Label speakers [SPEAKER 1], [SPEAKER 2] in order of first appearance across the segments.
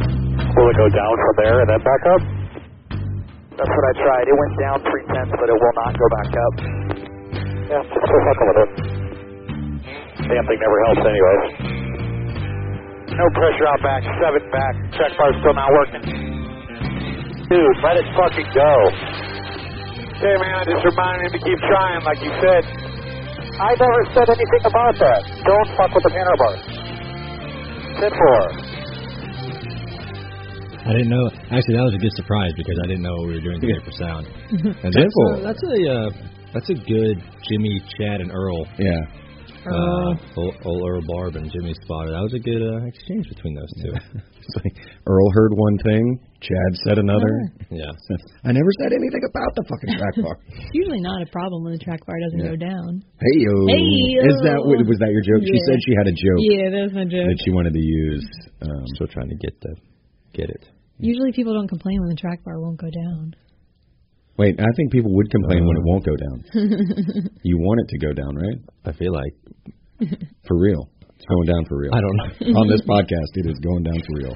[SPEAKER 1] Will it go down from there and then back up?
[SPEAKER 2] That's what I tried. It went down three tenths, but it will not go back up.
[SPEAKER 1] Yeah, just quit fucking with it. Damn thing never helps anyways.
[SPEAKER 2] No pressure out back. Seven back. Check bar's still not working.
[SPEAKER 1] Dude, let it fucking go.
[SPEAKER 2] Hey man, I just reminded him to keep trying, like you said.
[SPEAKER 1] I never said anything about that. Don't fuck with the panel bar. Sit for.
[SPEAKER 3] I didn't know. Actually, that was a good surprise because I didn't know what we were doing today for sound. And that's
[SPEAKER 4] Simple.
[SPEAKER 3] a, that's a uh, that's a good Jimmy, Chad, and Earl.
[SPEAKER 4] Yeah.
[SPEAKER 5] Uh-huh.
[SPEAKER 3] Uh, old, old Earl Barb and Jimmy Spotter. That was a good uh, exchange between those two.
[SPEAKER 4] It's like Earl heard one thing, Chad said another.
[SPEAKER 3] yeah.
[SPEAKER 4] I never said anything about the fucking track bar.
[SPEAKER 5] It's usually not a problem when the track bar doesn't go down.
[SPEAKER 4] hey yo.
[SPEAKER 5] Hey-yo.
[SPEAKER 4] Is that what- was that your joke? She
[SPEAKER 5] Yeah.
[SPEAKER 4] said she had a joke
[SPEAKER 5] Yeah, that was my
[SPEAKER 4] that
[SPEAKER 5] joke.
[SPEAKER 4] she wanted to use. Um,
[SPEAKER 3] I'm still trying to get the get it.
[SPEAKER 5] Usually people don't complain when the track bar won't go down.
[SPEAKER 4] wait, I think people would complain
[SPEAKER 3] Uh.
[SPEAKER 4] when it won't go down. you want it to go down, right?
[SPEAKER 3] I feel like
[SPEAKER 4] For real. It's going down for real.
[SPEAKER 3] I don't know.
[SPEAKER 4] On this podcast, it is going down for real.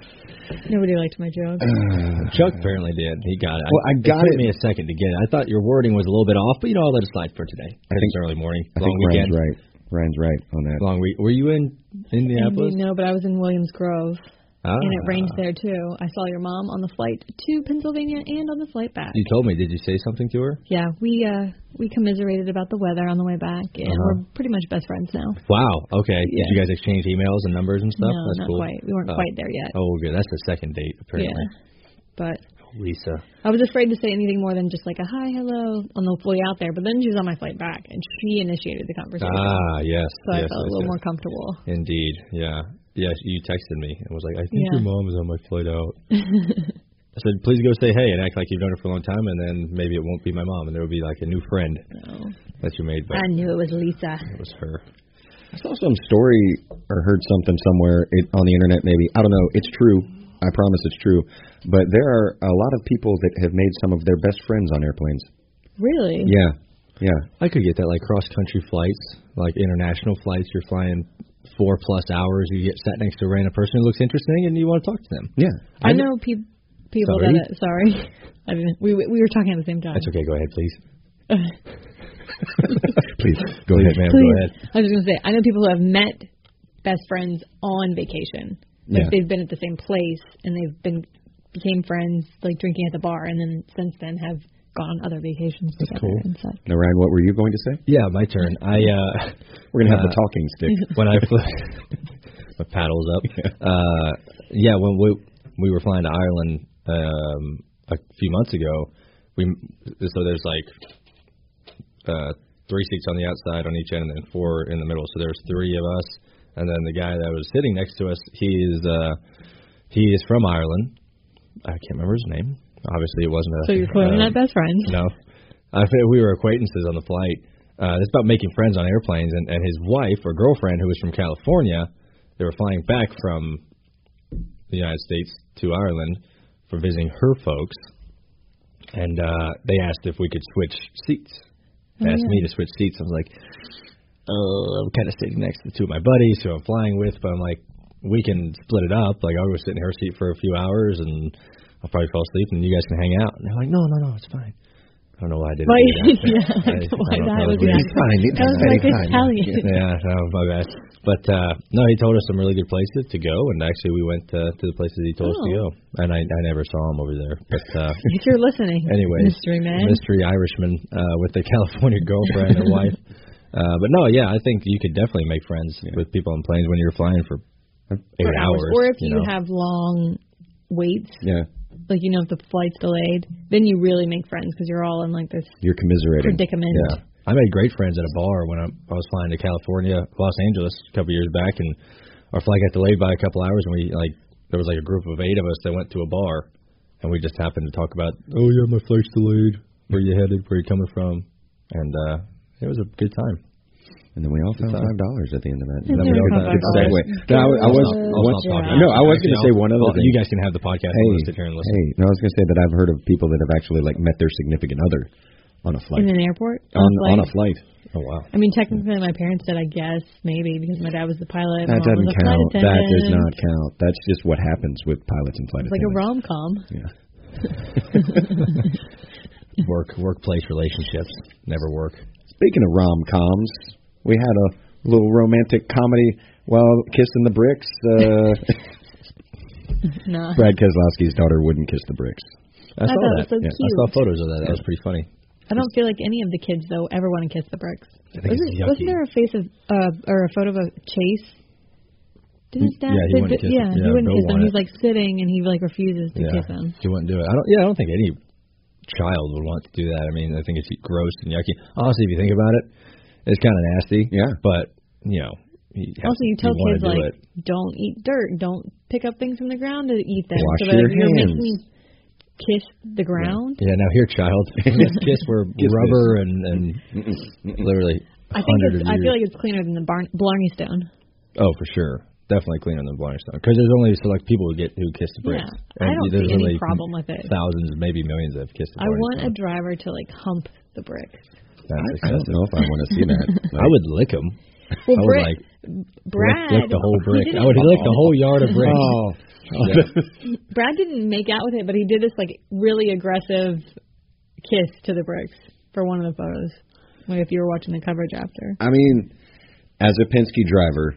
[SPEAKER 5] Nobody liked my joke.
[SPEAKER 3] Uh, Chuck apparently did. He got it.
[SPEAKER 4] Well, I
[SPEAKER 3] it.
[SPEAKER 4] got
[SPEAKER 3] Took
[SPEAKER 4] it.
[SPEAKER 3] me a second to get it. I thought your wording was a little bit off, but you know I'll let it slide for today. I
[SPEAKER 4] think-
[SPEAKER 3] it's early morning,
[SPEAKER 4] I
[SPEAKER 3] long
[SPEAKER 4] think
[SPEAKER 3] weekend,
[SPEAKER 4] Ryan's right. Ryan's right on that.
[SPEAKER 3] long week. Were you in Indianapolis?
[SPEAKER 5] No, but I was in Williams Grove
[SPEAKER 3] Ah.
[SPEAKER 5] and it rained there too. I saw your mom on the flight to Pennsylvania and on the flight back.
[SPEAKER 3] You told me. Did you say something to her?
[SPEAKER 5] Yeah, we uh we commiserated about the weather on the way back and
[SPEAKER 3] Uh-huh.
[SPEAKER 5] we're pretty much best friends now.
[SPEAKER 3] Wow. Okay.
[SPEAKER 5] Yeah.
[SPEAKER 3] Did you guys exchange emails and numbers and stuff?
[SPEAKER 5] no,
[SPEAKER 3] That's
[SPEAKER 5] not
[SPEAKER 3] cool.
[SPEAKER 5] quite. We weren't
[SPEAKER 3] Oh.
[SPEAKER 5] quite there yet.
[SPEAKER 3] Oh, good. That's the second date apparently.
[SPEAKER 5] yeah. But
[SPEAKER 3] Lisa.
[SPEAKER 5] I was afraid to say anything more than just like a hi, hello on the way out there. But then she was on my flight back, and she initiated the conversation,
[SPEAKER 3] Ah, yes.
[SPEAKER 5] so I
[SPEAKER 3] yes,
[SPEAKER 5] felt a
[SPEAKER 3] yes,
[SPEAKER 5] little
[SPEAKER 3] yes.
[SPEAKER 5] more comfortable.
[SPEAKER 3] Indeed. Yeah. Yeah. You texted me and was like, I think
[SPEAKER 5] Yeah.
[SPEAKER 3] your mom is on my flight out. I said, please go say hey and act like you've known her for a long time, and then maybe it won't be my mom, and there will be like a new friend
[SPEAKER 5] No.
[SPEAKER 3] that you made, but
[SPEAKER 5] I knew it was Lisa.
[SPEAKER 3] it was her.
[SPEAKER 4] I saw some story or heard something somewhere it, on the internet, maybe. I don't know. It's true. I promise it's true. But there are a lot of people that have made some of their best friends on airplanes.
[SPEAKER 5] Really?
[SPEAKER 4] Yeah. Yeah.
[SPEAKER 3] I could get that, like cross country flights, like international flights. You're flying four plus hours. You get sat next to a random person who looks interesting, and you want to talk to them.
[SPEAKER 4] Yeah.
[SPEAKER 5] I know peop people
[SPEAKER 3] Sorry?
[SPEAKER 5] that. Sorry, I didn't. We we were talking at the same time.
[SPEAKER 3] That's okay. Go ahead, please.
[SPEAKER 4] Please. Go
[SPEAKER 3] Please,
[SPEAKER 4] ahead,
[SPEAKER 3] ma'am.
[SPEAKER 4] man.
[SPEAKER 3] Go
[SPEAKER 5] Please.
[SPEAKER 3] ahead.
[SPEAKER 5] I was just gonna say, I know people who have met best friends on vacation. Like
[SPEAKER 4] Yeah.
[SPEAKER 5] they've been at the same place and they've been became friends, like drinking at the bar, and then since then have gone on other vacations together
[SPEAKER 3] cool.
[SPEAKER 5] and such.
[SPEAKER 4] Now, Ryan, what were you going to say?
[SPEAKER 3] Yeah, my turn. I uh
[SPEAKER 4] We're going to have the
[SPEAKER 3] Uh,
[SPEAKER 4] talking stick.
[SPEAKER 3] when I flew, my paddles up. Uh, yeah, when we we were flying to Ireland um, a few months ago, we so there's like uh, three seats on the outside on each end, and then four in the middle. So there's three of us, and then the guy that was sitting next to us, he is uh, he is from Ireland. I can't remember his name. Obviously, it wasn't. A,
[SPEAKER 5] So you're clearly
[SPEAKER 3] um,
[SPEAKER 5] not best friends.
[SPEAKER 3] no. I think we were acquaintances on the flight. Uh, it's about making friends on airplanes, and, and his wife or girlfriend, who was from California, they were flying back from the United States to Ireland for visiting her folks, and uh, they asked if we could switch seats. They asked me to
[SPEAKER 5] Mm.
[SPEAKER 3] switch seats. I was like, "Oh, I'm kind of sitting next to two of my buddies who I'm flying with, but I'm like, we can split it up. Like, I'll go sit in her seat for a few hours, and I'll probably fall asleep, and you guys can hang out." And they're like, "No, no, no, it's fine." I don't know why I didn't.
[SPEAKER 5] Like,
[SPEAKER 3] do that.
[SPEAKER 5] yeah,
[SPEAKER 3] I- I
[SPEAKER 5] why
[SPEAKER 3] don't
[SPEAKER 5] that
[SPEAKER 3] know.
[SPEAKER 5] was
[SPEAKER 3] We
[SPEAKER 5] the
[SPEAKER 3] just-
[SPEAKER 4] fine. It's
[SPEAKER 5] That was
[SPEAKER 4] very
[SPEAKER 5] like
[SPEAKER 4] fine.
[SPEAKER 5] Italian.
[SPEAKER 3] yeah, no, my bad. But uh no, he told us some really good places to go, and actually we went uh, to the places he told us to go.
[SPEAKER 5] Oh.
[SPEAKER 3] And I, I never saw him over there. But uh
[SPEAKER 5] If you're listening,
[SPEAKER 3] anyways,
[SPEAKER 5] mystery man.
[SPEAKER 3] mystery Irishman uh, with the California girlfriend or wife. Uh, but no, yeah, I think you could definitely make friends with people on planes when you're flying for eight
[SPEAKER 5] For
[SPEAKER 3] hours.
[SPEAKER 5] Or if
[SPEAKER 3] you,
[SPEAKER 5] you,
[SPEAKER 3] know.
[SPEAKER 5] have long waits,
[SPEAKER 4] yeah.
[SPEAKER 5] like you know if the flight's delayed, then you really make friends because you're all in like this
[SPEAKER 4] You're commiserating.
[SPEAKER 5] predicament.
[SPEAKER 3] Yeah. I made great friends at a bar when I, I was flying to California, Los Angeles, a couple years back, and our flight got delayed by a couple hours, and we like there was like a group of eight of us that went to a bar, and we just happened to talk about, oh yeah, my flight's delayed. Where you headed? Where you coming from? And uh it was a good time.
[SPEAKER 4] And then we all found
[SPEAKER 3] Uh-huh.
[SPEAKER 4] $5 at the end of that.
[SPEAKER 5] And
[SPEAKER 3] Let me
[SPEAKER 5] then
[SPEAKER 3] know if
[SPEAKER 5] we come
[SPEAKER 3] that's
[SPEAKER 5] back.
[SPEAKER 3] good
[SPEAKER 4] segue. No, I, I was.
[SPEAKER 5] Good
[SPEAKER 3] I'll
[SPEAKER 4] once-
[SPEAKER 3] stop
[SPEAKER 5] job.
[SPEAKER 3] talking.
[SPEAKER 4] no, I was going to
[SPEAKER 3] Actually,
[SPEAKER 4] say
[SPEAKER 3] I'll-
[SPEAKER 4] one other
[SPEAKER 3] well,
[SPEAKER 4] thing.
[SPEAKER 3] You guys can have the podcast. I'll just sit here and listen.
[SPEAKER 4] Hey, no, I was gonna say that I've heard of people that have actually like met their significant other on a flight.
[SPEAKER 5] in an airport.
[SPEAKER 4] on,
[SPEAKER 5] like,
[SPEAKER 4] on a flight.
[SPEAKER 3] Oh wow.
[SPEAKER 5] I mean, technically, my parents did, I guess, maybe, because my dad was the pilot. mom
[SPEAKER 4] That
[SPEAKER 5] was
[SPEAKER 4] doesn't
[SPEAKER 5] a flight
[SPEAKER 4] count. That does
[SPEAKER 5] attendant.
[SPEAKER 4] not count. That's just what happens with pilots and flight
[SPEAKER 5] It's like a rom
[SPEAKER 4] attendants.
[SPEAKER 5] com.
[SPEAKER 4] Yeah.
[SPEAKER 3] Work workplace relationships never work.
[SPEAKER 4] Speaking of rom coms, we had a little romantic comedy while kissing the bricks. Uh,
[SPEAKER 5] No.
[SPEAKER 4] Brad Keselowski's daughter wouldn't kiss the bricks.
[SPEAKER 3] I, saw
[SPEAKER 5] thought
[SPEAKER 3] that.
[SPEAKER 5] it was so
[SPEAKER 3] Yeah. I
[SPEAKER 5] cute.
[SPEAKER 3] saw photos of that. That was pretty funny.
[SPEAKER 5] I don't feel like any of the kids though ever want to kiss the bricks.
[SPEAKER 3] think it's
[SPEAKER 5] Wasn't, wasn't
[SPEAKER 3] yucky.
[SPEAKER 5] there a face of uh, or a photo of a chase? Didn't his
[SPEAKER 3] Yeah,
[SPEAKER 5] dad?
[SPEAKER 3] he
[SPEAKER 5] say-
[SPEAKER 3] wouldn't kiss
[SPEAKER 5] yeah,
[SPEAKER 3] him.
[SPEAKER 5] he
[SPEAKER 3] Yeah,
[SPEAKER 5] wouldn't
[SPEAKER 3] Bill
[SPEAKER 5] kiss him.
[SPEAKER 3] wanted-
[SPEAKER 5] He's like sitting and he like refuses to
[SPEAKER 3] Yeah.
[SPEAKER 5] kiss him.
[SPEAKER 3] He wouldn't do it. I don't. Yeah, I don't think any child would want to do that. I mean, I think it's gross and yucky. Honestly, if you think about it, it's kind of nasty.
[SPEAKER 4] Yeah.
[SPEAKER 3] But you know, you have
[SPEAKER 5] Also, you
[SPEAKER 3] to-
[SPEAKER 5] tell
[SPEAKER 3] wanna
[SPEAKER 5] kids
[SPEAKER 3] do
[SPEAKER 5] like
[SPEAKER 3] it.
[SPEAKER 5] don't eat dirt, don't pick up things from the ground to eat them.
[SPEAKER 4] Wash
[SPEAKER 5] so that
[SPEAKER 4] your
[SPEAKER 5] you're
[SPEAKER 4] hands.
[SPEAKER 5] making them kiss the ground.
[SPEAKER 3] Yeah, now here, child. kiss were
[SPEAKER 4] Kiss
[SPEAKER 3] rubber and and literally.
[SPEAKER 5] I think
[SPEAKER 3] hundreds
[SPEAKER 5] it's,
[SPEAKER 3] of
[SPEAKER 5] I feel
[SPEAKER 3] years.
[SPEAKER 5] like it's cleaner than the barn, Blarney Stone.
[SPEAKER 3] Oh, for sure. Definitely cleaner than Blarney Stone because there's only select people who get who kiss the bricks.
[SPEAKER 5] Yeah, I don't
[SPEAKER 3] there's
[SPEAKER 5] see any
[SPEAKER 3] only
[SPEAKER 5] problem with it.
[SPEAKER 3] Thousands, maybe millions, have kissed. The
[SPEAKER 5] I
[SPEAKER 3] Blarney
[SPEAKER 5] want a
[SPEAKER 3] Stone.
[SPEAKER 5] driver to like hump the bricks.
[SPEAKER 3] That's
[SPEAKER 4] I, I
[SPEAKER 3] excessive.
[SPEAKER 4] don't know if I want to see that.
[SPEAKER 3] I would lick them. I
[SPEAKER 5] Well,
[SPEAKER 3] would
[SPEAKER 5] Brit-
[SPEAKER 3] like
[SPEAKER 5] Brad
[SPEAKER 3] lick, lick the whole
[SPEAKER 5] he
[SPEAKER 3] brick.
[SPEAKER 5] didn't
[SPEAKER 3] I would lick the whole yard of bricks.
[SPEAKER 4] Oh,
[SPEAKER 5] Brad didn't make out with it, but he did this like really aggressive kiss to the bricks for one of the photos. Like if you were watching the coverage after,
[SPEAKER 4] I mean, as a Penske driver,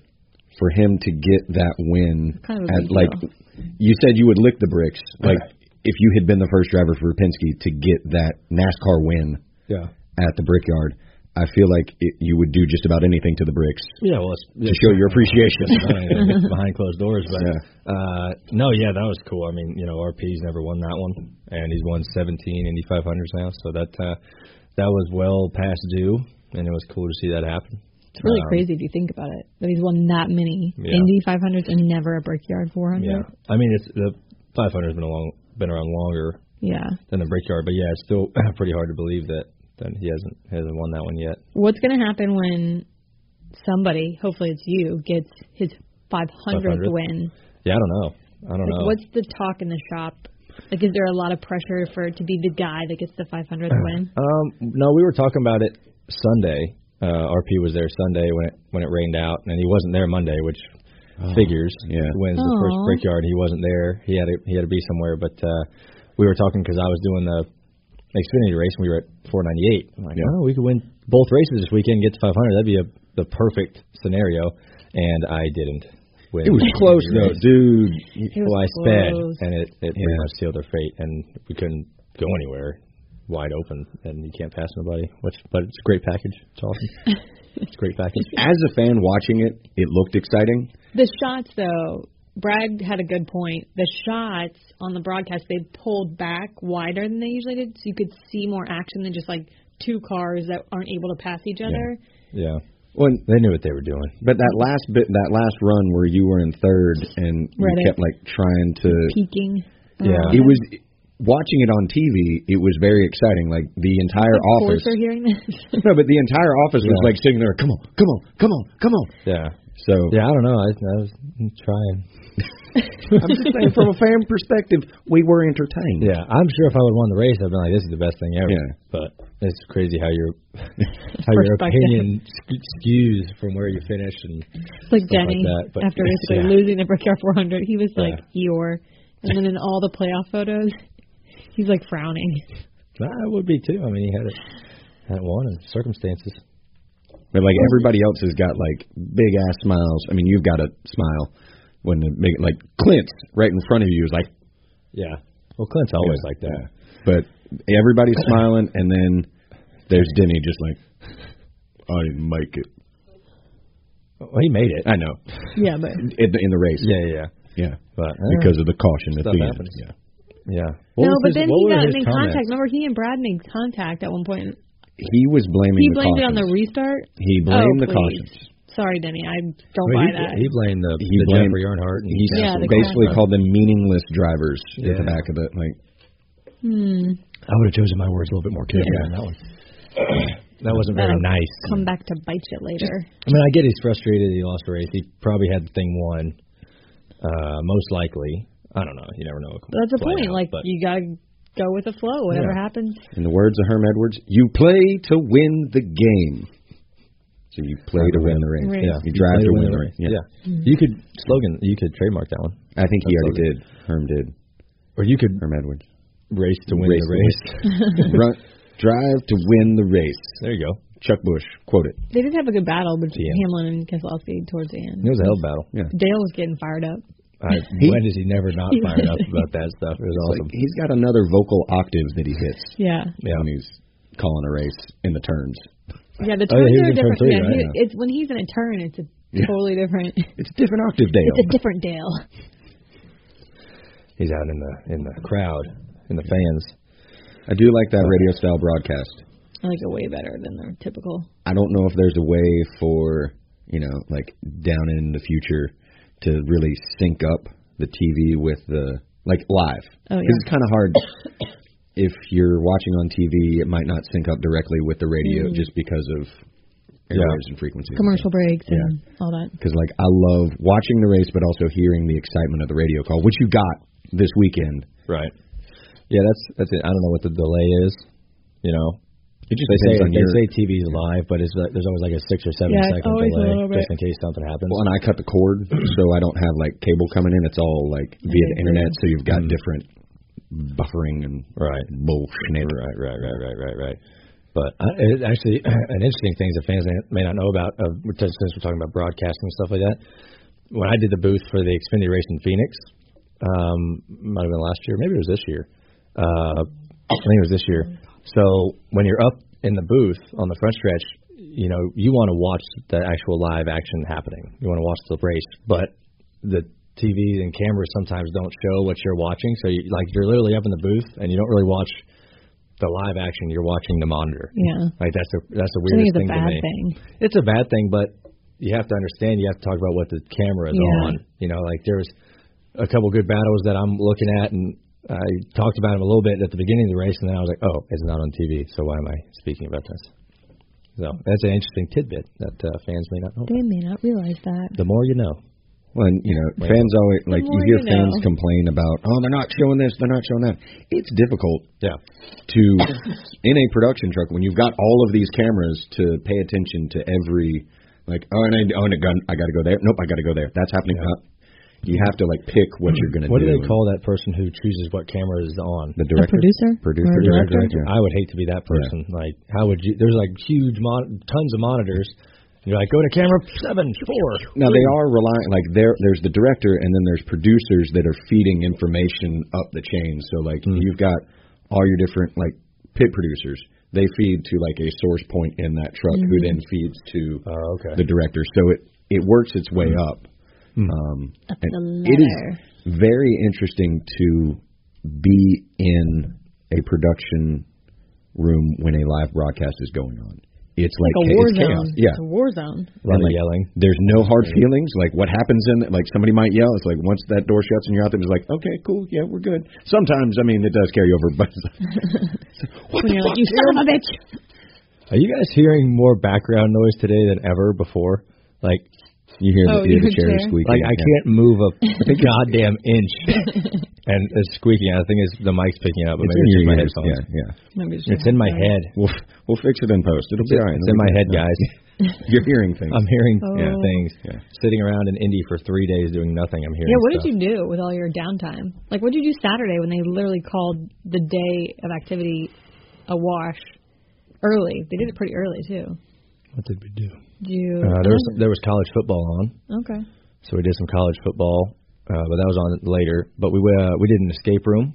[SPEAKER 4] for him to get that win,
[SPEAKER 5] Kind of a
[SPEAKER 4] at,
[SPEAKER 5] big
[SPEAKER 4] like
[SPEAKER 5] deal.
[SPEAKER 4] you said, you would lick the bricks. Like if you had been the first driver for Penske to get that NASCAR win
[SPEAKER 3] Yeah.
[SPEAKER 4] at the Brickyard, I feel like it, you would do just about anything to the bricks
[SPEAKER 3] Yeah, well, it's,
[SPEAKER 4] to show your appreciation.
[SPEAKER 3] it's behind closed doors, but
[SPEAKER 4] Yeah.
[SPEAKER 3] uh, no, yeah, that was cool. I mean, you know, RP's never won that one, and he's won 17 Indy 500s now, so that uh, that was well past due, and it was cool to see that happen.
[SPEAKER 5] it's really
[SPEAKER 3] Um,
[SPEAKER 5] crazy if you think about it that he's won that many
[SPEAKER 3] Yeah.
[SPEAKER 5] Indy 500s and never a Brickyard 400.
[SPEAKER 3] Yeah, I mean, it's the 500's been along been around longer
[SPEAKER 5] Yeah.
[SPEAKER 3] than the Brickyard, but yeah, it's still pretty hard to believe that that he hasn't hasn't won that one yet.
[SPEAKER 5] What's gonna happen when somebody, hopefully it's you, gets his 500th
[SPEAKER 3] 500th?
[SPEAKER 5] win?
[SPEAKER 3] Yeah, I don't know. I don't
[SPEAKER 5] Like,
[SPEAKER 3] know.
[SPEAKER 5] what's the talk in the shop? Like, is there a lot of pressure for it to be the guy that gets the 500th win?
[SPEAKER 3] Um, no, we were talking about it Sunday. Uh, RP was there Sunday when it when it rained out, and he wasn't there Monday, which figures.
[SPEAKER 4] yeah.
[SPEAKER 3] when's the first
[SPEAKER 5] Aw.
[SPEAKER 3] brickyard? He wasn't there. He had to, he had to be somewhere. But uh, we were talking because I was doing the Xfinity race, and we were at 498. I'm like,
[SPEAKER 4] Yeah.
[SPEAKER 3] oh, we could win both races this weekend, get to 500. That'd be a, the perfect scenario, and I didn't. Win
[SPEAKER 4] It was
[SPEAKER 3] the
[SPEAKER 4] close though,
[SPEAKER 3] race.
[SPEAKER 4] dude.
[SPEAKER 5] It was
[SPEAKER 3] Well, I sped,
[SPEAKER 5] close.
[SPEAKER 3] and it, it pretty
[SPEAKER 4] Yeah.
[SPEAKER 3] much sealed their fate, and we couldn't go anywhere. Wide open, and you can't pass nobody. Which, but it's a great package. It's awesome. it's a great package.
[SPEAKER 4] As a fan watching it, it looked exciting.
[SPEAKER 5] The shots, though, Brad had a good point. The shots on the broadcast, they pulled back wider than they usually did, so you could see more action than just like two cars that aren't able to pass each other.
[SPEAKER 3] Yeah,
[SPEAKER 4] Well,
[SPEAKER 3] they knew what they were doing.
[SPEAKER 4] but that last bit, that last run where you were in third and
[SPEAKER 5] Right.
[SPEAKER 4] you kept like trying to,
[SPEAKER 5] Peeking.
[SPEAKER 3] Yeah.
[SPEAKER 4] it was watching it on TV. It was very exciting. Like the entire
[SPEAKER 5] Of course,
[SPEAKER 4] office.
[SPEAKER 5] they're hearing this.
[SPEAKER 4] No, but the entire office was
[SPEAKER 3] Yeah.
[SPEAKER 4] like sitting there. Come on, come on, come on, come on.
[SPEAKER 3] Yeah,
[SPEAKER 4] So
[SPEAKER 3] yeah. I don't know. I, I was trying.
[SPEAKER 4] I'm just saying, from a fan perspective, we were entertained.
[SPEAKER 3] Yeah, I'm sure if I would have won the race, I'd been like, "This is the best thing ever."
[SPEAKER 4] Yeah.
[SPEAKER 3] But it's crazy how your how your
[SPEAKER 5] Perspective.
[SPEAKER 3] opinion sc- skews from where you finish, and
[SPEAKER 5] It's like
[SPEAKER 3] Stuff like
[SPEAKER 5] Denny
[SPEAKER 3] that, but-
[SPEAKER 5] after basically
[SPEAKER 3] yeah.
[SPEAKER 5] losing the Brickyard 400, he was like
[SPEAKER 3] Yeah.
[SPEAKER 5] Eeyore, and then in all the playoff photos, he's like frowning.
[SPEAKER 3] I would be too. I mean, he had it. Had it won in circumstances.
[SPEAKER 4] But like everybody else has got like big ass smiles. I mean, you've got a smile when the big like Clint right in front of you is like
[SPEAKER 3] Yeah. Well, Clint's always like that.
[SPEAKER 4] But everybody's smiling, and then there's Denny just like, I didn't make it.
[SPEAKER 3] Well, he made it.
[SPEAKER 4] I know
[SPEAKER 5] Yeah, but
[SPEAKER 4] in the, in the race.
[SPEAKER 3] Yeah, yeah, yeah.
[SPEAKER 4] yeah.
[SPEAKER 3] But uh,
[SPEAKER 4] Because of the caution at
[SPEAKER 3] Stuff
[SPEAKER 4] the end.
[SPEAKER 3] happens.
[SPEAKER 4] Yeah.
[SPEAKER 3] yeah,
[SPEAKER 5] no,
[SPEAKER 3] was
[SPEAKER 5] but
[SPEAKER 3] his-
[SPEAKER 5] then
[SPEAKER 3] what
[SPEAKER 5] he
[SPEAKER 3] were
[SPEAKER 5] got
[SPEAKER 3] his
[SPEAKER 5] in
[SPEAKER 3] comments?
[SPEAKER 5] contact. Remember, he and Brad made contact at one point.
[SPEAKER 4] He was blaming.
[SPEAKER 5] He
[SPEAKER 4] the
[SPEAKER 5] blamed it on
[SPEAKER 4] cautions.
[SPEAKER 5] the restart.
[SPEAKER 4] He
[SPEAKER 5] Oh,
[SPEAKER 4] blamed the
[SPEAKER 5] please.
[SPEAKER 4] cautions.
[SPEAKER 5] Sorry, Denny, I don't
[SPEAKER 3] Well,
[SPEAKER 5] buy
[SPEAKER 3] he,
[SPEAKER 5] that.
[SPEAKER 3] he blamed the,
[SPEAKER 4] He
[SPEAKER 3] the
[SPEAKER 4] blamed-
[SPEAKER 3] Jeffrey Earnhardt. And
[SPEAKER 4] He
[SPEAKER 5] Yeah, the cautions.
[SPEAKER 4] basically called them meaningless drivers at
[SPEAKER 3] Yeah.
[SPEAKER 4] the back of the like.
[SPEAKER 5] Hmm.
[SPEAKER 3] I would have chosen my words a little bit more carefully on that one. that wasn't very
[SPEAKER 5] That'll
[SPEAKER 3] nice.
[SPEAKER 5] Come back to bite you later.
[SPEAKER 3] I mean, I get he's frustrated. He lost the race. He probably had the thing won, uh, most likely. I don't know. You never know.
[SPEAKER 5] But that's the
[SPEAKER 3] Play out,
[SPEAKER 5] point. like
[SPEAKER 3] but
[SPEAKER 5] you gotta go with the flow. Whatever
[SPEAKER 4] Yeah.
[SPEAKER 5] happens.
[SPEAKER 4] In the words of Herm Edwards, you play to win the game. So you play to win the race.
[SPEAKER 5] Race.
[SPEAKER 4] Yeah, you drive to win the race.
[SPEAKER 3] Yeah.
[SPEAKER 5] Mm-hmm.
[SPEAKER 3] You could slogan. You could trademark that one,
[SPEAKER 4] I think he
[SPEAKER 3] That's
[SPEAKER 4] already
[SPEAKER 3] lovely.
[SPEAKER 4] did. Herm did.
[SPEAKER 3] or you could
[SPEAKER 4] Herm Edwards.
[SPEAKER 3] race to win
[SPEAKER 4] Race
[SPEAKER 3] the
[SPEAKER 4] to
[SPEAKER 3] race.
[SPEAKER 4] Run, drive to win the race.
[SPEAKER 3] There you go.
[SPEAKER 4] Chuck Bush, quote it.
[SPEAKER 5] They did have a good battle between
[SPEAKER 3] Yeah.
[SPEAKER 5] Hamlin and Keselowski towards the end.
[SPEAKER 3] It was a hell of a battle.
[SPEAKER 4] Yeah.
[SPEAKER 5] Dale was getting fired up.
[SPEAKER 3] I, when is he never not fired up about that stuff? It was
[SPEAKER 4] It's
[SPEAKER 3] awesome.
[SPEAKER 4] Like, he's got another vocal octave that he hits
[SPEAKER 5] Yeah,
[SPEAKER 3] yeah.
[SPEAKER 4] when he's calling a race in the turns.
[SPEAKER 5] yeah. The
[SPEAKER 3] Oh, yeah, he was
[SPEAKER 5] turns are
[SPEAKER 3] in turn
[SPEAKER 5] a different.
[SPEAKER 3] three,
[SPEAKER 5] yeah,
[SPEAKER 3] right?
[SPEAKER 5] he-
[SPEAKER 3] Yeah.
[SPEAKER 5] it's when he's in a turn, it's a
[SPEAKER 4] Yeah.
[SPEAKER 5] totally different.
[SPEAKER 4] It's a different octave, Dale.
[SPEAKER 5] It's a different Dale.
[SPEAKER 3] He's out in the in the crowd, in the fans.
[SPEAKER 4] I do like that radio style broadcast.
[SPEAKER 5] I like it way better than the typical.
[SPEAKER 4] I don't know if there's a way for you know, like down in the future, to really sync up the TV with the like live.
[SPEAKER 5] Oh, yeah.
[SPEAKER 4] 'Cause it's kind of hard. if you're watching on TV, it might not sync up directly with the
[SPEAKER 3] Mm.
[SPEAKER 4] radio just because of errors and frequencies.
[SPEAKER 5] commercial breaks and all that.
[SPEAKER 4] Because like I love watching the race, but also hearing the excitement of the radio call, which you got this weekend.
[SPEAKER 3] Right. Yeah, that's that's it. I don't know what the delay is. You know,
[SPEAKER 4] It just
[SPEAKER 3] they say
[SPEAKER 4] depends on
[SPEAKER 3] they
[SPEAKER 4] your.
[SPEAKER 3] say TV's live, but it's like, there's always like a six or seven
[SPEAKER 5] Yeah, it's
[SPEAKER 3] second
[SPEAKER 5] always a little
[SPEAKER 3] delay
[SPEAKER 5] bit.
[SPEAKER 3] just in case something happens.
[SPEAKER 4] well, and I cut the cord, so I don't have like cable coming in. It's all like via the internet, so you've got different buffering and
[SPEAKER 3] Mm. Right.
[SPEAKER 4] bullshit.
[SPEAKER 3] Right, right, right, right, right, right. But I, it actually, an interesting thing that fans may not know about, uh, since since we're talking about broadcasting and stuff like that, when I did the booth for the Xfinity race in Phoenix, um, might have been last year, maybe it was this year. Uh, I think it was this year. So when you're up in the booth on the front stretch, you know you want to watch the actual live action happening. You want to watch the race, but the TVs and cameras sometimes don't show what you're watching. So you, like you're literally up in the booth and you don't really watch the live action. You're watching the monitor.
[SPEAKER 5] Yeah,
[SPEAKER 3] Like that's the that's the
[SPEAKER 5] I think
[SPEAKER 3] weirdest
[SPEAKER 5] it's a
[SPEAKER 3] thing to
[SPEAKER 5] bad
[SPEAKER 3] me.
[SPEAKER 5] thing.
[SPEAKER 3] It's a bad thing, but you have to understand. You have to talk about what the camera is
[SPEAKER 5] Yeah.
[SPEAKER 3] on. You know, like there's a couple good battles that I'm looking at, and I talked about them a little bit at the beginning of the race, and then I was like, oh, it's not on TV, so why am I speaking about this? So that's an interesting tidbit that uh, fans may not know.
[SPEAKER 5] They may not realize that.
[SPEAKER 3] The more you know.
[SPEAKER 4] Well, and, you know, fans always like you
[SPEAKER 5] more
[SPEAKER 4] hear
[SPEAKER 5] you know.
[SPEAKER 4] fans complain about, oh, they're not showing this, they're not showing that. It's difficult
[SPEAKER 3] Yeah.
[SPEAKER 4] to in a production truck when you've got all of these cameras to pay attention to every like, oh, and I own a gun, I got to go there. Nope, I got to go there. That's happening. Uh, you have to like pick what you're gonna
[SPEAKER 3] What do
[SPEAKER 4] do.
[SPEAKER 3] they call that person who chooses what camera is on?
[SPEAKER 4] the director?
[SPEAKER 5] producer?
[SPEAKER 4] Producer.
[SPEAKER 5] Or
[SPEAKER 4] director,
[SPEAKER 5] director?
[SPEAKER 4] yeah.
[SPEAKER 3] I would hate to be that person. Like, how would you? There's like huge, mon- tons of monitors. You're like, go to camera seven, four.
[SPEAKER 4] Now they are relying like there there's the director and then there's producers that are feeding information up the chain. So like
[SPEAKER 3] Hmm.
[SPEAKER 4] you've got all your different like pit producers. They feed to like a source point in that truck who then feeds to
[SPEAKER 3] Mm-hmm. Oh, okay. Hmm.
[SPEAKER 4] the director. So it it works its way up. Um
[SPEAKER 5] the
[SPEAKER 4] and it
[SPEAKER 5] ladder.
[SPEAKER 4] is very interesting to be in a production room when a live broadcast is going on. It's like,
[SPEAKER 5] Like a
[SPEAKER 4] cha-
[SPEAKER 5] war
[SPEAKER 4] it's chaos.
[SPEAKER 5] zone.
[SPEAKER 4] Yeah.
[SPEAKER 5] It's a war zone.
[SPEAKER 3] A lot of
[SPEAKER 4] Like-
[SPEAKER 3] yelling.
[SPEAKER 4] There's no hard feelings. Like what happens in like somebody might yell. It's like once that door shuts and you're out there, it's like okay, cool, yeah, we're good. Sometimes I mean it does carry over, but it's like, what
[SPEAKER 5] When
[SPEAKER 4] the
[SPEAKER 5] you're
[SPEAKER 4] fuck?
[SPEAKER 5] like, you son of a bitch.
[SPEAKER 3] Are you guys hearing more background noise today than ever before? Like,
[SPEAKER 4] You hear
[SPEAKER 5] Oh,
[SPEAKER 4] the, you hear
[SPEAKER 5] your
[SPEAKER 4] the chair
[SPEAKER 5] chair.
[SPEAKER 4] squeaking.
[SPEAKER 3] like I
[SPEAKER 4] yeah.
[SPEAKER 3] can't move a goddamn inch, and it's squeaking. I think it's the mic's picking up. but
[SPEAKER 4] It's
[SPEAKER 3] maybe
[SPEAKER 4] in your
[SPEAKER 3] just my
[SPEAKER 4] ears.
[SPEAKER 3] headphones.
[SPEAKER 4] Yeah, yeah.
[SPEAKER 5] Maybe it's
[SPEAKER 3] It's
[SPEAKER 5] just-
[SPEAKER 3] in my head.
[SPEAKER 4] We'll f- we'll fix it in post. It'll be all right.
[SPEAKER 3] It's in my head, guys.
[SPEAKER 4] You're hearing things.
[SPEAKER 3] I'm hearing
[SPEAKER 5] Yeah.
[SPEAKER 3] things.
[SPEAKER 4] Yeah.
[SPEAKER 3] Sitting around in Indy for three days doing nothing. I'm hearing.
[SPEAKER 5] Yeah, what did
[SPEAKER 3] stuff.
[SPEAKER 5] you do with all your downtime? Like, what did you do Saturday when they literally called the day of activity a wash early? They did it pretty early too.
[SPEAKER 3] What did we do?
[SPEAKER 5] Did you?
[SPEAKER 3] Uh, there was there was college football on.
[SPEAKER 5] okay.
[SPEAKER 3] So we did some college football, uh, but that was on later. But we uh, we did an escape room.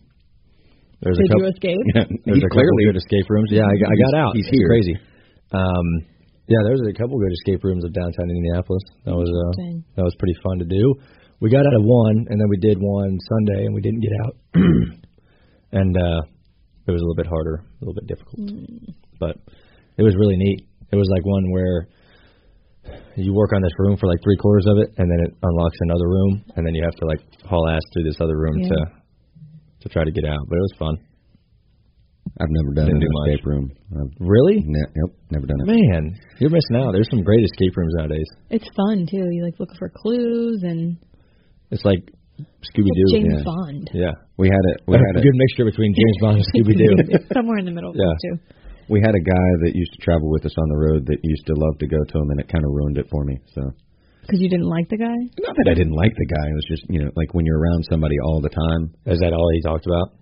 [SPEAKER 3] There's
[SPEAKER 5] Did
[SPEAKER 3] a couple,
[SPEAKER 5] you escape?
[SPEAKER 4] Yeah.
[SPEAKER 3] There's
[SPEAKER 4] He
[SPEAKER 3] a couple
[SPEAKER 4] clearly
[SPEAKER 3] good escape rooms. Yeah, I, got- I got
[SPEAKER 4] He's-
[SPEAKER 3] out.
[SPEAKER 4] he's
[SPEAKER 3] It's
[SPEAKER 4] here.
[SPEAKER 3] Crazy. Um, yeah, there's a couple good escape rooms of downtown Indianapolis. That was uh,
[SPEAKER 5] Interesting.
[SPEAKER 3] that was pretty fun to do. We got out of one, and then we did one Sunday, and we didn't get out. and uh, it was a little bit harder, a little bit difficult,
[SPEAKER 5] Mm.
[SPEAKER 3] but it was really neat. It was like one where you work on this room for like three quarters of it, and then it unlocks another room, and then you have to like haul ass through this other room
[SPEAKER 5] Yeah.
[SPEAKER 3] to to try to get out. But it was fun.
[SPEAKER 4] I've never done
[SPEAKER 3] Didn't
[SPEAKER 4] an
[SPEAKER 3] do much.
[SPEAKER 4] escape room. I've
[SPEAKER 3] Really?
[SPEAKER 4] ne- nope, never done it.
[SPEAKER 3] Man, you're missing out. There's some great escape rooms nowadays.
[SPEAKER 5] It's fun too. You like look for clues and
[SPEAKER 3] It's like
[SPEAKER 4] Scooby Doo.
[SPEAKER 5] James
[SPEAKER 4] yeah.
[SPEAKER 5] Bond.
[SPEAKER 3] Yeah,
[SPEAKER 4] We had it. We
[SPEAKER 3] we
[SPEAKER 4] had
[SPEAKER 3] a
[SPEAKER 4] it.
[SPEAKER 3] good mixture between James Bond and Scooby Doo.
[SPEAKER 5] It's somewhere in the middle of
[SPEAKER 3] Yeah.
[SPEAKER 5] those two.
[SPEAKER 4] We had a guy that used to travel with us on the road that used to love to go to him, and it kind of ruined it for me. So
[SPEAKER 5] Because you didn't like the guy?
[SPEAKER 4] not that I didn't like the guy. It was just you know like when you're around somebody all the time.
[SPEAKER 3] Is that all he talked about?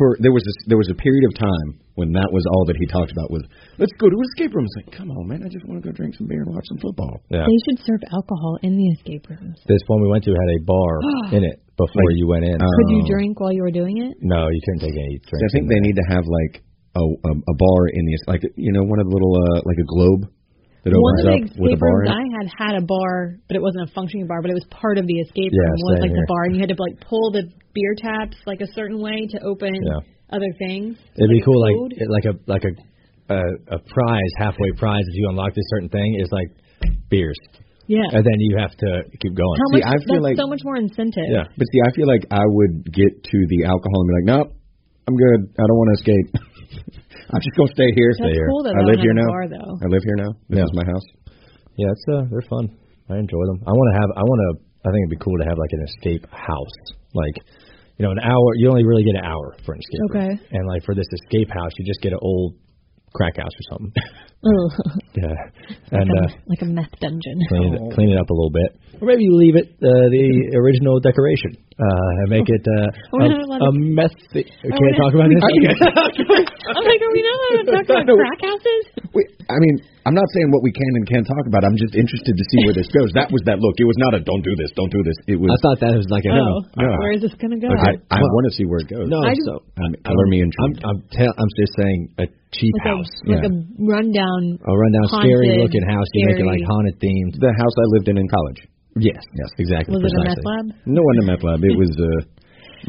[SPEAKER 4] For there was this, there was a period of time when that was all that he talked about was let's go to an escape room. It's like come on man, I just want to go drink some beer and watch some football.
[SPEAKER 3] Yeah.
[SPEAKER 5] They should serve alcohol in the escape rooms.
[SPEAKER 3] This one we went to had a bar in it before
[SPEAKER 4] Like,
[SPEAKER 3] you went in.
[SPEAKER 5] Could you
[SPEAKER 4] Oh.
[SPEAKER 5] drink while you were doing it?
[SPEAKER 3] no, you couldn't take any
[SPEAKER 4] So I
[SPEAKER 3] drinks.
[SPEAKER 4] think
[SPEAKER 3] in
[SPEAKER 4] they
[SPEAKER 3] there.
[SPEAKER 4] need to have like a, a a bar in the like you know one of the little uh, like a globe that
[SPEAKER 5] One
[SPEAKER 4] opens
[SPEAKER 5] of the
[SPEAKER 4] up
[SPEAKER 5] escape
[SPEAKER 4] with a bar.
[SPEAKER 5] rooms
[SPEAKER 4] in it.
[SPEAKER 5] I had had a bar, but it wasn't a functioning bar, but it was part of the escape
[SPEAKER 3] Yeah,
[SPEAKER 5] room. was
[SPEAKER 3] same
[SPEAKER 5] like
[SPEAKER 3] here.
[SPEAKER 5] the bar, and you had to like pull the beer taps like a certain way to open
[SPEAKER 3] Yeah.
[SPEAKER 5] other things.
[SPEAKER 3] It'd be
[SPEAKER 5] a
[SPEAKER 3] cool, like
[SPEAKER 5] code.
[SPEAKER 3] like a like a a, a prize, halfway prize. If you unlock this certain thing, is like beers,
[SPEAKER 5] yeah.
[SPEAKER 3] and then you have to keep going.
[SPEAKER 5] How
[SPEAKER 4] See,
[SPEAKER 5] much?
[SPEAKER 4] I feel
[SPEAKER 5] that's
[SPEAKER 4] like-
[SPEAKER 5] so much more incentive.
[SPEAKER 3] Yeah.
[SPEAKER 4] But see, I feel like I would get to the alcohol and be like, nope, I'm good. I don't want to escape. I'm just gonna stay here.
[SPEAKER 5] That's cool that
[SPEAKER 4] I
[SPEAKER 5] that
[SPEAKER 4] live
[SPEAKER 5] one
[SPEAKER 4] here
[SPEAKER 5] has a
[SPEAKER 4] now.
[SPEAKER 5] bar, though.
[SPEAKER 4] I live here now. This
[SPEAKER 3] Yeah.
[SPEAKER 4] is my house.
[SPEAKER 3] Yeah, it's uh, they're fun. I enjoy them. I want to have. I want to. I think it'd be cool to have like an escape house. Like, you know, an hour. You only really get an hour for an escape. room.
[SPEAKER 5] Okay.
[SPEAKER 3] And like for this escape house, you just get an old crack house or something.
[SPEAKER 5] Ugh.
[SPEAKER 3] yeah. And uh,
[SPEAKER 5] Like a- like a meth dungeon.
[SPEAKER 3] clean it, clean it up a little bit, or maybe you leave it uh, the original decoration uh, and make it uh, a,
[SPEAKER 5] We're not allowed
[SPEAKER 3] a mess. Can we
[SPEAKER 5] we're
[SPEAKER 3] talk
[SPEAKER 5] not-
[SPEAKER 3] about this?
[SPEAKER 5] I'm like, are we not allowed to talk about
[SPEAKER 4] No.
[SPEAKER 5] crack houses?
[SPEAKER 4] Wait, I mean, I'm not saying what we can and can't talk about. I'm just interested to see where this goes. That was that look. It was not a don't do this, don't do this. It was
[SPEAKER 3] I thought that was like a
[SPEAKER 5] oh,
[SPEAKER 4] no.
[SPEAKER 5] where is this gonna go?
[SPEAKER 4] I, I want to see where it goes.
[SPEAKER 3] no.
[SPEAKER 5] I just-
[SPEAKER 3] so
[SPEAKER 4] I mean, color me
[SPEAKER 3] I'm
[SPEAKER 4] intrigued.
[SPEAKER 3] I'm, tell, I'm just saying a cheap
[SPEAKER 5] like
[SPEAKER 3] house.
[SPEAKER 5] a like
[SPEAKER 4] yeah.
[SPEAKER 5] a rundown.
[SPEAKER 3] A rundown,
[SPEAKER 5] Haunted,
[SPEAKER 3] scary looking house. You make it like
[SPEAKER 5] scary.
[SPEAKER 3] haunted themed.
[SPEAKER 4] the house I lived in in college.
[SPEAKER 3] Yes, yes, exactly.
[SPEAKER 5] Was it a meth
[SPEAKER 3] precisely.
[SPEAKER 5] lab?
[SPEAKER 4] No one in meth lab. It was uh,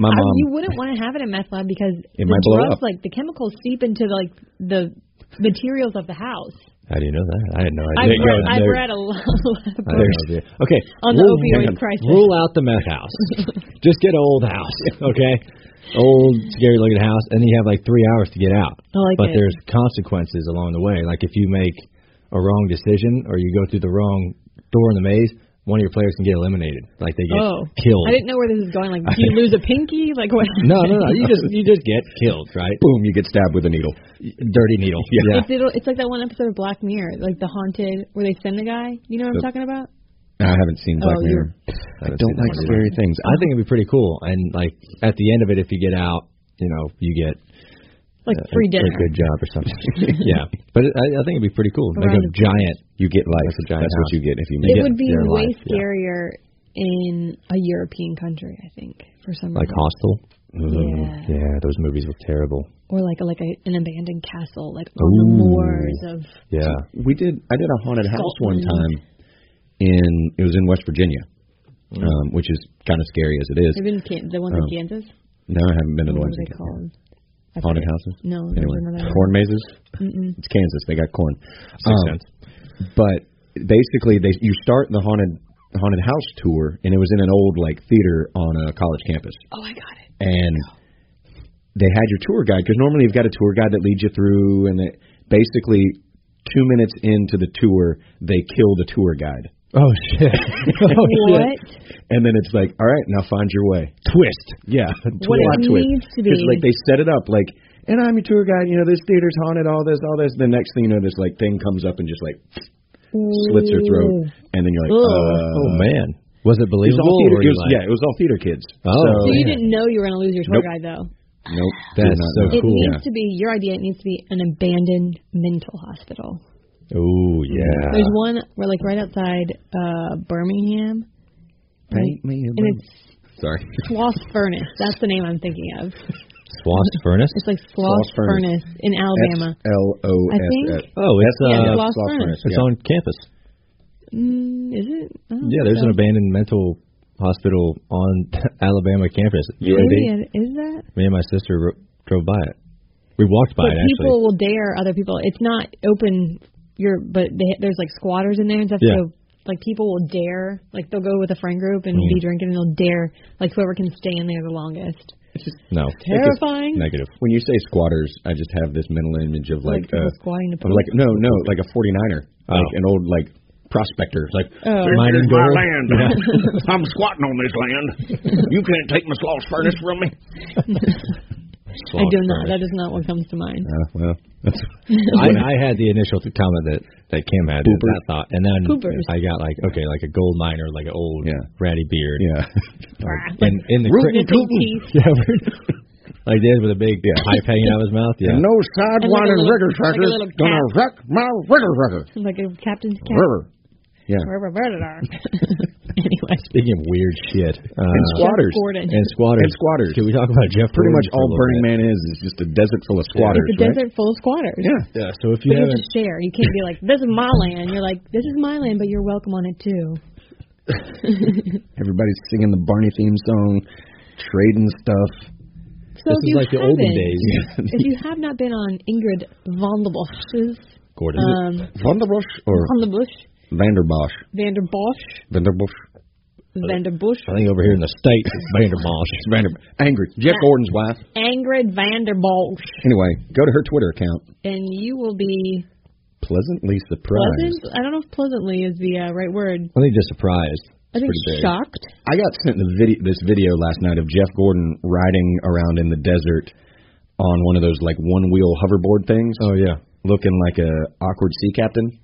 [SPEAKER 4] my
[SPEAKER 3] Um,
[SPEAKER 5] I,
[SPEAKER 4] mom.
[SPEAKER 5] you wouldn't want to have it in meth lab because the
[SPEAKER 4] It might blow
[SPEAKER 5] drugs,
[SPEAKER 4] up.
[SPEAKER 5] like the chemicals, seep into like the materials of the house.
[SPEAKER 3] How do you know that? I had no
[SPEAKER 5] I've
[SPEAKER 3] idea.
[SPEAKER 5] read, I've
[SPEAKER 3] There-
[SPEAKER 5] read a lot.
[SPEAKER 3] I had
[SPEAKER 5] of
[SPEAKER 3] no
[SPEAKER 5] books.
[SPEAKER 3] idea. Okay.
[SPEAKER 5] On the
[SPEAKER 3] rule- hang
[SPEAKER 5] opioid
[SPEAKER 3] on.
[SPEAKER 5] crisis.
[SPEAKER 3] Rule out the meth house. Just get old house, okay? Old, scary looking house, and you have like three hours to get out.
[SPEAKER 5] I like
[SPEAKER 3] but
[SPEAKER 5] it.
[SPEAKER 3] there's consequences along the way. Like if you make a wrong decision or you go through the wrong door in the maze, one of your players can get eliminated. Like they get
[SPEAKER 5] Oh,
[SPEAKER 3] killed.
[SPEAKER 5] I didn't know where this is going. Like, do you lose a pinky? Like, what?
[SPEAKER 3] no, no, no. You just you just get killed, right?
[SPEAKER 4] boom, you get stabbed with a needle.
[SPEAKER 3] Dirty needle.
[SPEAKER 4] Yeah.
[SPEAKER 5] It's, it'll, it's like that one episode of Black Mirror, like the haunted, where they send the guy. You know what I'm talking about?
[SPEAKER 4] I haven't seen Black
[SPEAKER 5] Oh, you're-
[SPEAKER 4] Mirror. I
[SPEAKER 3] haven't seen
[SPEAKER 4] don't
[SPEAKER 3] that
[SPEAKER 4] like
[SPEAKER 3] one either.
[SPEAKER 4] scary things.
[SPEAKER 3] I think it'd be pretty cool. And like at the end of it, if you get out, you know, you get
[SPEAKER 5] Like
[SPEAKER 3] a-
[SPEAKER 5] free
[SPEAKER 3] a,
[SPEAKER 5] dinner.
[SPEAKER 3] good job or something. yeah, but it, I, I think it'd be pretty cool. Like a
[SPEAKER 5] Around the-
[SPEAKER 3] giant.
[SPEAKER 4] You get life.
[SPEAKER 3] That's a giant
[SPEAKER 4] That's what
[SPEAKER 3] house.
[SPEAKER 4] you get if you
[SPEAKER 5] It
[SPEAKER 4] make it.
[SPEAKER 3] Yeah,
[SPEAKER 5] would be
[SPEAKER 3] they're
[SPEAKER 5] way
[SPEAKER 3] alive, yeah.
[SPEAKER 5] scarier in a European country, I think, for some
[SPEAKER 3] Like
[SPEAKER 5] reason.
[SPEAKER 3] Hostel.
[SPEAKER 4] Mm-hmm.
[SPEAKER 5] Yeah.
[SPEAKER 3] yeah, those movies were terrible.
[SPEAKER 5] or like a, like a, an abandoned castle, like on the moors of.
[SPEAKER 3] Yeah.
[SPEAKER 4] We did. I did a haunted house one
[SPEAKER 5] Scotland.
[SPEAKER 4] time. In it was in West Virginia,
[SPEAKER 3] Mm.
[SPEAKER 4] um, which is kind of scary as it is.
[SPEAKER 5] Have you been to Kan- the ones
[SPEAKER 4] Um,
[SPEAKER 5] in Kansas?
[SPEAKER 4] No, I haven't been to the
[SPEAKER 5] what
[SPEAKER 4] ones
[SPEAKER 5] are they
[SPEAKER 4] in-
[SPEAKER 5] called? I
[SPEAKER 4] haunted
[SPEAKER 5] forget.
[SPEAKER 4] houses.
[SPEAKER 5] No, there's
[SPEAKER 4] Anyway,
[SPEAKER 5] another
[SPEAKER 4] corn mazes.
[SPEAKER 5] Mm-mm.
[SPEAKER 4] It's Kansas. They got corn.
[SPEAKER 3] Makes
[SPEAKER 4] Um,
[SPEAKER 3] sense.
[SPEAKER 4] but basically they you start the haunted haunted house tour and it was in an old like theater on a college campus
[SPEAKER 5] Oh, I got it.
[SPEAKER 4] and they had your tour guide because normally you've got a tour guide that leads you through and it basically two minutes into the tour they kill the tour guide
[SPEAKER 3] Oh shit. oh
[SPEAKER 5] what?
[SPEAKER 3] shit.
[SPEAKER 4] and then it's like all right now find your way
[SPEAKER 3] Twist.
[SPEAKER 4] yeah
[SPEAKER 5] What it needs to be.
[SPEAKER 4] because like they set it up like and I'm your tour guide you know this theater's haunted all this all this the next thing you know this like thing comes up and just like slits her
[SPEAKER 5] Ooh.
[SPEAKER 4] throat and then you're like
[SPEAKER 5] Ugh.
[SPEAKER 4] uh,
[SPEAKER 3] oh man. Was it
[SPEAKER 4] It was
[SPEAKER 3] believable?
[SPEAKER 4] all theater.
[SPEAKER 3] or
[SPEAKER 4] It
[SPEAKER 3] you
[SPEAKER 4] was,
[SPEAKER 3] like,
[SPEAKER 4] yeah, it was all theater kids.
[SPEAKER 3] Oh,
[SPEAKER 5] So
[SPEAKER 4] so,
[SPEAKER 5] you
[SPEAKER 3] yeah.
[SPEAKER 5] didn't know you were going to lose your tour
[SPEAKER 4] Nope.
[SPEAKER 5] guide, though.
[SPEAKER 4] nope,
[SPEAKER 3] That's
[SPEAKER 4] did not
[SPEAKER 3] so
[SPEAKER 4] know.
[SPEAKER 5] It
[SPEAKER 3] cool.
[SPEAKER 5] needs
[SPEAKER 3] Yeah.
[SPEAKER 5] to be your idea. It needs to be an abandoned mental hospital.
[SPEAKER 3] Oh yeah.
[SPEAKER 4] Ah.
[SPEAKER 5] There's one where, like, right outside uh Birmingham,
[SPEAKER 4] Paint me a
[SPEAKER 5] and it's
[SPEAKER 4] Sorry.
[SPEAKER 5] Sloss Furnace. That's the name I'm thinking of.
[SPEAKER 3] Swamp's furnace.
[SPEAKER 5] It's like Sloss
[SPEAKER 4] Sloss Furnace.
[SPEAKER 5] Furnace in Alabama.
[SPEAKER 4] S L O
[SPEAKER 5] I
[SPEAKER 4] S
[SPEAKER 5] think.
[SPEAKER 4] S.
[SPEAKER 3] Oh, it's
[SPEAKER 5] Yeah,
[SPEAKER 3] uh,
[SPEAKER 5] it's Sloss
[SPEAKER 4] Sloss
[SPEAKER 5] Furnace.
[SPEAKER 3] it's
[SPEAKER 4] yeah.
[SPEAKER 3] on campus.
[SPEAKER 5] Mm, is it? I
[SPEAKER 3] Yeah,
[SPEAKER 5] don't think
[SPEAKER 3] there's
[SPEAKER 5] so.
[SPEAKER 3] an abandoned mental hospital on Alabama campus. UAB.
[SPEAKER 5] Maybe it is that.
[SPEAKER 3] Me and my sister ro- drove by it. We walked by
[SPEAKER 5] But
[SPEAKER 3] it
[SPEAKER 5] people
[SPEAKER 3] actually.
[SPEAKER 5] will dare other people. It's not open. Your but they, there's like squatters in there and stuff.
[SPEAKER 3] Yeah.
[SPEAKER 5] So like people will dare. Like they'll go with a friend group and
[SPEAKER 3] Mm-hmm.
[SPEAKER 5] be drinking and they'll dare. Like whoever can stay in there the longest.
[SPEAKER 3] No.
[SPEAKER 5] Terrifying.
[SPEAKER 3] Negative.
[SPEAKER 4] When you say squatters, I just have this mental image of
[SPEAKER 5] Like
[SPEAKER 4] like,
[SPEAKER 5] people
[SPEAKER 4] uh,
[SPEAKER 5] squatting to
[SPEAKER 4] of like no, no, like a 49er,
[SPEAKER 3] Oh.
[SPEAKER 4] like an old like prospectors. Like
[SPEAKER 5] Oh.
[SPEAKER 2] Here's
[SPEAKER 3] Mining
[SPEAKER 2] my
[SPEAKER 3] gold.
[SPEAKER 2] land.
[SPEAKER 3] Yeah.
[SPEAKER 2] I'm squatting on this land. You can't take my slosh furnace from me.
[SPEAKER 5] I do not. That is not what comes to mind.
[SPEAKER 4] Uh, well, that's
[SPEAKER 3] I, I had the initial th- comment that that Kim had that
[SPEAKER 4] Poopers.
[SPEAKER 3] I thought, and then
[SPEAKER 5] Poopers.
[SPEAKER 3] I got like okay, like a gold miner, like an old
[SPEAKER 4] Yeah.
[SPEAKER 3] ratty beard,
[SPEAKER 4] yeah.
[SPEAKER 3] and in the cri-
[SPEAKER 5] Rootin' tootin'.
[SPEAKER 3] yeah, like this with a big pipe hanging out of his mouth, yeah.
[SPEAKER 5] And
[SPEAKER 4] No
[SPEAKER 5] like a
[SPEAKER 4] sidewinder
[SPEAKER 5] little-
[SPEAKER 4] rigger
[SPEAKER 5] like a
[SPEAKER 4] trucker
[SPEAKER 5] little
[SPEAKER 4] gonna
[SPEAKER 5] cat.
[SPEAKER 4] wreck my rigger trucker.
[SPEAKER 5] Like a captain's cat.
[SPEAKER 4] River. Yeah.
[SPEAKER 5] River, River. anyway.
[SPEAKER 3] Speaking of weird shit, uh,
[SPEAKER 4] And squatters.
[SPEAKER 5] Jeff Gordon.
[SPEAKER 3] and squatters,
[SPEAKER 4] And squatters.
[SPEAKER 3] Can we talk about Jeff? Gordon
[SPEAKER 4] Pretty much
[SPEAKER 3] for a
[SPEAKER 4] all
[SPEAKER 3] little
[SPEAKER 4] Burning
[SPEAKER 3] bit?
[SPEAKER 4] Man is is just a desert full of squatters.
[SPEAKER 5] It's a
[SPEAKER 4] right?
[SPEAKER 5] desert full of squatters.
[SPEAKER 4] Yeah.
[SPEAKER 3] Yeah. So if you
[SPEAKER 5] But you have
[SPEAKER 3] haven't,
[SPEAKER 5] to share. You can't be like, this is my land. You're like, this is my land, but you're welcome on it too.
[SPEAKER 4] Everybody's singing the Barney theme song, trading stuff.
[SPEAKER 3] this
[SPEAKER 5] So if
[SPEAKER 3] is
[SPEAKER 5] you
[SPEAKER 3] like the
[SPEAKER 5] haven't,
[SPEAKER 3] olden days.
[SPEAKER 5] If you have not been on Ingrid von der Bosch's
[SPEAKER 3] Gordon,
[SPEAKER 5] um,
[SPEAKER 4] Van der Bosch or
[SPEAKER 5] on the bush,
[SPEAKER 4] Vanderbosch?
[SPEAKER 5] Van der Bosch,
[SPEAKER 4] Vanderbosch.
[SPEAKER 5] Van der Bush,
[SPEAKER 3] I think over here in the states, it's Vanderbosch.
[SPEAKER 4] Vanderbosch. Angry. Jeff
[SPEAKER 5] Yeah.
[SPEAKER 4] Gordon's wife.
[SPEAKER 5] Ingrid van der Bosch,
[SPEAKER 4] Anyway, go to her Twitter account.
[SPEAKER 5] and you will be
[SPEAKER 4] Pleasantly surprised.
[SPEAKER 5] pleasant. I don't know if pleasantly is the uh, right word.
[SPEAKER 3] I think just surprised.
[SPEAKER 5] I think
[SPEAKER 3] pretty big.
[SPEAKER 5] shocked.
[SPEAKER 4] I got sent the video, this video last night of Jeff Gordon riding around in the desert on one of those like one wheel hoverboard things,
[SPEAKER 3] Oh yeah.
[SPEAKER 4] looking like a awkward sea captain.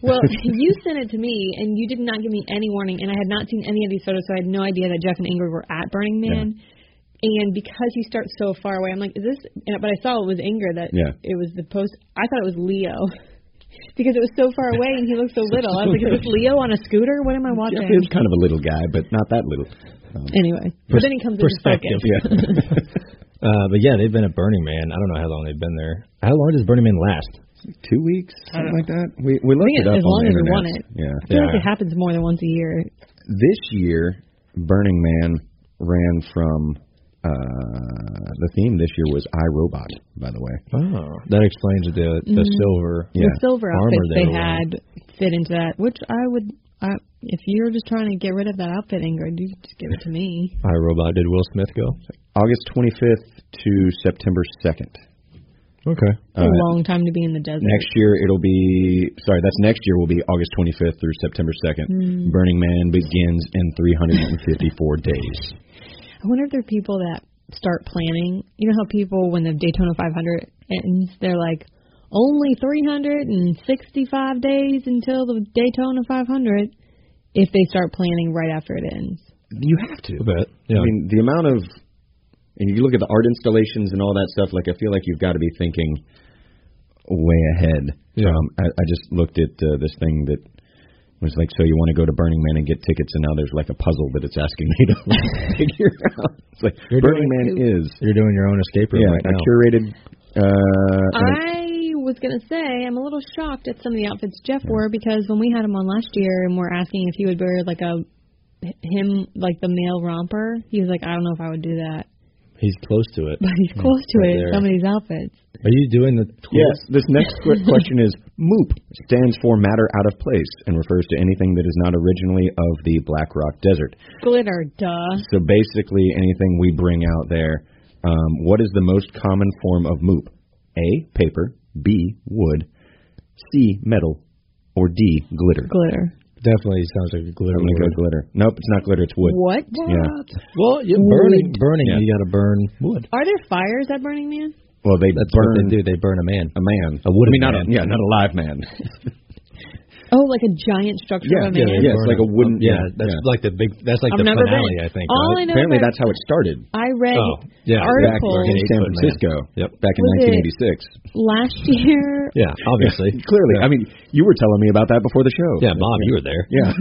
[SPEAKER 5] Well, you sent it to me, and you did not give me any warning, and I had not seen any of these photos, so I had no idea that Jeff and Ingrid were at Burning Man. And because he starts so far away, I'm like, is this? and- But I saw it was Ingrid that
[SPEAKER 4] Yeah.
[SPEAKER 5] it was the post. I thought it was Leo because it was so far away and he looked so little. I was like, is this Leo on a scooter? What am I watching?
[SPEAKER 4] Jeff is kind of a little guy, but not that little.
[SPEAKER 5] Anyway, but then he comes into focus.
[SPEAKER 3] perspective. Uh, but yeah, they've been at Burning Man. I don't know how long they've been there. How long does Burning Man last?
[SPEAKER 4] Two weeks, something like that. We we looked
[SPEAKER 5] think
[SPEAKER 4] it up
[SPEAKER 5] as
[SPEAKER 4] on
[SPEAKER 5] long
[SPEAKER 4] the
[SPEAKER 5] as we
[SPEAKER 4] internet.
[SPEAKER 5] want it.
[SPEAKER 4] Yeah.
[SPEAKER 5] I feel like
[SPEAKER 3] Yeah.
[SPEAKER 5] it happens more than once a year.
[SPEAKER 4] this year, Burning Man ran from uh the theme this year was iRobot, by the way.
[SPEAKER 3] Oh, that explains the the silver.
[SPEAKER 4] Yeah.
[SPEAKER 5] The silver
[SPEAKER 3] Armor
[SPEAKER 5] outfits
[SPEAKER 3] they
[SPEAKER 5] they
[SPEAKER 3] were
[SPEAKER 5] had fit into that, which I would. I, if you're just trying to get rid of that outfit, Ingrid, you could just give it to me.
[SPEAKER 3] I Robot. Did Will Smith go?
[SPEAKER 4] August 25th to September 2nd.
[SPEAKER 3] Okay.
[SPEAKER 5] It's a long time to be in the desert.
[SPEAKER 4] Next year it'll be sorry, that's next year will be August 25th through September 2nd. Burning Man begins in 354 days.
[SPEAKER 5] I wonder if there are people that start planning. You know how people, when the Daytona 500 ends, they're like, only 365 days until the Daytona 500 if they start planning right after it ends.
[SPEAKER 4] You have to.
[SPEAKER 3] I bet. Yeah.
[SPEAKER 4] I mean, the amount of, and you look at the art installations and all that stuff. Like, I feel like you've got to be thinking way ahead.
[SPEAKER 3] Yeah.
[SPEAKER 4] Um, I, I just looked at uh, this thing that was like, so you want to go to Burning Man and get tickets, and now there's like a puzzle that it's asking you to figure out. It's like
[SPEAKER 3] You're
[SPEAKER 4] Burning Man
[SPEAKER 3] doing-
[SPEAKER 4] is
[SPEAKER 3] You're doing your own escape room
[SPEAKER 4] yeah
[SPEAKER 3] right
[SPEAKER 4] a
[SPEAKER 3] now.
[SPEAKER 4] curated. Uh, and
[SPEAKER 5] I was gonna say I'm a little shocked at some of the outfits Jeff wore because when we had him on last year and we're asking if he would wear like a him like the male romper, he was like, I don't know if I would do that,
[SPEAKER 3] He's close to it.
[SPEAKER 5] but he's close to
[SPEAKER 3] right
[SPEAKER 5] it.
[SPEAKER 3] there.
[SPEAKER 5] in Some of these outfits.
[SPEAKER 3] Are you doing the twist?
[SPEAKER 4] Yes, this next que- question is MOOP stands for Matter Out of Place and refers to anything that is not originally of the Black Rock Desert.
[SPEAKER 5] Glitter, duh.
[SPEAKER 4] So basically, anything we bring out there, um, what is the most common form of moop? A. Paper. B. Wood. C. Metal. Or D. Glitter.
[SPEAKER 5] Glitter.
[SPEAKER 3] Definitely sounds like a glitter.
[SPEAKER 4] I'm gonna go glitter. Nope, it's not glitter. It's wood.
[SPEAKER 5] What?
[SPEAKER 4] Yeah.
[SPEAKER 3] Well, you
[SPEAKER 5] Wood.
[SPEAKER 3] burning, burning.
[SPEAKER 4] Yeah.
[SPEAKER 3] You got to burn wood.
[SPEAKER 5] Are there fires at Burning Man?
[SPEAKER 4] Well, they
[SPEAKER 3] That's
[SPEAKER 4] burn
[SPEAKER 3] what they do. They burn a man.
[SPEAKER 4] a man.
[SPEAKER 3] A wooden
[SPEAKER 4] I mean, not
[SPEAKER 3] man.
[SPEAKER 4] a yeah, not a live man.
[SPEAKER 5] Oh, like a giant structure of a
[SPEAKER 4] Yeah, yeah,
[SPEAKER 5] man.
[SPEAKER 4] yeah, it's
[SPEAKER 3] Burn
[SPEAKER 4] like a wooden-
[SPEAKER 3] Yeah,
[SPEAKER 4] yeah,
[SPEAKER 3] that's
[SPEAKER 4] yeah.
[SPEAKER 3] like the big. That's like the
[SPEAKER 5] I've never
[SPEAKER 3] finale. I
[SPEAKER 5] been.
[SPEAKER 3] think.
[SPEAKER 5] All
[SPEAKER 3] right?
[SPEAKER 5] I know
[SPEAKER 4] Apparently,
[SPEAKER 5] about-
[SPEAKER 4] that's how it started.
[SPEAKER 5] I read
[SPEAKER 3] Oh, yeah.
[SPEAKER 5] articles
[SPEAKER 4] Back in San
[SPEAKER 3] Eight-foot man.
[SPEAKER 4] Francisco,
[SPEAKER 3] Yep.
[SPEAKER 4] back in
[SPEAKER 5] Was it-
[SPEAKER 4] 1986.
[SPEAKER 5] last year.
[SPEAKER 3] yeah, obviously.
[SPEAKER 4] Clearly,
[SPEAKER 3] Yeah.
[SPEAKER 4] I mean, you were telling me about that before the show.
[SPEAKER 3] yeah, Bob, you were there.
[SPEAKER 4] Yeah.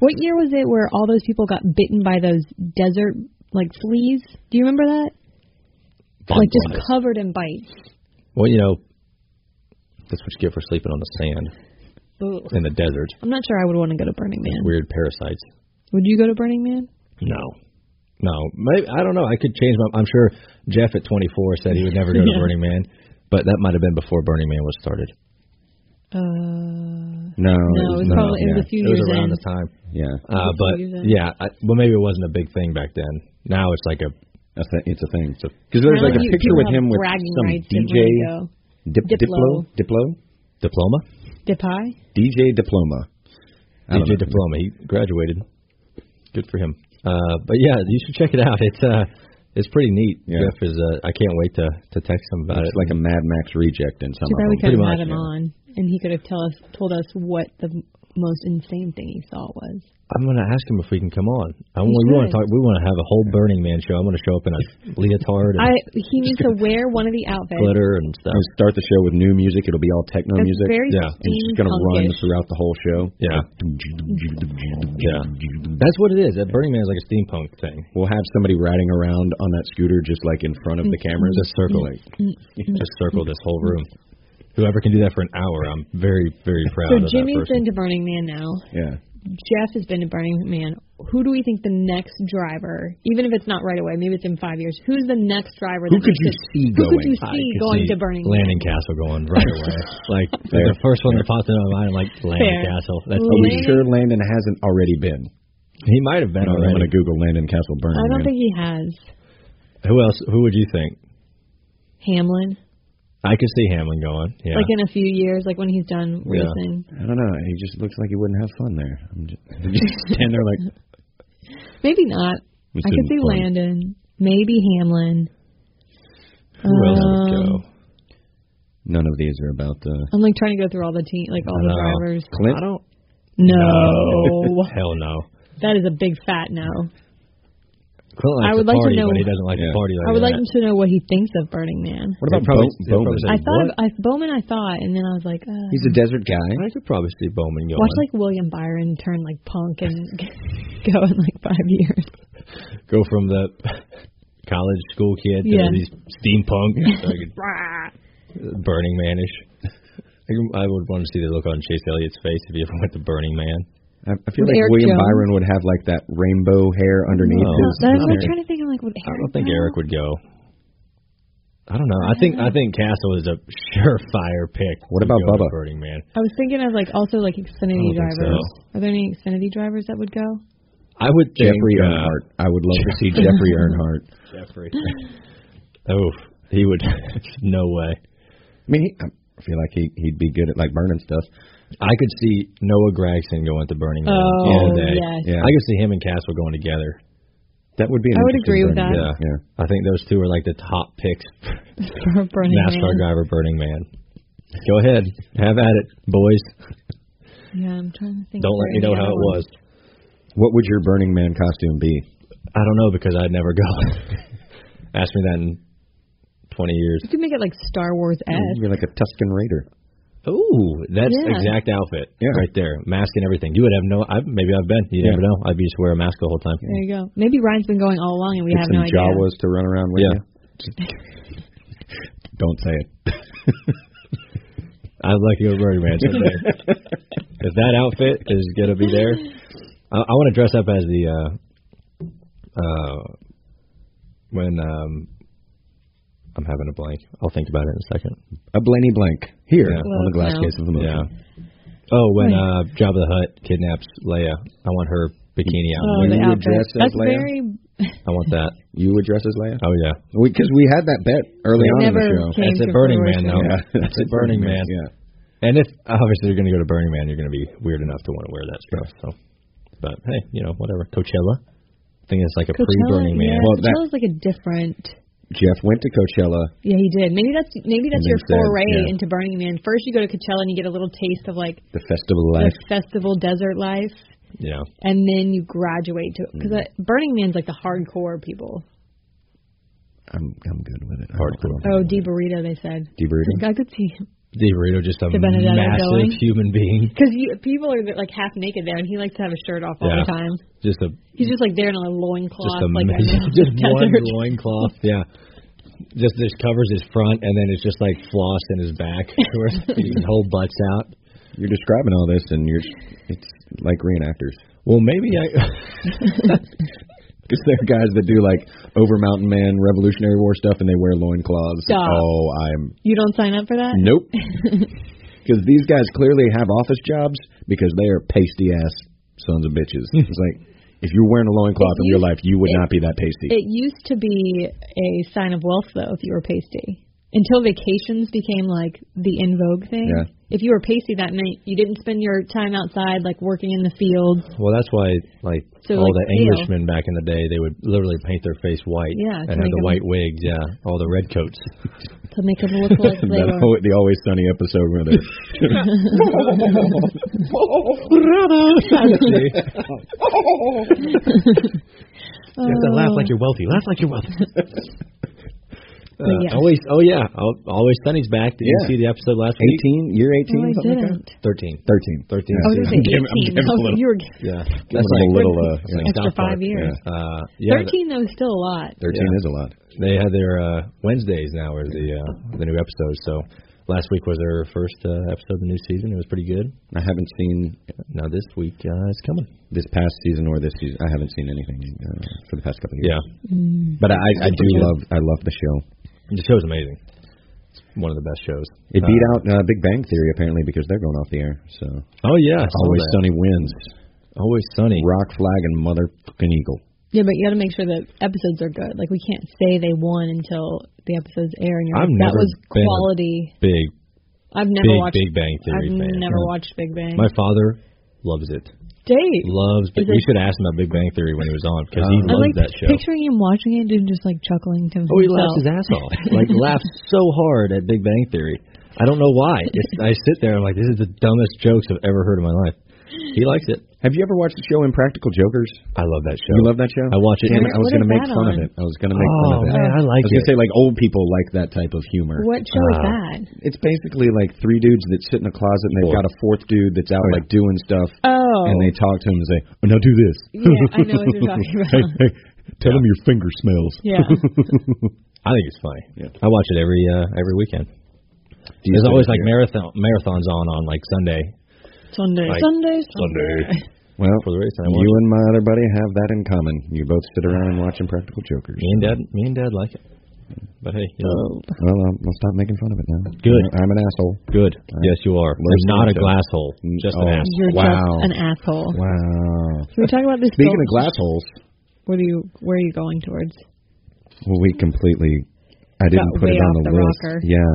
[SPEAKER 5] What year was it where all those people got bitten by those desert like fleas? Do you remember that? like just covered in bites.
[SPEAKER 3] Well, you know, that's what you get for sleeping on the sand
[SPEAKER 5] Ugh.
[SPEAKER 3] in the desert.
[SPEAKER 5] I'm not sure I would want to go to Burning Man.
[SPEAKER 3] Weird parasites.
[SPEAKER 5] Would you go to Burning Man?
[SPEAKER 3] No. No. Maybe, I don't know. I could change my. I'm sure Jeff at 24 said he would never go to
[SPEAKER 5] Yeah.
[SPEAKER 3] Burning Man, but that might have been before Burning Man was started.
[SPEAKER 5] Uh, no,
[SPEAKER 4] No,
[SPEAKER 5] it was
[SPEAKER 4] no,
[SPEAKER 5] probably it was a
[SPEAKER 4] yeah,
[SPEAKER 3] It
[SPEAKER 5] few
[SPEAKER 3] was
[SPEAKER 5] years
[SPEAKER 3] around
[SPEAKER 5] in.
[SPEAKER 3] the time.
[SPEAKER 4] yeah.
[SPEAKER 3] Uh, but
[SPEAKER 5] years in.
[SPEAKER 3] yeah, I, well, maybe it wasn't a big thing back then. Now it's like a.
[SPEAKER 4] That's a, it's a thing. Because there's
[SPEAKER 5] Now
[SPEAKER 4] like a
[SPEAKER 5] you-
[SPEAKER 4] picture
[SPEAKER 5] you
[SPEAKER 4] with
[SPEAKER 5] have
[SPEAKER 4] him with
[SPEAKER 5] bragging
[SPEAKER 4] some
[SPEAKER 5] rights that
[SPEAKER 4] DJ
[SPEAKER 5] we're gonna go.
[SPEAKER 4] Dip, Diplo.
[SPEAKER 5] Diplo.
[SPEAKER 4] Diplo
[SPEAKER 3] Diploma?
[SPEAKER 5] Dip high?
[SPEAKER 4] DJ Diploma.
[SPEAKER 3] He did diploma. He graduated. Good for him. Uh, but yeah, you should check it out. It's uh, it's pretty neat.
[SPEAKER 4] Yeah.
[SPEAKER 3] Jeff is. Uh, I can't wait to to text him about
[SPEAKER 4] It's
[SPEAKER 3] it.
[SPEAKER 4] like a Mad Max reject in some
[SPEAKER 5] Too bad
[SPEAKER 4] of
[SPEAKER 5] we
[SPEAKER 4] them.
[SPEAKER 5] could
[SPEAKER 3] pretty
[SPEAKER 5] have had
[SPEAKER 3] much,
[SPEAKER 5] him
[SPEAKER 3] yeah.
[SPEAKER 5] on, and he could have tell us told us what the most insane thing he saw was.
[SPEAKER 3] I'm gonna ask him if we can come on. I, we
[SPEAKER 5] You
[SPEAKER 3] want to
[SPEAKER 5] should.
[SPEAKER 3] talk. We want to have a whole Burning Man show. I'm gonna show up in a leotard and
[SPEAKER 5] I he needs to wear one of the outfits.
[SPEAKER 3] glitter and stuff.
[SPEAKER 4] We'll start the show with new music. It'll be all techno
[SPEAKER 5] That's
[SPEAKER 4] music.
[SPEAKER 5] very
[SPEAKER 3] Yeah.
[SPEAKER 4] and it's just gonna run
[SPEAKER 5] steampunkish.
[SPEAKER 4] throughout the whole show.
[SPEAKER 3] Yeah. Yeah. That's what it is. That Burning Man is like a steampunk thing.
[SPEAKER 4] We'll have somebody riding around on that scooter just like in front of the cameras.
[SPEAKER 3] Just circle.
[SPEAKER 4] Like,
[SPEAKER 3] Just circle this whole room. Whoever can do that for an hour, I'm very, very proud
[SPEAKER 5] So
[SPEAKER 3] of that
[SPEAKER 5] Jimmy's
[SPEAKER 3] person.
[SPEAKER 5] been to Burning Man now.
[SPEAKER 4] yeah.
[SPEAKER 5] Jeff has been to Burning Man. Who do we think the next driver, even if it's not right away, maybe it's in five years, who's the next driver?
[SPEAKER 4] Who
[SPEAKER 5] that
[SPEAKER 4] could you
[SPEAKER 5] makes it-
[SPEAKER 4] see
[SPEAKER 5] Who could
[SPEAKER 4] going?
[SPEAKER 5] you
[SPEAKER 3] I
[SPEAKER 5] see
[SPEAKER 3] could
[SPEAKER 5] going
[SPEAKER 3] see
[SPEAKER 5] to Burning Man?
[SPEAKER 3] Landon Castle going right away. like
[SPEAKER 4] Fair.
[SPEAKER 3] the first one that popped into my mind, I'm like Landon
[SPEAKER 5] Fair.
[SPEAKER 3] Castle. That's
[SPEAKER 4] Are
[SPEAKER 5] Landon-
[SPEAKER 4] you sure Landon hasn't already been?
[SPEAKER 3] he might have been
[SPEAKER 4] I'm
[SPEAKER 3] already.
[SPEAKER 4] gonna Google Landon Castle Burning
[SPEAKER 5] I don't
[SPEAKER 4] Man.
[SPEAKER 5] think he has.
[SPEAKER 3] Who else? Who would you think?
[SPEAKER 5] Hamlin,
[SPEAKER 3] I could see Hamlin going. Yeah.
[SPEAKER 5] like in a few years, like when he's done
[SPEAKER 3] Yeah.
[SPEAKER 5] racing.
[SPEAKER 4] I don't know. He just looks like he wouldn't have fun there. I'm just, I'm just stand there like
[SPEAKER 5] Maybe not.
[SPEAKER 4] This
[SPEAKER 5] I could
[SPEAKER 4] isn't
[SPEAKER 5] see
[SPEAKER 4] fun.
[SPEAKER 5] Landon. Maybe Hamlin.
[SPEAKER 3] who else would
[SPEAKER 5] Um,
[SPEAKER 3] go?
[SPEAKER 4] none of these are about uh, the.
[SPEAKER 5] I'm like trying to go through all the team, like all
[SPEAKER 3] I
[SPEAKER 5] the
[SPEAKER 3] know.
[SPEAKER 5] drivers.
[SPEAKER 4] Clint?
[SPEAKER 3] I don't.
[SPEAKER 5] No,
[SPEAKER 3] Hell no.
[SPEAKER 5] that is a big fat no.
[SPEAKER 3] Clint
[SPEAKER 5] I
[SPEAKER 3] likes to
[SPEAKER 5] would like to
[SPEAKER 3] party,
[SPEAKER 5] know-
[SPEAKER 3] but he doesn't like
[SPEAKER 4] Yeah.
[SPEAKER 3] to party like
[SPEAKER 5] I would
[SPEAKER 3] that.
[SPEAKER 5] like him to know what he thinks of Burning Man.
[SPEAKER 4] What
[SPEAKER 3] They'd
[SPEAKER 4] about
[SPEAKER 3] probably,
[SPEAKER 4] Bo-
[SPEAKER 3] they'd probably
[SPEAKER 4] Bowman?
[SPEAKER 3] say,
[SPEAKER 5] I thought
[SPEAKER 3] "What?"
[SPEAKER 5] of I, Bowman. I thought, and then I was like, uh,
[SPEAKER 4] He's a desert guy.
[SPEAKER 3] I could probably see Bowman going.
[SPEAKER 5] watch like William Byron turn like punk and go in like five years.
[SPEAKER 3] go from the college school kid to
[SPEAKER 5] Yeah.
[SPEAKER 3] these steampunk, like, Burning Manish. I can- I would want to see the look on Chase Elliott's face if he ever went to Burning Man.
[SPEAKER 4] I, I feel
[SPEAKER 5] With
[SPEAKER 4] like
[SPEAKER 5] Eric
[SPEAKER 4] William
[SPEAKER 5] Jones?
[SPEAKER 4] Byron would have like that rainbow hair underneath
[SPEAKER 3] No.
[SPEAKER 4] his.
[SPEAKER 5] Uh, But I was
[SPEAKER 4] his
[SPEAKER 5] like
[SPEAKER 4] hair.
[SPEAKER 5] trying to think. I'm like, would
[SPEAKER 3] I
[SPEAKER 5] Eric?
[SPEAKER 3] don't think
[SPEAKER 5] go?
[SPEAKER 3] Eric would go. I don't know. I think I think Castle is a surefire pick. to
[SPEAKER 4] What about
[SPEAKER 3] go to
[SPEAKER 4] Bubba?
[SPEAKER 3] Burning Man?
[SPEAKER 5] I was thinking of like also like Xfinity
[SPEAKER 3] I don't think
[SPEAKER 5] drivers.
[SPEAKER 3] so.
[SPEAKER 5] Are there any Xfinity drivers that would go?
[SPEAKER 3] I would think
[SPEAKER 4] Jeffrey
[SPEAKER 3] uh,
[SPEAKER 4] Earnhardt. I would love to see Jeffrey Earnhardt.
[SPEAKER 3] Jeffrey. oh, he would. no way.
[SPEAKER 4] I mean, he, I feel like he he'd be good at like burning stuff.
[SPEAKER 3] I could see Noah Gregson going to Burning Man
[SPEAKER 5] Oh,
[SPEAKER 3] all day.
[SPEAKER 5] yes.
[SPEAKER 4] Yeah.
[SPEAKER 3] I could see him and Castle going together.
[SPEAKER 4] That would be. An
[SPEAKER 5] I would
[SPEAKER 4] interesting
[SPEAKER 5] agree with
[SPEAKER 4] burning.
[SPEAKER 5] that.
[SPEAKER 3] Yeah.
[SPEAKER 4] Yeah.
[SPEAKER 3] I think those two are like the top picks
[SPEAKER 5] For Burning
[SPEAKER 3] NASCAR
[SPEAKER 5] Man.
[SPEAKER 3] driver Burning Man. Go ahead. Have at it, boys.
[SPEAKER 5] Yeah, I'm trying to think.
[SPEAKER 3] Don't
[SPEAKER 5] for
[SPEAKER 3] let me know
[SPEAKER 5] any
[SPEAKER 3] how
[SPEAKER 5] other
[SPEAKER 3] it
[SPEAKER 5] ones.
[SPEAKER 3] was.
[SPEAKER 4] What would your Burning Man costume be?
[SPEAKER 3] I don't know because I'd never go. Ask me that in 20 years.
[SPEAKER 5] You could make it like Star Wars esque.
[SPEAKER 4] You'd be like a Tuscan Raider.
[SPEAKER 3] Ooh, that's
[SPEAKER 5] Yeah.
[SPEAKER 3] exact outfit
[SPEAKER 4] Yeah.
[SPEAKER 3] right there. Mask and everything. You would have no I maybe I've been. You
[SPEAKER 4] Yeah.
[SPEAKER 3] never know. I'd be just wear a mask the whole time.
[SPEAKER 5] There you go. Maybe Ryan's been going all along and we
[SPEAKER 4] Get
[SPEAKER 5] have no
[SPEAKER 4] some
[SPEAKER 5] idea.
[SPEAKER 4] Jawas to run around with.
[SPEAKER 3] Yeah.
[SPEAKER 4] you. Don't say it.
[SPEAKER 3] I'd like to go to Burning Man someday. if that outfit is gonna be there, I, I want to dress up as the uh, uh, when um, I'm having a blank. I'll think about it in a second.
[SPEAKER 4] A Blaney blank here
[SPEAKER 3] Yeah.
[SPEAKER 4] on the glass
[SPEAKER 5] Well,
[SPEAKER 4] case of
[SPEAKER 3] Yeah.
[SPEAKER 4] emotion.
[SPEAKER 3] Oh, when uh,
[SPEAKER 5] Right.
[SPEAKER 3] Jabba the Hutt kidnaps Leia, I want her bikini
[SPEAKER 5] Oh,
[SPEAKER 3] outfit.
[SPEAKER 5] the
[SPEAKER 4] you would
[SPEAKER 5] outfit.
[SPEAKER 4] dress as
[SPEAKER 5] That's
[SPEAKER 4] Leia?
[SPEAKER 5] very.
[SPEAKER 3] I want that.
[SPEAKER 4] You would dress as Leia
[SPEAKER 3] Oh yeah.
[SPEAKER 4] because we, had that bet early
[SPEAKER 5] It
[SPEAKER 4] on in
[SPEAKER 5] never
[SPEAKER 4] the show.
[SPEAKER 5] came
[SPEAKER 3] That's
[SPEAKER 5] to
[SPEAKER 3] at Burning Man,
[SPEAKER 5] fruition.
[SPEAKER 3] though.
[SPEAKER 4] Yeah,
[SPEAKER 3] That's at Burning Man.
[SPEAKER 4] Yeah.
[SPEAKER 3] And if obviously you're gonna go to Burning Man, you're gonna be weird enough to want to wear that stuff. So, but hey, you know whatever. Coachella. I think it's like a
[SPEAKER 5] Coachella,
[SPEAKER 3] pre-Burning Man.
[SPEAKER 5] yeah,
[SPEAKER 4] Well, that-
[SPEAKER 5] Coachella's like a different.
[SPEAKER 4] Jeff went to Coachella.
[SPEAKER 5] Yeah, he did. Maybe that's maybe that's
[SPEAKER 4] And
[SPEAKER 5] your
[SPEAKER 4] then said,
[SPEAKER 5] foray
[SPEAKER 4] yeah.
[SPEAKER 5] into Burning Man. First, you go to Coachella and you get a little taste of like
[SPEAKER 4] The festival of
[SPEAKER 5] the
[SPEAKER 4] life.
[SPEAKER 5] festival desert life,
[SPEAKER 3] Yeah.
[SPEAKER 5] and then you graduate to because
[SPEAKER 3] Mm.
[SPEAKER 5] Burning Man's like the hardcore people.
[SPEAKER 4] I'm I'm good with it.
[SPEAKER 3] Hardcore.
[SPEAKER 5] Oh, D burrito, they said.
[SPEAKER 4] D. Burrito.
[SPEAKER 5] I could see him
[SPEAKER 3] Dave Rito just a
[SPEAKER 5] The Benedetto
[SPEAKER 3] massive
[SPEAKER 5] going.
[SPEAKER 3] human being.
[SPEAKER 5] because people are like half naked there, and he likes to have a shirt off all
[SPEAKER 3] Yeah.
[SPEAKER 5] the time.
[SPEAKER 3] Just a
[SPEAKER 5] He's just like there in a
[SPEAKER 3] just
[SPEAKER 5] loincloth,
[SPEAKER 3] a
[SPEAKER 5] like
[SPEAKER 3] ma-
[SPEAKER 5] a
[SPEAKER 3] just one
[SPEAKER 5] desert.
[SPEAKER 3] loincloth. Yeah. Just this covers his front and then it's just like floss in his back where his whole butt's out.
[SPEAKER 4] You're describing all this, and you're it's like reenactors.
[SPEAKER 3] Well maybe I
[SPEAKER 4] Because they're guys that do like over mountain man Revolutionary War stuff, and they wear loincloths.
[SPEAKER 5] Stop.
[SPEAKER 4] Oh, I'm
[SPEAKER 5] You don't sign up for that?
[SPEAKER 4] nope. Because these guys clearly have office jobs because they are pasty ass sons of bitches.
[SPEAKER 3] Hmm.
[SPEAKER 4] it's like if you're wearing a loincloth
[SPEAKER 5] It
[SPEAKER 4] in real
[SPEAKER 5] used-
[SPEAKER 4] life, you would
[SPEAKER 5] it-
[SPEAKER 4] not be that pasty.
[SPEAKER 5] It used to be a sign of wealth, though, if you were pasty. until vacations became like the in vogue thing.
[SPEAKER 4] Yeah.
[SPEAKER 5] If you were pacey that night, you didn't spend your time outside like working in the fields.
[SPEAKER 3] Well, that's why like
[SPEAKER 5] So,
[SPEAKER 3] all
[SPEAKER 5] like,
[SPEAKER 3] the
[SPEAKER 5] pale.
[SPEAKER 3] Englishmen back in the day, they would literally paint their face white
[SPEAKER 5] Yeah,
[SPEAKER 3] and have
[SPEAKER 5] to make
[SPEAKER 3] the
[SPEAKER 5] 'em-
[SPEAKER 3] white wigs. Yeah, all the red coats.
[SPEAKER 5] to make them look like they were.
[SPEAKER 4] That, al- the Always Sunny episode where they're
[SPEAKER 6] You have to laugh
[SPEAKER 5] oh,
[SPEAKER 6] like you're wealthy. Laugh like you're wealthy.
[SPEAKER 3] Uh,
[SPEAKER 5] yeah.
[SPEAKER 3] Always, oh yeah, Al- always Sunny's back. Did
[SPEAKER 4] Yeah.
[SPEAKER 3] you see the episode last week?
[SPEAKER 4] 18, year 18,
[SPEAKER 5] Oh, I
[SPEAKER 4] something like that?
[SPEAKER 5] didn't.
[SPEAKER 3] 13.
[SPEAKER 5] Oh,
[SPEAKER 4] 13.
[SPEAKER 5] I was
[SPEAKER 4] 13.
[SPEAKER 5] gonna say
[SPEAKER 4] I'm giving- I'm
[SPEAKER 5] eighteen.
[SPEAKER 4] giving a
[SPEAKER 5] Oh,
[SPEAKER 4] little-
[SPEAKER 5] you were
[SPEAKER 3] Yeah,
[SPEAKER 4] That's like a little, uh,
[SPEAKER 3] like
[SPEAKER 5] extra
[SPEAKER 3] South
[SPEAKER 5] five
[SPEAKER 3] Park.
[SPEAKER 5] years.
[SPEAKER 3] Uh, yeah,
[SPEAKER 5] Thirteen though is still a lot.
[SPEAKER 4] 13 is a lot.
[SPEAKER 3] they had their uh, Wednesdays now are the uh, the new episodes. So last week was their first uh, episode of the new season. It was pretty good.
[SPEAKER 4] I haven't seen
[SPEAKER 3] Now this week uh, it's coming.
[SPEAKER 4] this past season or this season. I haven't seen anything uh, for the past couple of years. Mm.
[SPEAKER 3] but I
[SPEAKER 4] I do love I love the show.
[SPEAKER 3] the show's amazing. It's one of the best shows.
[SPEAKER 4] It beat out
[SPEAKER 3] Uh-huh.
[SPEAKER 4] uh, Big Bang Theory apparently because they're going off the air. So
[SPEAKER 3] Oh yeah, it's
[SPEAKER 4] Always Sunny wins.
[SPEAKER 3] Always sunny.
[SPEAKER 4] Rock flag and motherfucking eagle.
[SPEAKER 5] Yeah, but you got to make sure the episodes are good. Like we can't say they won until the episodes air. And you're
[SPEAKER 3] I've
[SPEAKER 5] like, that
[SPEAKER 3] never
[SPEAKER 5] was
[SPEAKER 3] been a
[SPEAKER 5] quality.
[SPEAKER 3] Big
[SPEAKER 5] I've never
[SPEAKER 3] big
[SPEAKER 5] watched.
[SPEAKER 3] Big Bang Theory
[SPEAKER 5] I've
[SPEAKER 3] fan.
[SPEAKER 5] never watched Big Bang.
[SPEAKER 3] My father loves it.
[SPEAKER 5] Dave.
[SPEAKER 3] Loves. we
[SPEAKER 5] Is it-
[SPEAKER 3] should ask him about Big Bang Theory when he was on because he
[SPEAKER 5] I'm
[SPEAKER 3] loves
[SPEAKER 5] like
[SPEAKER 3] that show.
[SPEAKER 5] picturing him watching it and just like chuckling to himself.
[SPEAKER 3] Oh, he laughs his ass off. Like laughs so hard at Big Bang Theory. I don't know why. It's, I sit there. I'm like, this is the dumbest jokes I've ever heard in my life. He likes it.
[SPEAKER 4] Have you ever watched the show Impractical Jokers?
[SPEAKER 3] I love that show.
[SPEAKER 4] You love that show?
[SPEAKER 3] I watch it.
[SPEAKER 4] Damn
[SPEAKER 5] What-
[SPEAKER 4] it, I was
[SPEAKER 5] what
[SPEAKER 4] gonna
[SPEAKER 5] is
[SPEAKER 4] make
[SPEAKER 5] that
[SPEAKER 4] fun of
[SPEAKER 5] on?
[SPEAKER 4] it. I was gonna make fun
[SPEAKER 3] Oh
[SPEAKER 4] of it.
[SPEAKER 3] man, I like
[SPEAKER 4] I was gonna
[SPEAKER 3] it.
[SPEAKER 4] say like old people like that type of humor.
[SPEAKER 5] What show is
[SPEAKER 3] Uh,
[SPEAKER 5] that?
[SPEAKER 4] It's basically like three dudes that sit in a closet and they've
[SPEAKER 3] Four.
[SPEAKER 4] got a fourth dude that's out like doing stuff,
[SPEAKER 5] Oh,
[SPEAKER 4] and they talk to him and say, oh, "Now do this."
[SPEAKER 5] yeah, I know what you're talking
[SPEAKER 4] hey,
[SPEAKER 5] about.
[SPEAKER 4] hey, tell him your finger smells.
[SPEAKER 5] Yeah,
[SPEAKER 3] I think it's funny.
[SPEAKER 4] Yeah.
[SPEAKER 3] I watch it every uh, every weekend. There's always like marathon marathons on on like Sunday.
[SPEAKER 5] Sunday,
[SPEAKER 3] Like-
[SPEAKER 5] Sunday, Sunday.
[SPEAKER 4] Well,
[SPEAKER 3] for the race, and I
[SPEAKER 4] you and my other buddy have that in common. You both sit around and watch Impractical Jokers.
[SPEAKER 3] Me and dad, me and dad like it. Uh, But hey, you know,
[SPEAKER 4] Well, I'll, I'll stop making fun of it now.
[SPEAKER 3] Good.
[SPEAKER 4] I'm an asshole.
[SPEAKER 3] good. Yes, you are.
[SPEAKER 4] Worst
[SPEAKER 3] You're not a
[SPEAKER 4] thing I've
[SPEAKER 3] glass hole, just an
[SPEAKER 4] Oh.
[SPEAKER 3] ass.
[SPEAKER 5] You're
[SPEAKER 4] Wow.
[SPEAKER 5] just an asshole.
[SPEAKER 4] Wow.
[SPEAKER 5] Can we talk about this?
[SPEAKER 4] Speaking
[SPEAKER 5] film?
[SPEAKER 4] of glass holes,
[SPEAKER 5] what are you? Where are you going towards?
[SPEAKER 4] well, we completely. I didn't
[SPEAKER 5] Got
[SPEAKER 4] put
[SPEAKER 5] way
[SPEAKER 4] it on
[SPEAKER 5] off
[SPEAKER 4] the,
[SPEAKER 5] the
[SPEAKER 4] list.
[SPEAKER 5] rocker.
[SPEAKER 4] Yeah.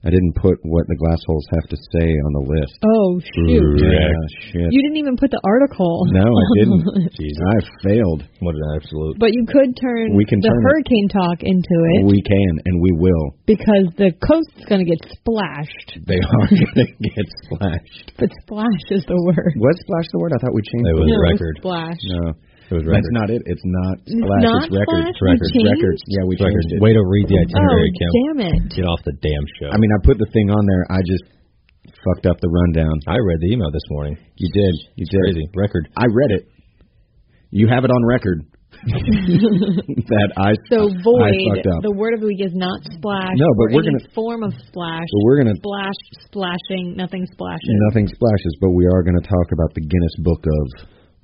[SPEAKER 4] I didn't put what the glass holes have to say on the list.
[SPEAKER 5] Oh shoot!
[SPEAKER 4] Yeah, shit.
[SPEAKER 5] You didn't even put the article.
[SPEAKER 4] no, I didn't.
[SPEAKER 3] Jesus.
[SPEAKER 4] I failed.
[SPEAKER 3] What an absolute.
[SPEAKER 5] But you could turn
[SPEAKER 4] We can
[SPEAKER 5] the
[SPEAKER 4] turn it.
[SPEAKER 5] hurricane talk into it
[SPEAKER 4] We can and we will.
[SPEAKER 5] because the coast's going to get splashed.
[SPEAKER 4] They are going to get splashed.
[SPEAKER 5] But splash is the word.
[SPEAKER 4] Was splash the word? I thought we changed
[SPEAKER 3] It
[SPEAKER 4] the
[SPEAKER 3] was
[SPEAKER 5] no, it was
[SPEAKER 3] record.
[SPEAKER 5] splash.
[SPEAKER 4] No.
[SPEAKER 3] It was
[SPEAKER 4] That's
[SPEAKER 3] record.
[SPEAKER 4] not it. It's not
[SPEAKER 5] N-
[SPEAKER 4] Splash.
[SPEAKER 5] not
[SPEAKER 4] it's
[SPEAKER 5] Splash?
[SPEAKER 4] records. It's
[SPEAKER 5] We
[SPEAKER 4] records.
[SPEAKER 5] changed?
[SPEAKER 4] Records. Yeah, we
[SPEAKER 3] record.
[SPEAKER 4] changed it.
[SPEAKER 3] Way to read the itinerary, Kim.
[SPEAKER 5] Oh damn it!
[SPEAKER 3] Get off the damn show.
[SPEAKER 4] I mean, I put the thing on there. I just fucked up the rundown.
[SPEAKER 3] I read the email this morning.
[SPEAKER 4] You did. You did.
[SPEAKER 3] Crazy record.
[SPEAKER 4] I read it. You have it on record that I.
[SPEAKER 5] So
[SPEAKER 4] I
[SPEAKER 5] void.
[SPEAKER 4] fucked up.
[SPEAKER 5] The word of the week is not splash.
[SPEAKER 4] No, but
[SPEAKER 5] or
[SPEAKER 4] we're
[SPEAKER 5] any
[SPEAKER 4] gonna-
[SPEAKER 5] form of splash.
[SPEAKER 4] But we're gonna
[SPEAKER 5] splash, splashing, nothing splashes.
[SPEAKER 4] nothing splashes, but we are gonna talk about the Guinness Book of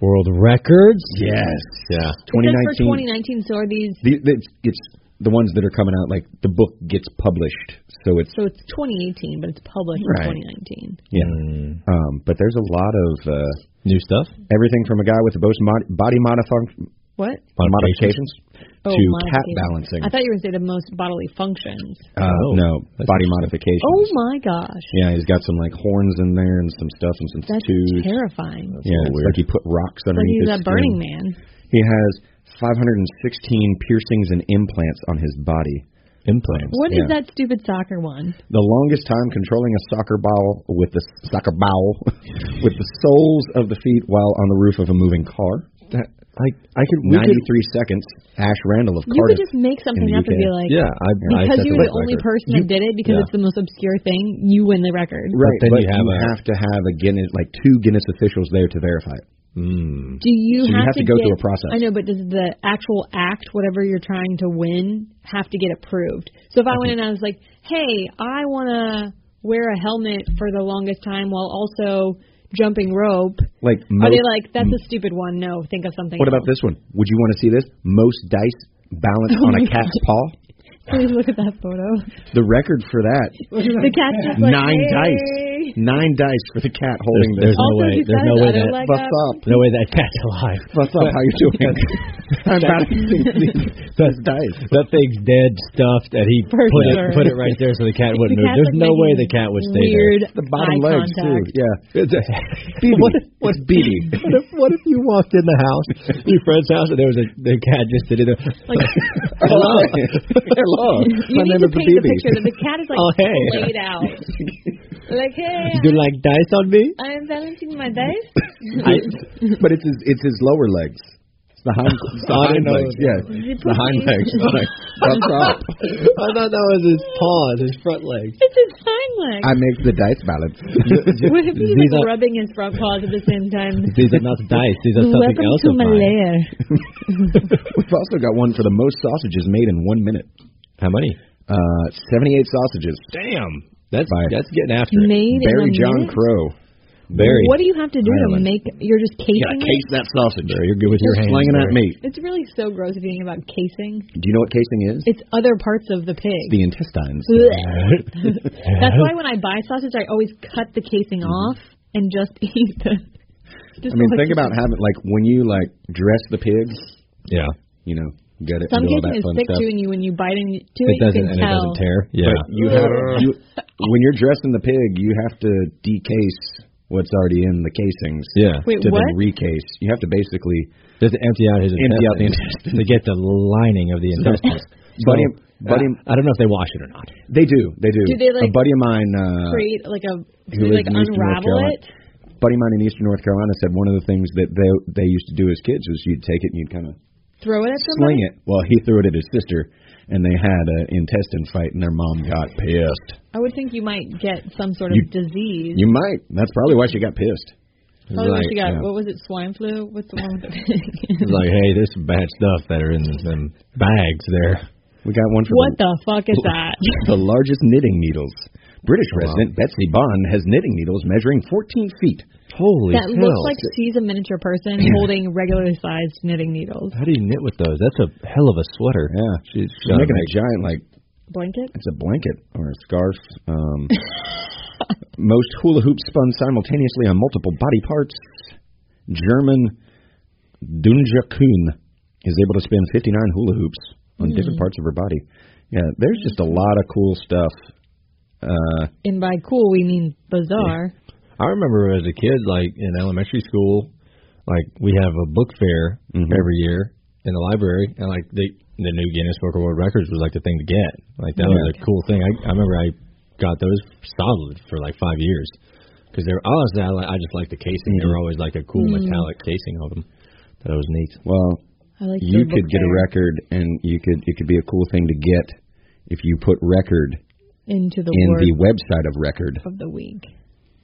[SPEAKER 3] World records.
[SPEAKER 4] Yes,
[SPEAKER 3] Yeah.
[SPEAKER 5] It says
[SPEAKER 4] 2019.
[SPEAKER 5] for 2019, so are these?
[SPEAKER 4] The, it's, it's the ones that are coming out. Like the book gets published, so it's
[SPEAKER 5] So it's 2018, but it's published
[SPEAKER 4] Right.
[SPEAKER 5] in 2019.
[SPEAKER 4] yeah. Um, but there's a lot of uh,
[SPEAKER 3] Mm. New stuff.
[SPEAKER 4] everything from a guy with the most mod- body modif-
[SPEAKER 5] What?
[SPEAKER 4] modifications
[SPEAKER 5] Oh,
[SPEAKER 4] to cat
[SPEAKER 5] modifications.
[SPEAKER 4] balancing.
[SPEAKER 5] I thought you were going to say the most bodily functions.
[SPEAKER 4] Uh,
[SPEAKER 3] Oh.
[SPEAKER 4] no,
[SPEAKER 3] That's
[SPEAKER 4] body
[SPEAKER 3] interesting.
[SPEAKER 4] modifications.
[SPEAKER 5] Oh my gosh,
[SPEAKER 4] Yeah, he's got some like horns in there and some stuff and some
[SPEAKER 5] that's
[SPEAKER 4] tattoos.
[SPEAKER 5] terrifying.
[SPEAKER 4] Yeah, it's like he put rocks
[SPEAKER 5] Like
[SPEAKER 4] underneath
[SPEAKER 5] he's
[SPEAKER 4] his
[SPEAKER 5] a Burning
[SPEAKER 4] skin.
[SPEAKER 5] Man.
[SPEAKER 4] He has 516 piercings and implants on his body.
[SPEAKER 3] Implants.
[SPEAKER 5] What is
[SPEAKER 4] Yeah.
[SPEAKER 5] that stupid soccer one?
[SPEAKER 4] The longest time controlling a soccer ball with the soccer ball with the soles of the feet while on the roof of a moving car.
[SPEAKER 3] That, I I could. we could-
[SPEAKER 4] 93 seconds. Ash Randall of
[SPEAKER 5] You could
[SPEAKER 4] Cardiff.
[SPEAKER 5] just make something
[SPEAKER 4] the
[SPEAKER 5] up and
[SPEAKER 4] UK.
[SPEAKER 5] be like,
[SPEAKER 3] yeah. I, I
[SPEAKER 5] because
[SPEAKER 3] set
[SPEAKER 5] you
[SPEAKER 3] the
[SPEAKER 5] were the
[SPEAKER 3] world
[SPEAKER 5] only
[SPEAKER 3] record.
[SPEAKER 5] person that did it, because
[SPEAKER 3] yeah.
[SPEAKER 5] it's the most obscure thing, you win the record.
[SPEAKER 4] right,
[SPEAKER 3] then
[SPEAKER 4] but
[SPEAKER 3] you have a-
[SPEAKER 4] to have a Guinness, like two Guinness officials there to verify it.
[SPEAKER 3] Mm.
[SPEAKER 5] Do you,
[SPEAKER 4] So you
[SPEAKER 5] have,
[SPEAKER 4] have to go
[SPEAKER 5] get-
[SPEAKER 4] through a process.
[SPEAKER 5] I know, but does the actual act, whatever you're trying to win, have to get approved? So if I went in and I was like, hey, I want to wear a helmet for the longest time while also jumping rope,
[SPEAKER 4] Like,
[SPEAKER 5] are
[SPEAKER 4] most,
[SPEAKER 5] they like, that's a stupid one? No, think of something.
[SPEAKER 4] what about this one? Would you want to see this? Most dice balanced
[SPEAKER 5] Oh
[SPEAKER 4] on a
[SPEAKER 5] my
[SPEAKER 4] cat's paw.
[SPEAKER 5] Please look at that photo.
[SPEAKER 4] The record for that
[SPEAKER 5] the cat's just like,
[SPEAKER 4] Nine
[SPEAKER 5] hey.
[SPEAKER 4] Nine dice for the cat holding
[SPEAKER 3] There's- there's-
[SPEAKER 4] this.
[SPEAKER 3] no
[SPEAKER 5] also,
[SPEAKER 3] way-
[SPEAKER 5] he
[SPEAKER 3] there's
[SPEAKER 5] got
[SPEAKER 3] no
[SPEAKER 5] his
[SPEAKER 3] way
[SPEAKER 5] other
[SPEAKER 3] that-
[SPEAKER 5] leg
[SPEAKER 4] What's
[SPEAKER 5] up.
[SPEAKER 4] up?
[SPEAKER 3] No way that cat's alive.
[SPEAKER 4] What's up? How you doing? I'm about to sink these, these dice.
[SPEAKER 3] That thing's dead stuffed, and he
[SPEAKER 5] For
[SPEAKER 3] put
[SPEAKER 5] sure.
[SPEAKER 3] it put it right there so the cat
[SPEAKER 5] The
[SPEAKER 3] wouldn't move.
[SPEAKER 5] cat's,
[SPEAKER 3] There's
[SPEAKER 5] like,
[SPEAKER 3] no way the
[SPEAKER 5] making
[SPEAKER 3] cat would stay
[SPEAKER 5] weird
[SPEAKER 4] The bottom
[SPEAKER 5] eye
[SPEAKER 4] legs
[SPEAKER 5] contact.
[SPEAKER 4] too. Yeah.
[SPEAKER 3] there. What,
[SPEAKER 4] Beady.
[SPEAKER 3] what,
[SPEAKER 4] What's beady?
[SPEAKER 3] what if what if you walked in the house, your friend's house, and there was a the cat just sitting there?
[SPEAKER 5] Like,
[SPEAKER 4] Hello. Hello.
[SPEAKER 5] you
[SPEAKER 4] My
[SPEAKER 5] need
[SPEAKER 4] name
[SPEAKER 5] to
[SPEAKER 4] is
[SPEAKER 5] paint the
[SPEAKER 4] Beady.
[SPEAKER 5] picture that the cat is like
[SPEAKER 3] Oh, hey.
[SPEAKER 5] laid out. like, hey,
[SPEAKER 3] You like dice on me?
[SPEAKER 5] I'm balancing my dice.
[SPEAKER 4] but it's his it's his lower legs. It's the hind, it's the
[SPEAKER 3] I
[SPEAKER 4] hind
[SPEAKER 3] know.
[SPEAKER 4] legs. Yeah.
[SPEAKER 5] Is it
[SPEAKER 4] The hind
[SPEAKER 5] pussy?
[SPEAKER 4] legs. Like, what's up?
[SPEAKER 3] I thought that was his paws, his front legs.
[SPEAKER 5] It's his hind leg.
[SPEAKER 4] I make the dice balance.
[SPEAKER 5] What if he's
[SPEAKER 3] These are-
[SPEAKER 5] like rubbing his front paws at the same time?
[SPEAKER 3] These are not dice. These are something
[SPEAKER 5] Welcome
[SPEAKER 3] else.
[SPEAKER 5] to
[SPEAKER 3] of
[SPEAKER 5] my
[SPEAKER 3] mine.
[SPEAKER 5] lair.
[SPEAKER 4] We've also got one for the most sausages made in one minute.
[SPEAKER 3] How many?
[SPEAKER 4] Uh, 78 sausages.
[SPEAKER 3] Damn, that's
[SPEAKER 4] Bye.
[SPEAKER 3] that's getting after it.
[SPEAKER 5] Made in a
[SPEAKER 4] Barry John
[SPEAKER 5] minute?
[SPEAKER 4] Crow.
[SPEAKER 3] Barry.
[SPEAKER 5] What do you have to do to
[SPEAKER 4] Ireland.
[SPEAKER 5] make? You're just casing
[SPEAKER 4] You gotta case
[SPEAKER 5] it.
[SPEAKER 4] that sausage.
[SPEAKER 3] Barry, you're good with your hands.
[SPEAKER 4] Slinging that
[SPEAKER 3] Barry.
[SPEAKER 4] meat.
[SPEAKER 5] It's really so gross if you think about casing.
[SPEAKER 4] Do you know what casing is?
[SPEAKER 5] It's other parts of the pig.
[SPEAKER 4] the intestines.
[SPEAKER 5] Blech. That's why when I buy sausage, I always cut the casing off and just eat the. Just
[SPEAKER 4] Mm-hmm. I mean,
[SPEAKER 5] like-
[SPEAKER 4] think about having like when you like dress the pig,
[SPEAKER 3] Yeah,
[SPEAKER 4] you know, get it,
[SPEAKER 5] Some
[SPEAKER 4] and do all
[SPEAKER 5] casing is
[SPEAKER 4] that fun
[SPEAKER 5] thick
[SPEAKER 4] stuff.
[SPEAKER 5] too, and you when you bite into
[SPEAKER 3] it
[SPEAKER 5] it, you
[SPEAKER 3] doesn't and it
[SPEAKER 5] can tell.
[SPEAKER 3] doesn't tear. Yeah,
[SPEAKER 4] But you have you when you're dressing the pig, you have to decase what's already in the casings.
[SPEAKER 3] yeah.
[SPEAKER 5] Wait,
[SPEAKER 4] to
[SPEAKER 5] what?
[SPEAKER 4] then recase, you have to basically.
[SPEAKER 3] Just to empty out his
[SPEAKER 4] Empty out the
[SPEAKER 3] to get the lining of the intestines.
[SPEAKER 4] Buddy,
[SPEAKER 3] So,
[SPEAKER 4] buddy,
[SPEAKER 3] I don't know if they wash it or not.
[SPEAKER 4] they do, they
[SPEAKER 5] Do
[SPEAKER 4] do.
[SPEAKER 5] they, like,
[SPEAKER 4] a buddy of mine, uh,
[SPEAKER 5] Create like a
[SPEAKER 4] who
[SPEAKER 5] you, like
[SPEAKER 4] lived in Eastern North
[SPEAKER 5] unravel
[SPEAKER 4] Carolina.
[SPEAKER 5] it.
[SPEAKER 4] buddy of mine in Eastern North Carolina, said one of the things that they they used to do as kids was you'd take it and you'd kind of
[SPEAKER 5] Throw it at
[SPEAKER 4] sling
[SPEAKER 5] somebody.
[SPEAKER 4] it. Well, he threw it at his sister, and they had an intestine fight, and their mom got pissed.
[SPEAKER 5] I would think you might get some sort
[SPEAKER 4] You-
[SPEAKER 5] of disease.
[SPEAKER 4] You might. That's probably why she got pissed.
[SPEAKER 5] Probably what
[SPEAKER 3] Right,
[SPEAKER 5] she got.
[SPEAKER 4] yeah.
[SPEAKER 5] What was it? Swine flu? What's the one with the
[SPEAKER 3] It's like, hey, there's some bad stuff that are in them bags there.
[SPEAKER 4] We got one for
[SPEAKER 5] What
[SPEAKER 4] the,
[SPEAKER 5] the fuck is that?
[SPEAKER 4] the largest knitting needles. British resident Betsy Bond has knitting needles measuring 14 feet.
[SPEAKER 3] Holy
[SPEAKER 5] That looks like she's a miniature person holding regular sized knitting needles.
[SPEAKER 3] How do you knit with those? That's a hell of a sweater.
[SPEAKER 4] Yeah,
[SPEAKER 3] she's,
[SPEAKER 4] She's making a giant, like,
[SPEAKER 5] Blanket?
[SPEAKER 4] it's a blanket or a scarf. Um, most hula hoops spun simultaneously on multiple body parts. German Dunja Kuhn is able to spin 59 hula hoops on different parts of her body. Yeah, there's just a lot of cool stuff. Uh,
[SPEAKER 5] And by cool, we mean bizarre.
[SPEAKER 3] I remember as a kid, like in elementary school, like we have a book fair
[SPEAKER 4] Mhm.
[SPEAKER 3] every year in the library, and like the the new Guinness Book of World Records was like the thing to get. Like that was a cool thing. I, I remember I got those solid for like five years because they're honestly I, like, I just like the casing. They were always like a cool metallic casing of them. Mm-hmm. That was neat.
[SPEAKER 4] well,
[SPEAKER 5] I like
[SPEAKER 4] you
[SPEAKER 5] the book
[SPEAKER 4] could get a
[SPEAKER 5] fair
[SPEAKER 4] record, and you could it could be a cool thing to get if you put record
[SPEAKER 5] into the
[SPEAKER 4] in
[SPEAKER 5] word
[SPEAKER 4] the website of record,
[SPEAKER 5] of the week.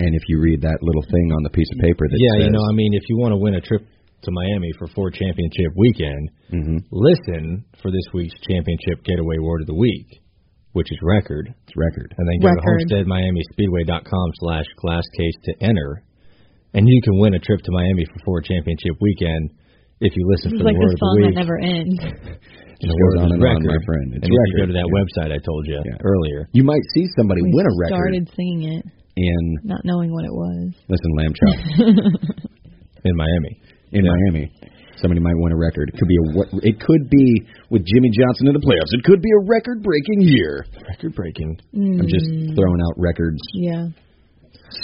[SPEAKER 4] and if you read that little thing on the piece of paper that
[SPEAKER 3] yeah,
[SPEAKER 4] says,
[SPEAKER 3] you know, I mean, if you want to win a trip to Miami for four championship weekend,
[SPEAKER 4] Mhm.
[SPEAKER 3] listen for this week's championship getaway word of the week, which is record.
[SPEAKER 4] it's record.
[SPEAKER 3] and then go
[SPEAKER 5] Record.
[SPEAKER 3] to homesteadmiamispeedway.com slash glass case to enter, and you can win a trip to Miami for Ford Championship weekend if you listen
[SPEAKER 5] This
[SPEAKER 3] for
[SPEAKER 5] is like
[SPEAKER 3] the
[SPEAKER 5] the
[SPEAKER 3] word of
[SPEAKER 5] song
[SPEAKER 3] the
[SPEAKER 5] that
[SPEAKER 3] week.
[SPEAKER 5] never ends.
[SPEAKER 4] It
[SPEAKER 3] the
[SPEAKER 4] goes
[SPEAKER 3] word
[SPEAKER 4] on
[SPEAKER 3] is
[SPEAKER 4] and on,
[SPEAKER 3] record.
[SPEAKER 4] my friend.
[SPEAKER 3] and
[SPEAKER 4] It's
[SPEAKER 3] if you go
[SPEAKER 4] record,
[SPEAKER 3] to that
[SPEAKER 4] yeah.
[SPEAKER 3] website I told you
[SPEAKER 4] Yeah.
[SPEAKER 3] earlier.
[SPEAKER 4] You might see somebody
[SPEAKER 5] We
[SPEAKER 4] win a record
[SPEAKER 5] started singing it,
[SPEAKER 4] in
[SPEAKER 5] not knowing what it was.
[SPEAKER 4] listen lamb chop
[SPEAKER 3] In Miami.
[SPEAKER 4] in Miami. Somebody might win a record. It could be a what? It could be with Jimmy Johnson in the playoffs. It could be a record-breaking year.
[SPEAKER 3] Record breaking.
[SPEAKER 4] I'm just throwing out records,
[SPEAKER 5] Yeah.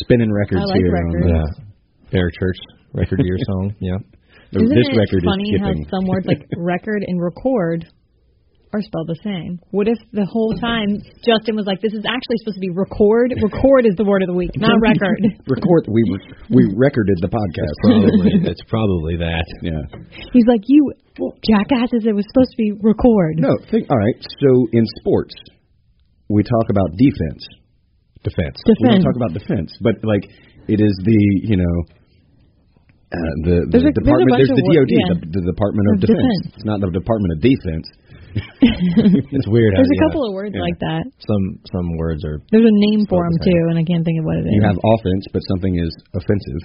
[SPEAKER 4] spinning records
[SPEAKER 5] Mm. I like
[SPEAKER 4] here. on
[SPEAKER 5] records.
[SPEAKER 4] the-
[SPEAKER 3] Yeah. Bear Church record year song. Yeah.
[SPEAKER 4] the-
[SPEAKER 5] Isn't
[SPEAKER 4] this
[SPEAKER 5] it
[SPEAKER 4] record
[SPEAKER 5] funny
[SPEAKER 4] is
[SPEAKER 5] how
[SPEAKER 4] skipping.
[SPEAKER 5] some words like record and record are spelled the same? What if the whole time Justin was like, "This is actually supposed to be record. Record is the word of the week, not record."
[SPEAKER 4] record we we recorded the podcast.
[SPEAKER 3] Probably that's probably that.
[SPEAKER 4] yeah.
[SPEAKER 5] He's like, "You jackasses! It was supposed to be record."
[SPEAKER 4] No. Think, all right. So in sports, we talk about defense.
[SPEAKER 3] Defense.
[SPEAKER 4] We don't
[SPEAKER 5] Defense.
[SPEAKER 4] talk about defense, but like it is the you know. Uh, the the
[SPEAKER 5] There's a- there's a
[SPEAKER 4] department
[SPEAKER 5] bunch
[SPEAKER 4] there's,
[SPEAKER 5] of
[SPEAKER 4] the
[SPEAKER 5] wor-
[SPEAKER 4] DOD
[SPEAKER 5] yeah.
[SPEAKER 4] the, the Department of
[SPEAKER 5] Of
[SPEAKER 4] Defense.
[SPEAKER 5] defense.
[SPEAKER 4] It's not the Department of Defense.
[SPEAKER 3] It's weird how
[SPEAKER 5] There's a
[SPEAKER 3] yeah,
[SPEAKER 5] couple of words
[SPEAKER 4] Yeah.
[SPEAKER 5] like that.
[SPEAKER 3] some some words are
[SPEAKER 5] There's a name for them
[SPEAKER 3] the same.
[SPEAKER 5] too, and I can't think of what it is.
[SPEAKER 4] You have offense, but something is offensive.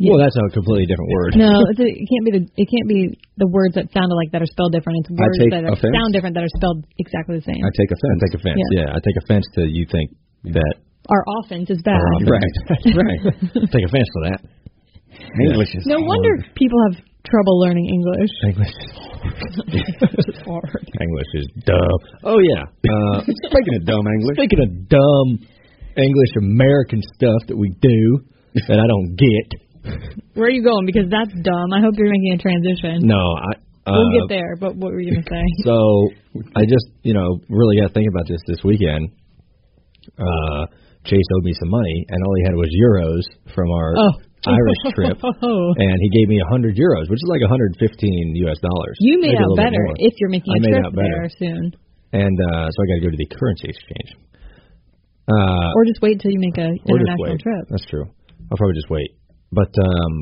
[SPEAKER 5] Yeah.
[SPEAKER 3] Well, that's a completely different word.
[SPEAKER 5] no, it's a, it can't be the it can't be the words that sounded like that are spelled different. It's words
[SPEAKER 4] take
[SPEAKER 5] that are,
[SPEAKER 4] offense.
[SPEAKER 5] sound different that are spelled exactly the same.
[SPEAKER 4] I take offense.
[SPEAKER 3] I take offense.
[SPEAKER 5] Yeah.
[SPEAKER 3] Yeah. I take offense to you think that
[SPEAKER 5] our offense is bad.
[SPEAKER 3] Ah. Right. right. Take offense to that.
[SPEAKER 4] English is
[SPEAKER 5] No wonder people have trouble learning English.
[SPEAKER 3] English.
[SPEAKER 5] It's hard.
[SPEAKER 3] English is dumb. Oh yeah. Uh,
[SPEAKER 4] Speaking of dumb English,
[SPEAKER 3] speaking of dumb English American stuff that we do that I don't get.
[SPEAKER 5] Where are you going? Because that's dumb. I hope you're making a transition.
[SPEAKER 3] No, I. Uh,
[SPEAKER 5] We'll get there, but what were you gonna say?
[SPEAKER 3] So I just, you know, really got to think about this this weekend. Uh, Chase owed me some money, and all he had was euros from our
[SPEAKER 5] Oh.
[SPEAKER 3] Irish trip, and he gave me a hundred euros, which is like 115 U.S. dollars.
[SPEAKER 5] You made
[SPEAKER 3] Maybe a
[SPEAKER 5] out
[SPEAKER 3] little bit
[SPEAKER 5] better
[SPEAKER 3] more.
[SPEAKER 5] if you're making
[SPEAKER 3] I
[SPEAKER 5] a
[SPEAKER 3] made
[SPEAKER 5] trip
[SPEAKER 3] out better.
[SPEAKER 5] there soon,
[SPEAKER 3] and uh, so I got to go to the currency exchange. Uh,
[SPEAKER 5] or just wait till you make a
[SPEAKER 3] or just
[SPEAKER 5] international
[SPEAKER 3] wait.
[SPEAKER 5] trip.
[SPEAKER 3] That's true. I'll probably just wait. But um,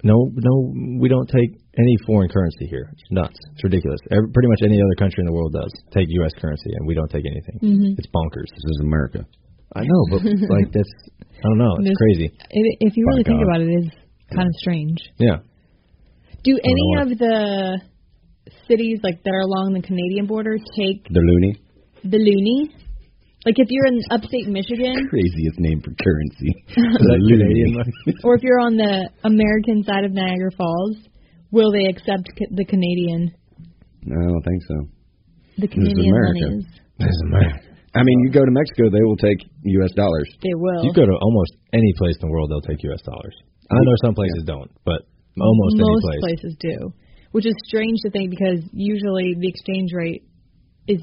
[SPEAKER 3] no, no, we don't take any foreign currency here. It's nuts. It's ridiculous. Every, pretty much any other country in the world does take U.S. currency, and we don't take anything.
[SPEAKER 5] Mm-hmm.
[SPEAKER 3] It's bonkers.
[SPEAKER 4] this is America.
[SPEAKER 3] I know, but like that's I don't know. It's
[SPEAKER 5] This-
[SPEAKER 3] crazy.
[SPEAKER 5] It, if you really
[SPEAKER 3] By
[SPEAKER 5] think
[SPEAKER 3] God.
[SPEAKER 5] about it, it is kind of strange.
[SPEAKER 3] Yeah.
[SPEAKER 5] Do any
[SPEAKER 3] know.
[SPEAKER 5] of the cities like that are along the Canadian border take
[SPEAKER 4] The loony.
[SPEAKER 5] the loony? Like if you're in upstate Michigan,
[SPEAKER 4] Craziest name for currency.
[SPEAKER 3] that
[SPEAKER 4] the
[SPEAKER 3] Canadian
[SPEAKER 4] loony.
[SPEAKER 3] money?
[SPEAKER 5] or if you're on the American side of Niagara Falls, will they accept ca- the Canadian
[SPEAKER 4] No, I don't think so.
[SPEAKER 5] the Canadian
[SPEAKER 4] America.
[SPEAKER 5] monies?
[SPEAKER 4] I mean, you go to Mexico, they will take U.S. dollars.
[SPEAKER 5] They will.
[SPEAKER 3] You go to almost any place in the world, they'll take U.S. dollars. I know some places don't, but almost any
[SPEAKER 5] Most
[SPEAKER 3] place.
[SPEAKER 5] places do, which is strange to think because usually the exchange rate is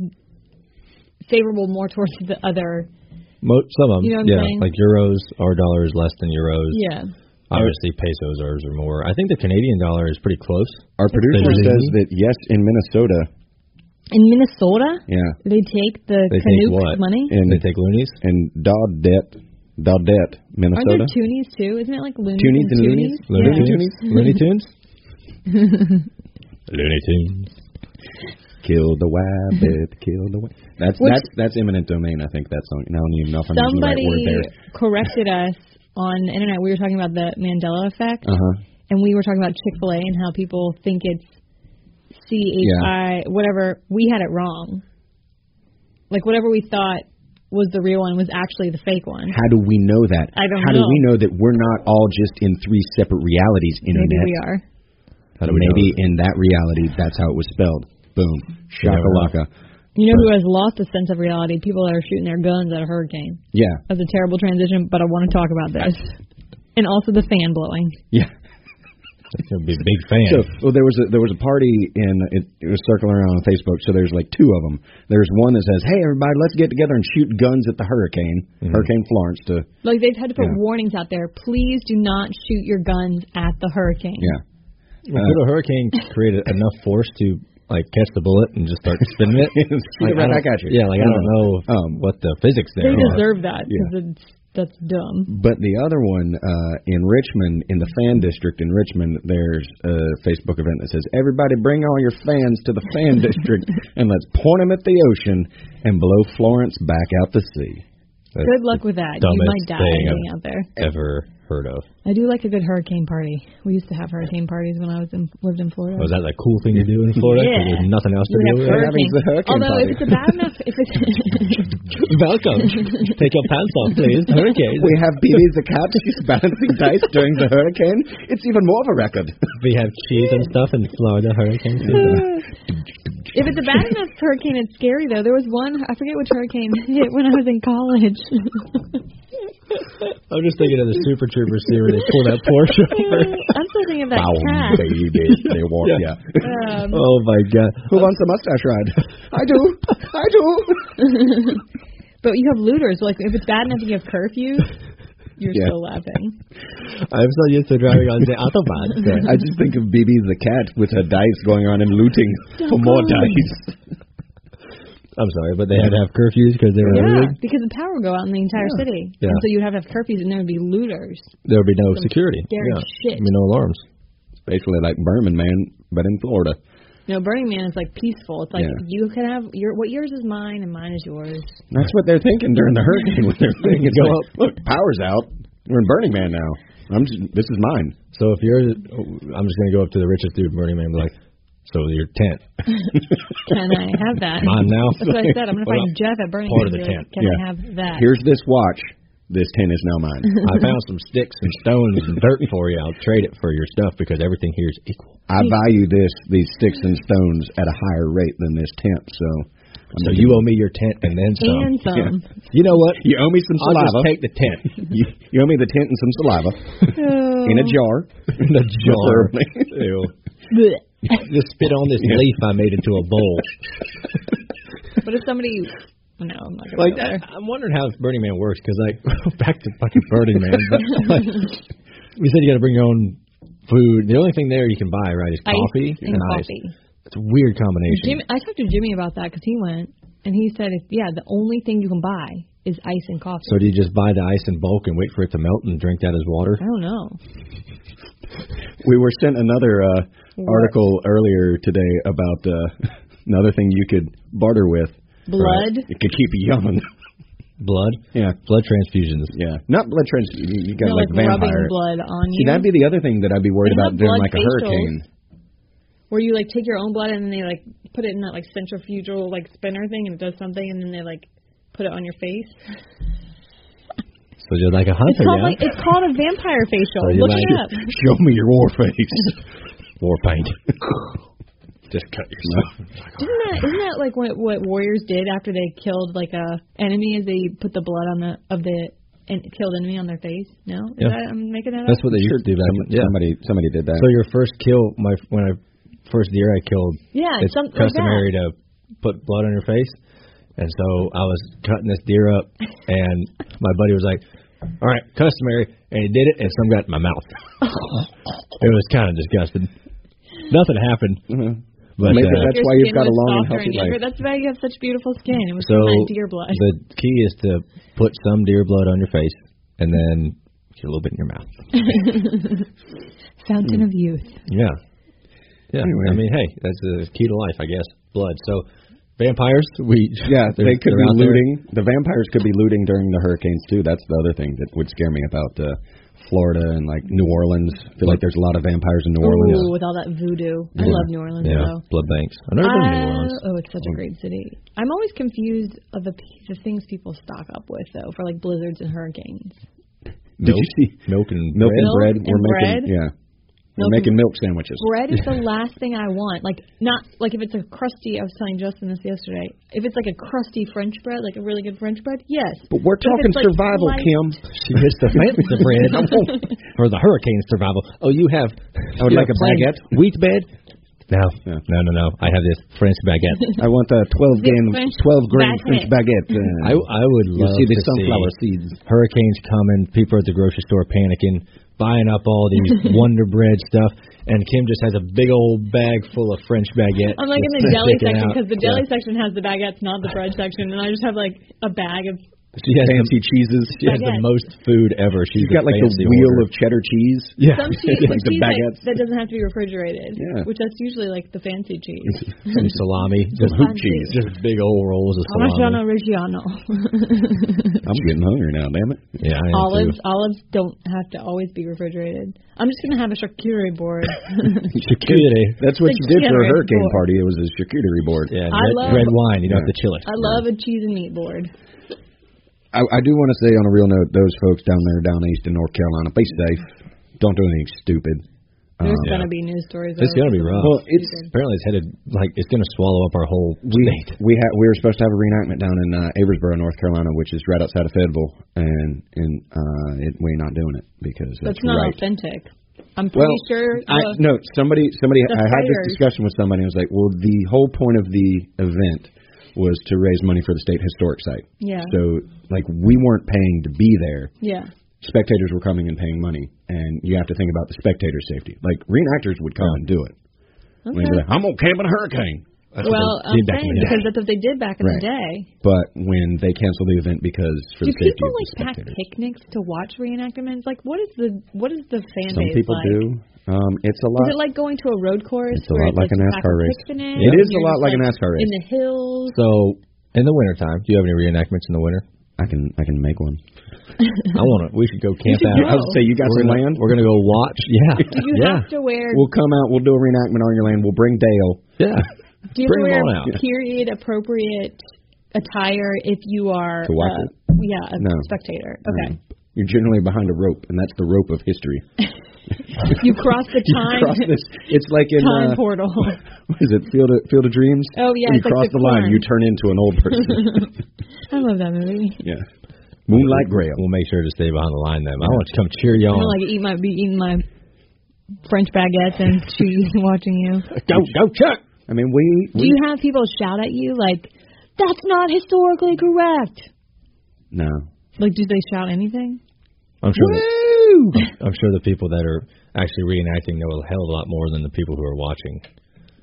[SPEAKER 5] favorable more towards the other.
[SPEAKER 3] Mo- some of them,
[SPEAKER 5] You know what I'm
[SPEAKER 3] yeah.
[SPEAKER 5] saying?
[SPEAKER 3] Like euros are dollars less than euros.
[SPEAKER 5] Yeah.
[SPEAKER 3] Obviously, pesos are are more. I think the Canadian dollar is pretty close.
[SPEAKER 4] Our producer
[SPEAKER 3] crazy.
[SPEAKER 4] says that yes, in Minnesota,
[SPEAKER 5] In Minnesota,
[SPEAKER 4] yeah,
[SPEAKER 5] they take the
[SPEAKER 3] They take what?
[SPEAKER 5] Canucks money.
[SPEAKER 4] in
[SPEAKER 3] they take loonies.
[SPEAKER 4] in Daudette, Daudette,
[SPEAKER 5] Aren't there
[SPEAKER 4] Minnesota.
[SPEAKER 5] toonies too? Isn't it like loonies
[SPEAKER 4] Toonies and loonies?
[SPEAKER 5] toonies?
[SPEAKER 3] Looney
[SPEAKER 5] Yeah.
[SPEAKER 3] Tunes. Looney Tunes. Looney Tunes.
[SPEAKER 4] Kill the wabbit, kill the wabbit. That's
[SPEAKER 5] Which-
[SPEAKER 4] that's that's eminent domain. I think that song. And I don't even know if I'm using the right
[SPEAKER 5] Somebody
[SPEAKER 4] word there.
[SPEAKER 5] corrected us on the internet. We were talking about the Mandela effect,
[SPEAKER 4] Uh huh.
[SPEAKER 5] and we were talking about Chick Fil A and how people think it's C H I whatever. We had it wrong. Like whatever we thought was the real one was actually the fake one.
[SPEAKER 4] How do we know that?
[SPEAKER 5] I don't
[SPEAKER 4] How do
[SPEAKER 5] know.
[SPEAKER 4] we know that we're not all just in three separate realities? Internet.
[SPEAKER 5] Maybe we are.
[SPEAKER 3] How do we
[SPEAKER 4] Maybe
[SPEAKER 3] know?
[SPEAKER 4] in that reality, that's how it was spelled. Boom.
[SPEAKER 3] never know.
[SPEAKER 4] Shakalaka.
[SPEAKER 5] You know who has lost a sense of reality? People that are shooting their guns at a hurricane.
[SPEAKER 4] Yeah.
[SPEAKER 5] That's a terrible transition, but I want to talk about this. And also the fan blowing.
[SPEAKER 4] Yeah.
[SPEAKER 3] He'll be a big fan.
[SPEAKER 4] So, well, there was a there was a party in it, it was circling around on Facebook. So there's like two of them. There's one that says, "Hey, everybody, let's get together and shoot guns at the hurricane, Hurricane Florence." To
[SPEAKER 5] Like they've had to put
[SPEAKER 4] Yeah.
[SPEAKER 5] warnings out there. Please do not shoot your guns at the hurricane.
[SPEAKER 4] yeah,
[SPEAKER 3] Well, could a hurricane create a- enough force to like catch the bullet and just start spinning it?
[SPEAKER 4] Spin it
[SPEAKER 3] Like,
[SPEAKER 4] right
[SPEAKER 3] don't-
[SPEAKER 4] back at you.
[SPEAKER 3] Yeah, like I don't know
[SPEAKER 4] Um,
[SPEAKER 3] what the physics there
[SPEAKER 5] They
[SPEAKER 3] are.
[SPEAKER 5] deserve that because that's
[SPEAKER 3] Mm.
[SPEAKER 5] dumb.
[SPEAKER 4] But the other one uh, in Richmond, in the fan district in Richmond, there's a Facebook event that says, "Everybody, bring all your fans to the fan district and let's point them at the ocean and blow Florence back out to sea."
[SPEAKER 3] That's
[SPEAKER 5] Good luck with that. You
[SPEAKER 3] dumbest
[SPEAKER 5] might die
[SPEAKER 3] thing
[SPEAKER 5] being
[SPEAKER 3] I've
[SPEAKER 5] out there.
[SPEAKER 3] Ever heard of?
[SPEAKER 5] I do like a good hurricane party. We used to have hurricane parties when I was in, lived in Florida.
[SPEAKER 3] Was that the cool thing to do in Florida? 'Cause
[SPEAKER 5] Yeah.
[SPEAKER 3] There's nothing else to
[SPEAKER 5] We
[SPEAKER 3] do.
[SPEAKER 5] would have
[SPEAKER 3] right?
[SPEAKER 5] hurricane.
[SPEAKER 4] the hurricane
[SPEAKER 5] Although
[SPEAKER 4] party.
[SPEAKER 5] if it's a bad enough, if it's
[SPEAKER 3] Welcome. Take your pants off, please. Hurricane.
[SPEAKER 4] We have BB the cat. She's balancing dice during the hurricane. It's even more of a record.
[SPEAKER 3] We have cheese and stuff in Florida hurricane season.
[SPEAKER 5] if it's a bad enough hurricane, it's scary though. There was one I forget which hurricane hit when I was in college.
[SPEAKER 3] I'm just thinking of the Super Troopers scene where they pull that Porsche over.
[SPEAKER 5] I'm still thinking of that cat.
[SPEAKER 4] Oh, baby. They walk.
[SPEAKER 3] Yeah.
[SPEAKER 5] Um,
[SPEAKER 3] Oh my god.
[SPEAKER 4] Who wants a mustache ride? I do. I do.
[SPEAKER 5] But you have looters. Like if it's bad enough you have curfews, you're
[SPEAKER 4] Yeah.
[SPEAKER 5] still laughing.
[SPEAKER 3] I'm so used to driving on the autobahn.
[SPEAKER 4] I just think of BB the cat with her dice going around and looting for more dice.
[SPEAKER 3] I'm sorry, but they had to have curfews because they were
[SPEAKER 5] Yeah,
[SPEAKER 3] looting.
[SPEAKER 5] because the power would go out in the entire city,
[SPEAKER 3] Yeah.
[SPEAKER 5] and so you'd have to have curfews, and there would be looters.
[SPEAKER 3] There would be no security.
[SPEAKER 5] scary
[SPEAKER 3] yeah.
[SPEAKER 5] shit.
[SPEAKER 3] There'd be no alarms.
[SPEAKER 4] Basically like Berman Man, but in Florida.
[SPEAKER 5] No, Burning Man is like peaceful. It's like
[SPEAKER 4] Yeah.
[SPEAKER 5] you can have your what yours is mine and mine is yours.
[SPEAKER 4] That's what they're thinking during the hurricane when they're thinking,
[SPEAKER 3] Go
[SPEAKER 4] go up. Look, power's out. We're in Burning Man now. I'm just, this is mine.
[SPEAKER 3] oh, So if you're, I'm just gonna go up to the richest dude in Burning Man and be like, So your tent,
[SPEAKER 5] Can I have that?
[SPEAKER 3] mine now.
[SPEAKER 5] That's what I said. I'm gonna
[SPEAKER 3] Well,
[SPEAKER 5] find Jeff at Burning
[SPEAKER 3] part of
[SPEAKER 5] Man.
[SPEAKER 3] the
[SPEAKER 5] and be like,
[SPEAKER 3] tent.
[SPEAKER 5] Can
[SPEAKER 4] Yeah.
[SPEAKER 5] I have that?
[SPEAKER 4] Here's this watch. This tin is now mine.
[SPEAKER 3] I found some sticks and stones and dirt for you. I'll trade it for your stuff because everything here is equal.
[SPEAKER 4] I value this these sticks and stones at a higher rate than this tent. So, I'm
[SPEAKER 3] So
[SPEAKER 4] gonna
[SPEAKER 3] you
[SPEAKER 4] do-
[SPEAKER 3] owe me your tent and then some.
[SPEAKER 5] and some.
[SPEAKER 3] you know what?
[SPEAKER 4] you owe me some
[SPEAKER 3] I'll
[SPEAKER 4] saliva.
[SPEAKER 3] just take the tent
[SPEAKER 4] you, you owe me the tent and some saliva in a jar.
[SPEAKER 3] in a jar.
[SPEAKER 4] Preferably.
[SPEAKER 3] Ew.
[SPEAKER 5] Blech.
[SPEAKER 3] Just spit on this leaf I made into a bowl.
[SPEAKER 5] What if somebody? No, I'm not gonna
[SPEAKER 3] Like
[SPEAKER 5] go there.
[SPEAKER 3] that, I'm wondering how Burning Man works because like back to fucking Burning Man. But like, you said you got to bring your own food. The only thing there you can buy right is
[SPEAKER 5] Ice
[SPEAKER 3] coffee
[SPEAKER 5] and
[SPEAKER 3] ice.
[SPEAKER 5] coffee.
[SPEAKER 3] It's a weird combination.
[SPEAKER 5] Jimmy, I talked to Jimmy about that because he went and he said, if, "Yeah, the only thing you can buy is ice and coffee."
[SPEAKER 3] so do you just buy the ice in bulk and wait for it to melt and drink that as water?
[SPEAKER 5] I don't know.
[SPEAKER 4] We were sent another uh, article earlier today about uh, another thing you could barter with.
[SPEAKER 5] Blood.
[SPEAKER 4] You could keep yumming.
[SPEAKER 3] Blood?
[SPEAKER 4] Yeah.
[SPEAKER 3] Blood transfusions.
[SPEAKER 4] Yeah, not blood transfusion. You, you got
[SPEAKER 5] No,
[SPEAKER 4] like,
[SPEAKER 5] like,
[SPEAKER 4] vampire.
[SPEAKER 5] rubbing blood on
[SPEAKER 4] See,
[SPEAKER 5] you.
[SPEAKER 4] that'd be the other thing that I'd be worried
[SPEAKER 5] They have
[SPEAKER 4] about during
[SPEAKER 5] blood
[SPEAKER 4] like a
[SPEAKER 5] facials.
[SPEAKER 4] hurricane.
[SPEAKER 5] where you like take your own blood and then they like put it in that like centrifugal like spinner thing and it does something and then they like put it on your face.
[SPEAKER 3] So you're like a
[SPEAKER 5] It's
[SPEAKER 3] hunter,
[SPEAKER 5] called
[SPEAKER 3] yeah?
[SPEAKER 5] like it's called a vampire facial.
[SPEAKER 3] So you
[SPEAKER 5] Look
[SPEAKER 3] like-
[SPEAKER 5] it up.
[SPEAKER 4] Show me your war face.
[SPEAKER 3] War paint. just cut yourself.
[SPEAKER 5] Isn't that isn't that like what what warriors did after they killed like a enemy is they put the blood on the of the and killed enemy on their face? No, is
[SPEAKER 3] Yeah.
[SPEAKER 5] that, I'm making that
[SPEAKER 3] That's
[SPEAKER 5] up.
[SPEAKER 3] what they
[SPEAKER 4] Sure,
[SPEAKER 3] used to do back
[SPEAKER 4] some-
[SPEAKER 3] then. Yeah.
[SPEAKER 4] Somebody, somebody did that.
[SPEAKER 3] So your first kill, my when I first year I killed,
[SPEAKER 5] Yeah,
[SPEAKER 3] it's
[SPEAKER 5] something like
[SPEAKER 3] customary to put blood on your face, and so I was cutting this deer up, and my buddy was like, "All right, customary," and he did it, and some got in my mouth. it was kind of disgusting. Nothing happened, but
[SPEAKER 4] Mm-hmm. Maybe
[SPEAKER 3] uh,
[SPEAKER 4] that's
[SPEAKER 5] Your
[SPEAKER 4] why you've
[SPEAKER 5] skin
[SPEAKER 4] got a
[SPEAKER 5] was
[SPEAKER 4] long and
[SPEAKER 5] softer
[SPEAKER 4] healthy
[SPEAKER 5] you-
[SPEAKER 4] life.
[SPEAKER 5] That's why you have such beautiful skin. It was
[SPEAKER 3] so
[SPEAKER 5] from that deer blood.
[SPEAKER 3] the key is to put some deer blood on your face, and then get a little bit in your mouth.
[SPEAKER 5] Fountain of youth.
[SPEAKER 3] Yeah. Yeah. I mean, hey, that's the key to life, I guess. Blood. So, vampires, we
[SPEAKER 4] Yeah,
[SPEAKER 3] they're-
[SPEAKER 4] they could
[SPEAKER 3] they're
[SPEAKER 4] be
[SPEAKER 3] out there.
[SPEAKER 4] looting. The vampires could be looting during the hurricanes too. That's the other thing that would scare me about uh, Florida and like New Orleans. I feel like there's a lot of vampires in New Orleans.
[SPEAKER 5] Ooh, with all that voodoo. I
[SPEAKER 3] Yeah.
[SPEAKER 5] love New Orleans
[SPEAKER 3] Yeah.
[SPEAKER 5] though.
[SPEAKER 3] Blood banks. I've never been to New Orleans.
[SPEAKER 5] Uh, oh, it's such a
[SPEAKER 4] Mm.
[SPEAKER 5] great city. I'm always confused of the p- the things people stock up with though for like blizzards and hurricains.
[SPEAKER 4] Did you see
[SPEAKER 3] Milk and
[SPEAKER 4] milk and
[SPEAKER 5] Milk
[SPEAKER 4] bread?
[SPEAKER 5] and
[SPEAKER 4] We're making
[SPEAKER 5] bread?
[SPEAKER 4] yeah,
[SPEAKER 5] Milk
[SPEAKER 4] we're making milk sandwiches.
[SPEAKER 5] Bread is the last thing I want. Like not like if it's a crusty. I was telling Justin this yesterday. If it's like a crusty French bread, like a really good French bread, yes.
[SPEAKER 4] But we're
[SPEAKER 5] But if
[SPEAKER 4] talking
[SPEAKER 5] it's, like,
[SPEAKER 4] survival,
[SPEAKER 5] sliced-
[SPEAKER 4] Kim.
[SPEAKER 3] She gets the fancy bread for the hurricane survival. Oh, you have. I
[SPEAKER 4] would like a baguette.
[SPEAKER 3] Wheat bread. No,
[SPEAKER 4] Yeah.
[SPEAKER 3] no, no, no. I have this French baguette.
[SPEAKER 4] I want the twelve
[SPEAKER 5] The
[SPEAKER 4] grain,
[SPEAKER 5] French
[SPEAKER 4] twelve grain French
[SPEAKER 5] baguette.
[SPEAKER 4] baguette.
[SPEAKER 3] I,
[SPEAKER 4] Uh,
[SPEAKER 3] I would
[SPEAKER 4] you
[SPEAKER 3] love
[SPEAKER 4] see the
[SPEAKER 3] to
[SPEAKER 4] sunflower
[SPEAKER 3] see
[SPEAKER 4] seeds.
[SPEAKER 3] hurricanes coming, people at the grocery store panicking, buying up all these Wonder Bread stuff, and Kim just has a big old bag full of French baguette.
[SPEAKER 5] I'm like in
[SPEAKER 3] that's
[SPEAKER 5] the deli
[SPEAKER 3] sticking
[SPEAKER 5] section
[SPEAKER 3] out.
[SPEAKER 5] because the deli
[SPEAKER 3] Yeah.
[SPEAKER 5] section has the baguettes, not the bread section, and I just have like a bag of
[SPEAKER 3] She has the,
[SPEAKER 4] fancy cheeses.
[SPEAKER 3] she has the
[SPEAKER 5] baguette.
[SPEAKER 3] most food ever. She's
[SPEAKER 4] You've got like the
[SPEAKER 3] fancy
[SPEAKER 4] wheel
[SPEAKER 3] order.
[SPEAKER 4] of cheddar cheese.
[SPEAKER 3] yeah.
[SPEAKER 5] some cheese, but
[SPEAKER 4] Like the
[SPEAKER 5] cheese like,
[SPEAKER 4] baguettes.
[SPEAKER 5] that doesn't have to be refrigerated,
[SPEAKER 4] Yeah.
[SPEAKER 5] which that's usually like the fancy cheese.
[SPEAKER 3] some salami, just
[SPEAKER 5] hoop cheese.
[SPEAKER 3] just big old rolls of
[SPEAKER 5] Parmigiano
[SPEAKER 3] salami.
[SPEAKER 5] Reggiano.
[SPEAKER 4] I'm getting hungry now. Damn it.
[SPEAKER 3] Yeah, I am
[SPEAKER 5] Olives,
[SPEAKER 3] too.
[SPEAKER 5] olives don't have to always be refrigerated. I'm just gonna have a charcuterie board.
[SPEAKER 3] Charcuterie.
[SPEAKER 4] That's what
[SPEAKER 5] The
[SPEAKER 4] you did for a
[SPEAKER 5] generous
[SPEAKER 4] hurricane
[SPEAKER 5] board.
[SPEAKER 4] party. It was a charcuterie board.
[SPEAKER 3] Yeah,
[SPEAKER 5] I
[SPEAKER 3] red,
[SPEAKER 5] love-
[SPEAKER 3] red wine. You don't have to chill it.
[SPEAKER 5] I love a cheese and meat board.
[SPEAKER 4] I, I do want to say on a real note, those folks down there, down east in North Carolina, be safe. Don't do anything stupid.
[SPEAKER 5] There's
[SPEAKER 4] Um,
[SPEAKER 5] gonna be news stories.
[SPEAKER 3] It's
[SPEAKER 5] over
[SPEAKER 3] gonna be
[SPEAKER 5] the
[SPEAKER 3] rough.
[SPEAKER 4] Well, it's
[SPEAKER 5] season.
[SPEAKER 3] Apparently, it's headed like it's gonna swallow up our whole
[SPEAKER 4] we
[SPEAKER 3] state.
[SPEAKER 4] we had we were supposed to have a reenactment down in uh, Abersboro, North Carolina, which is right outside of Fayetteville, and and uh, it, we're not doing it because that's,
[SPEAKER 5] That's not
[SPEAKER 4] right.
[SPEAKER 5] authentic. I'm pretty
[SPEAKER 4] Well,
[SPEAKER 5] sure.
[SPEAKER 4] I,
[SPEAKER 5] the-
[SPEAKER 4] no, somebody, somebody.
[SPEAKER 5] the
[SPEAKER 4] I had this
[SPEAKER 5] fires.
[SPEAKER 4] discussion with somebody. and I was like, "Well, the whole point of the event was to raise money for the state historic site.
[SPEAKER 5] Yeah.
[SPEAKER 4] So, like, we weren't paying to be there.
[SPEAKER 5] yeah.
[SPEAKER 4] Spectators were coming and paying money, and you have to think about the spectator safety. Like, reenactors would come and do it. I
[SPEAKER 5] Okay.
[SPEAKER 4] mean, they're like, I'm gonna camp in a hurricane. That's what
[SPEAKER 5] Well,
[SPEAKER 4] they
[SPEAKER 5] I'm
[SPEAKER 4] did back in
[SPEAKER 5] saying
[SPEAKER 4] the day.
[SPEAKER 5] because that's what they did back in
[SPEAKER 4] Right.
[SPEAKER 5] the day.
[SPEAKER 4] but when they cancel the event because for
[SPEAKER 5] Do
[SPEAKER 4] the safety
[SPEAKER 5] people
[SPEAKER 4] of the
[SPEAKER 5] like pack
[SPEAKER 4] spectators,
[SPEAKER 5] picnics to watch reenactments? Like, what is the what is the fan
[SPEAKER 4] some
[SPEAKER 5] base
[SPEAKER 4] people
[SPEAKER 5] like?
[SPEAKER 4] do. Um, it's a
[SPEAKER 5] Is
[SPEAKER 4] lot.
[SPEAKER 5] it like going to a road course?
[SPEAKER 4] It's a
[SPEAKER 5] where
[SPEAKER 4] lot like
[SPEAKER 5] just
[SPEAKER 4] a
[SPEAKER 5] pack
[SPEAKER 4] NASCAR
[SPEAKER 5] a
[SPEAKER 4] race.
[SPEAKER 5] picnic
[SPEAKER 4] It
[SPEAKER 5] and
[SPEAKER 4] is a
[SPEAKER 5] you're
[SPEAKER 4] lot
[SPEAKER 5] just,
[SPEAKER 4] like a NASCAR race.
[SPEAKER 5] In the hills.
[SPEAKER 3] So, in the wintertime, do you have any reenactments in the winter?
[SPEAKER 7] I can I can make one.
[SPEAKER 3] I want to. We should go camp
[SPEAKER 5] should
[SPEAKER 3] out.
[SPEAKER 5] go. I would
[SPEAKER 4] say you got
[SPEAKER 3] we're
[SPEAKER 4] some
[SPEAKER 3] gonna,
[SPEAKER 4] land?
[SPEAKER 3] We're gonna go watch. Yeah.
[SPEAKER 5] Do you
[SPEAKER 3] yeah.
[SPEAKER 5] have to wear?
[SPEAKER 4] We'll come out. We'll do a reenactment on your land. We'll bring Dale.
[SPEAKER 3] Yeah.
[SPEAKER 5] do you have to
[SPEAKER 3] bring 'em
[SPEAKER 5] wear
[SPEAKER 3] on out.
[SPEAKER 5] period appropriate attire if you are?
[SPEAKER 4] To wife
[SPEAKER 5] uh, yeah, a
[SPEAKER 4] No.
[SPEAKER 5] spectator. Okay.
[SPEAKER 4] You're generally behind a rope, and that's the rope of history.
[SPEAKER 5] You cross the
[SPEAKER 4] You
[SPEAKER 5] time
[SPEAKER 4] cross this, it's like in
[SPEAKER 5] time
[SPEAKER 4] uh,
[SPEAKER 5] portal.
[SPEAKER 4] what is it Field of, Field of Dreams?
[SPEAKER 5] Oh, yeah,
[SPEAKER 4] When
[SPEAKER 5] it's
[SPEAKER 4] you
[SPEAKER 5] like
[SPEAKER 4] cross
[SPEAKER 5] the
[SPEAKER 4] the line,
[SPEAKER 5] corn.
[SPEAKER 4] you turn into an old person.
[SPEAKER 5] I love that movie.
[SPEAKER 4] yeah, Moonlight Grail.
[SPEAKER 3] We'll make sure to stay behind the line then. I want to come cheer you on.
[SPEAKER 5] I'm gonna, like eat my be eating my French baguettes and cheese watching you.
[SPEAKER 3] go, go, Chuck.
[SPEAKER 4] I mean, we,
[SPEAKER 5] Do
[SPEAKER 4] we
[SPEAKER 5] you have people shout at you like, "That's not historically correct"?
[SPEAKER 4] no.
[SPEAKER 5] Like, do they shout anything?
[SPEAKER 3] I'm sure. That, I'm sure the people that are actually reenacting know a hell of a lot more than the people who are watching.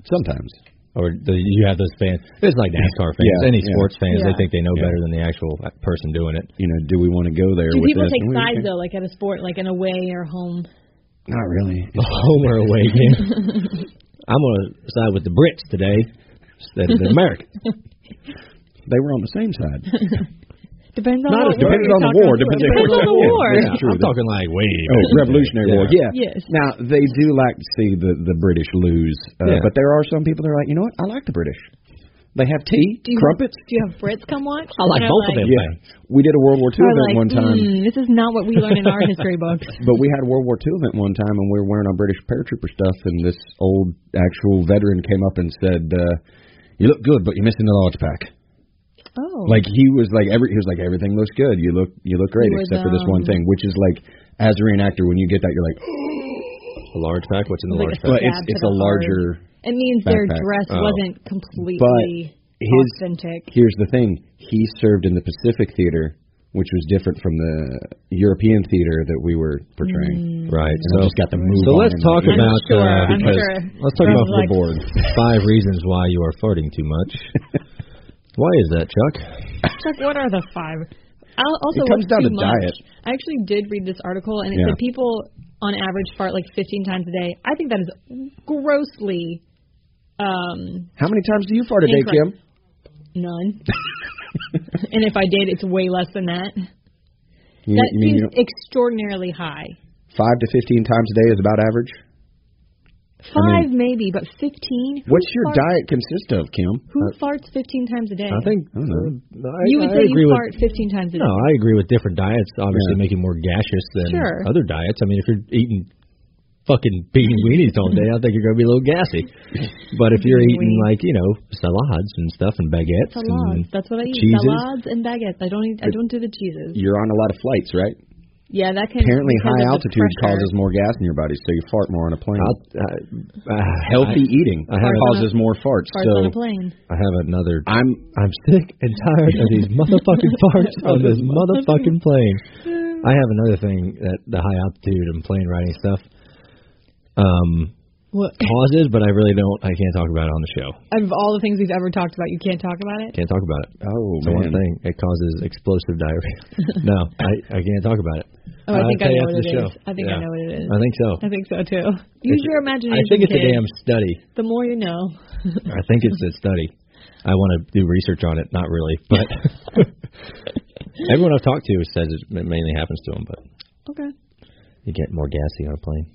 [SPEAKER 4] Sometimes
[SPEAKER 3] Or do you have those fans? It's like NASCAR fans,
[SPEAKER 4] Yeah,
[SPEAKER 3] any
[SPEAKER 4] yeah.
[SPEAKER 3] sports fans. They
[SPEAKER 5] Yeah.
[SPEAKER 3] think they know better than the actual person doing it.
[SPEAKER 4] you know, do we want to go there?
[SPEAKER 5] Do
[SPEAKER 4] with
[SPEAKER 5] people
[SPEAKER 4] this?
[SPEAKER 5] take
[SPEAKER 4] No, we
[SPEAKER 5] sides
[SPEAKER 4] can't.
[SPEAKER 5] though, like at a sport, like an away or home?
[SPEAKER 4] Not really.
[SPEAKER 3] The home or away game. I'm gonna side with the Brits today instead of the Americans.
[SPEAKER 4] They were on the same side. Oh,
[SPEAKER 5] Depends on
[SPEAKER 3] Not as-
[SPEAKER 5] what war
[SPEAKER 4] depended
[SPEAKER 5] you're
[SPEAKER 4] on the
[SPEAKER 5] talking
[SPEAKER 4] war,
[SPEAKER 5] about.
[SPEAKER 4] depended
[SPEAKER 5] Depends on
[SPEAKER 4] on
[SPEAKER 5] the
[SPEAKER 4] what-
[SPEAKER 5] war.
[SPEAKER 4] Yeah. That's true.
[SPEAKER 3] I'm talking like way.
[SPEAKER 4] Oh,
[SPEAKER 3] back in the day.
[SPEAKER 4] Revolutionary War. Yeah.
[SPEAKER 5] Yes.
[SPEAKER 4] Now they do like to see the the British lose, uh,
[SPEAKER 3] Yeah.
[SPEAKER 4] but there are some people that are like, you know what? I like the British. They have tea,
[SPEAKER 5] Do you,
[SPEAKER 4] crumpets.
[SPEAKER 5] Do you have Brits come
[SPEAKER 3] I
[SPEAKER 5] watch?
[SPEAKER 3] like
[SPEAKER 5] And they're
[SPEAKER 3] both of them.
[SPEAKER 4] Yeah, we did a World War II
[SPEAKER 5] Or
[SPEAKER 4] event
[SPEAKER 5] like,
[SPEAKER 4] one time,
[SPEAKER 5] "Mm, this is not what we learn in our history books.
[SPEAKER 4] but we had a World War II event one time, and we were wearing our British paratrooper stuff, and this old actual veteran came up and said, uh, "You look good, but you're missing the large pack."
[SPEAKER 5] Oh,
[SPEAKER 4] Like he was like every he was like everything looks good. You look you look great
[SPEAKER 5] He was,
[SPEAKER 4] except for this one
[SPEAKER 5] um,
[SPEAKER 4] thing, which is like as a reenactor when you get that you're like,
[SPEAKER 3] A large pack. What's in the
[SPEAKER 5] Like
[SPEAKER 3] large
[SPEAKER 5] a
[SPEAKER 3] pack?
[SPEAKER 4] but it's
[SPEAKER 5] Stab to
[SPEAKER 4] it's
[SPEAKER 5] the
[SPEAKER 4] a larger.
[SPEAKER 5] it means their
[SPEAKER 4] backpack.
[SPEAKER 5] dress
[SPEAKER 3] Oh.
[SPEAKER 5] wasn't completely
[SPEAKER 4] his-
[SPEAKER 5] authentic.
[SPEAKER 4] Here's the thing: he served in the Pacific Theater, which was different from the European theater that we
[SPEAKER 5] Mm.
[SPEAKER 4] were portraying.
[SPEAKER 3] Right.
[SPEAKER 4] And
[SPEAKER 3] So
[SPEAKER 4] I just got to move.
[SPEAKER 3] So
[SPEAKER 4] on
[SPEAKER 3] let's
[SPEAKER 4] in
[SPEAKER 3] talk
[SPEAKER 4] my-
[SPEAKER 5] I'm
[SPEAKER 3] about
[SPEAKER 5] sure,
[SPEAKER 3] uh,
[SPEAKER 5] I'm
[SPEAKER 3] because
[SPEAKER 5] sure.
[SPEAKER 3] let's talk
[SPEAKER 5] Rob's
[SPEAKER 3] about
[SPEAKER 5] like-
[SPEAKER 3] board. Five reasons why you are farting too much. Why is that, Chuck?
[SPEAKER 5] Chuck, what are the five? I'll also
[SPEAKER 4] It comes
[SPEAKER 5] what's
[SPEAKER 4] down
[SPEAKER 5] too
[SPEAKER 4] to
[SPEAKER 5] much.
[SPEAKER 4] diet.
[SPEAKER 5] I actually did read this article, and it
[SPEAKER 4] Yeah.
[SPEAKER 5] said people on average fart like 15 times a day. I think that is grossly um,
[SPEAKER 4] How many times do you fart a day, Kim?
[SPEAKER 5] Incorrect. none. and if I did, it's way less than that.
[SPEAKER 4] You,
[SPEAKER 5] that
[SPEAKER 4] you mean
[SPEAKER 5] seems
[SPEAKER 4] you don't-
[SPEAKER 5] extraordinarily high.
[SPEAKER 4] five to fifteen times a day is about average?
[SPEAKER 5] Five maybe, but 15.
[SPEAKER 4] What's your diet consist of, Kim? Uh,
[SPEAKER 5] Who farts 15 times a day?
[SPEAKER 3] Uh, I think
[SPEAKER 4] I don't know.
[SPEAKER 3] I,
[SPEAKER 5] you would
[SPEAKER 3] I
[SPEAKER 5] say
[SPEAKER 3] agree
[SPEAKER 5] you
[SPEAKER 3] with
[SPEAKER 5] fart 15 times a day.
[SPEAKER 3] no. I agree with different diets. Obviously,
[SPEAKER 4] Yeah.
[SPEAKER 3] making more gaseous than
[SPEAKER 5] Sure.
[SPEAKER 3] other diets. I mean, if you're eating fucking beating weenies all day, I think you're gonna be a little gassy. But if you're
[SPEAKER 5] Beating
[SPEAKER 3] eating
[SPEAKER 5] weenies.
[SPEAKER 3] like you know salads and stuff and baguettes
[SPEAKER 5] Salads.
[SPEAKER 3] and
[SPEAKER 5] That's what I eat.
[SPEAKER 3] mm, cheeses.
[SPEAKER 5] Salads and baguettes. I don't. Eat, I don't do the cheeses.
[SPEAKER 4] You're on a lot of flights, right?
[SPEAKER 5] Yeah, that can
[SPEAKER 4] Apparently,
[SPEAKER 5] because
[SPEAKER 4] high
[SPEAKER 5] of the
[SPEAKER 4] altitude
[SPEAKER 5] pressure.
[SPEAKER 4] causes more gas in your body, so you fart more on a plane.
[SPEAKER 3] I'll, I, I,
[SPEAKER 4] Healthy
[SPEAKER 3] I,
[SPEAKER 4] eating
[SPEAKER 3] I have
[SPEAKER 5] a-
[SPEAKER 4] causes more farts.
[SPEAKER 5] farts on a
[SPEAKER 4] So
[SPEAKER 5] plane.
[SPEAKER 3] I have another
[SPEAKER 4] I'm
[SPEAKER 3] I'm sick and tired of these motherfucking farts on this motherfucking plane. I have another thing that the high altitude and plane riding stuff um
[SPEAKER 5] What?
[SPEAKER 3] causes, but I really don't. I can't talk about it on the show.
[SPEAKER 5] Out of all the things we've ever talked about, you can't talk about it.
[SPEAKER 3] Can't talk about it.
[SPEAKER 4] oh
[SPEAKER 3] It's the one
[SPEAKER 4] man,
[SPEAKER 3] thing. It causes explosive diarrhea. no, I I can't talk about it.
[SPEAKER 5] Oh, I
[SPEAKER 3] I'll
[SPEAKER 5] think I
[SPEAKER 3] tell you
[SPEAKER 5] know
[SPEAKER 3] after
[SPEAKER 5] what it
[SPEAKER 3] Uh, the
[SPEAKER 5] is.
[SPEAKER 3] show.
[SPEAKER 5] I think I
[SPEAKER 3] Yeah.
[SPEAKER 5] know what it is.
[SPEAKER 3] I think so.
[SPEAKER 5] I think so too. Use your imagination.
[SPEAKER 3] I think it's
[SPEAKER 5] kid.
[SPEAKER 3] a damn study.
[SPEAKER 5] The more you know.
[SPEAKER 3] I think it's a study. I want to do research on it. Not really, but everyone I've talked to says it mainly happens to them. But
[SPEAKER 5] Okay.
[SPEAKER 3] You get more gassy on a plane.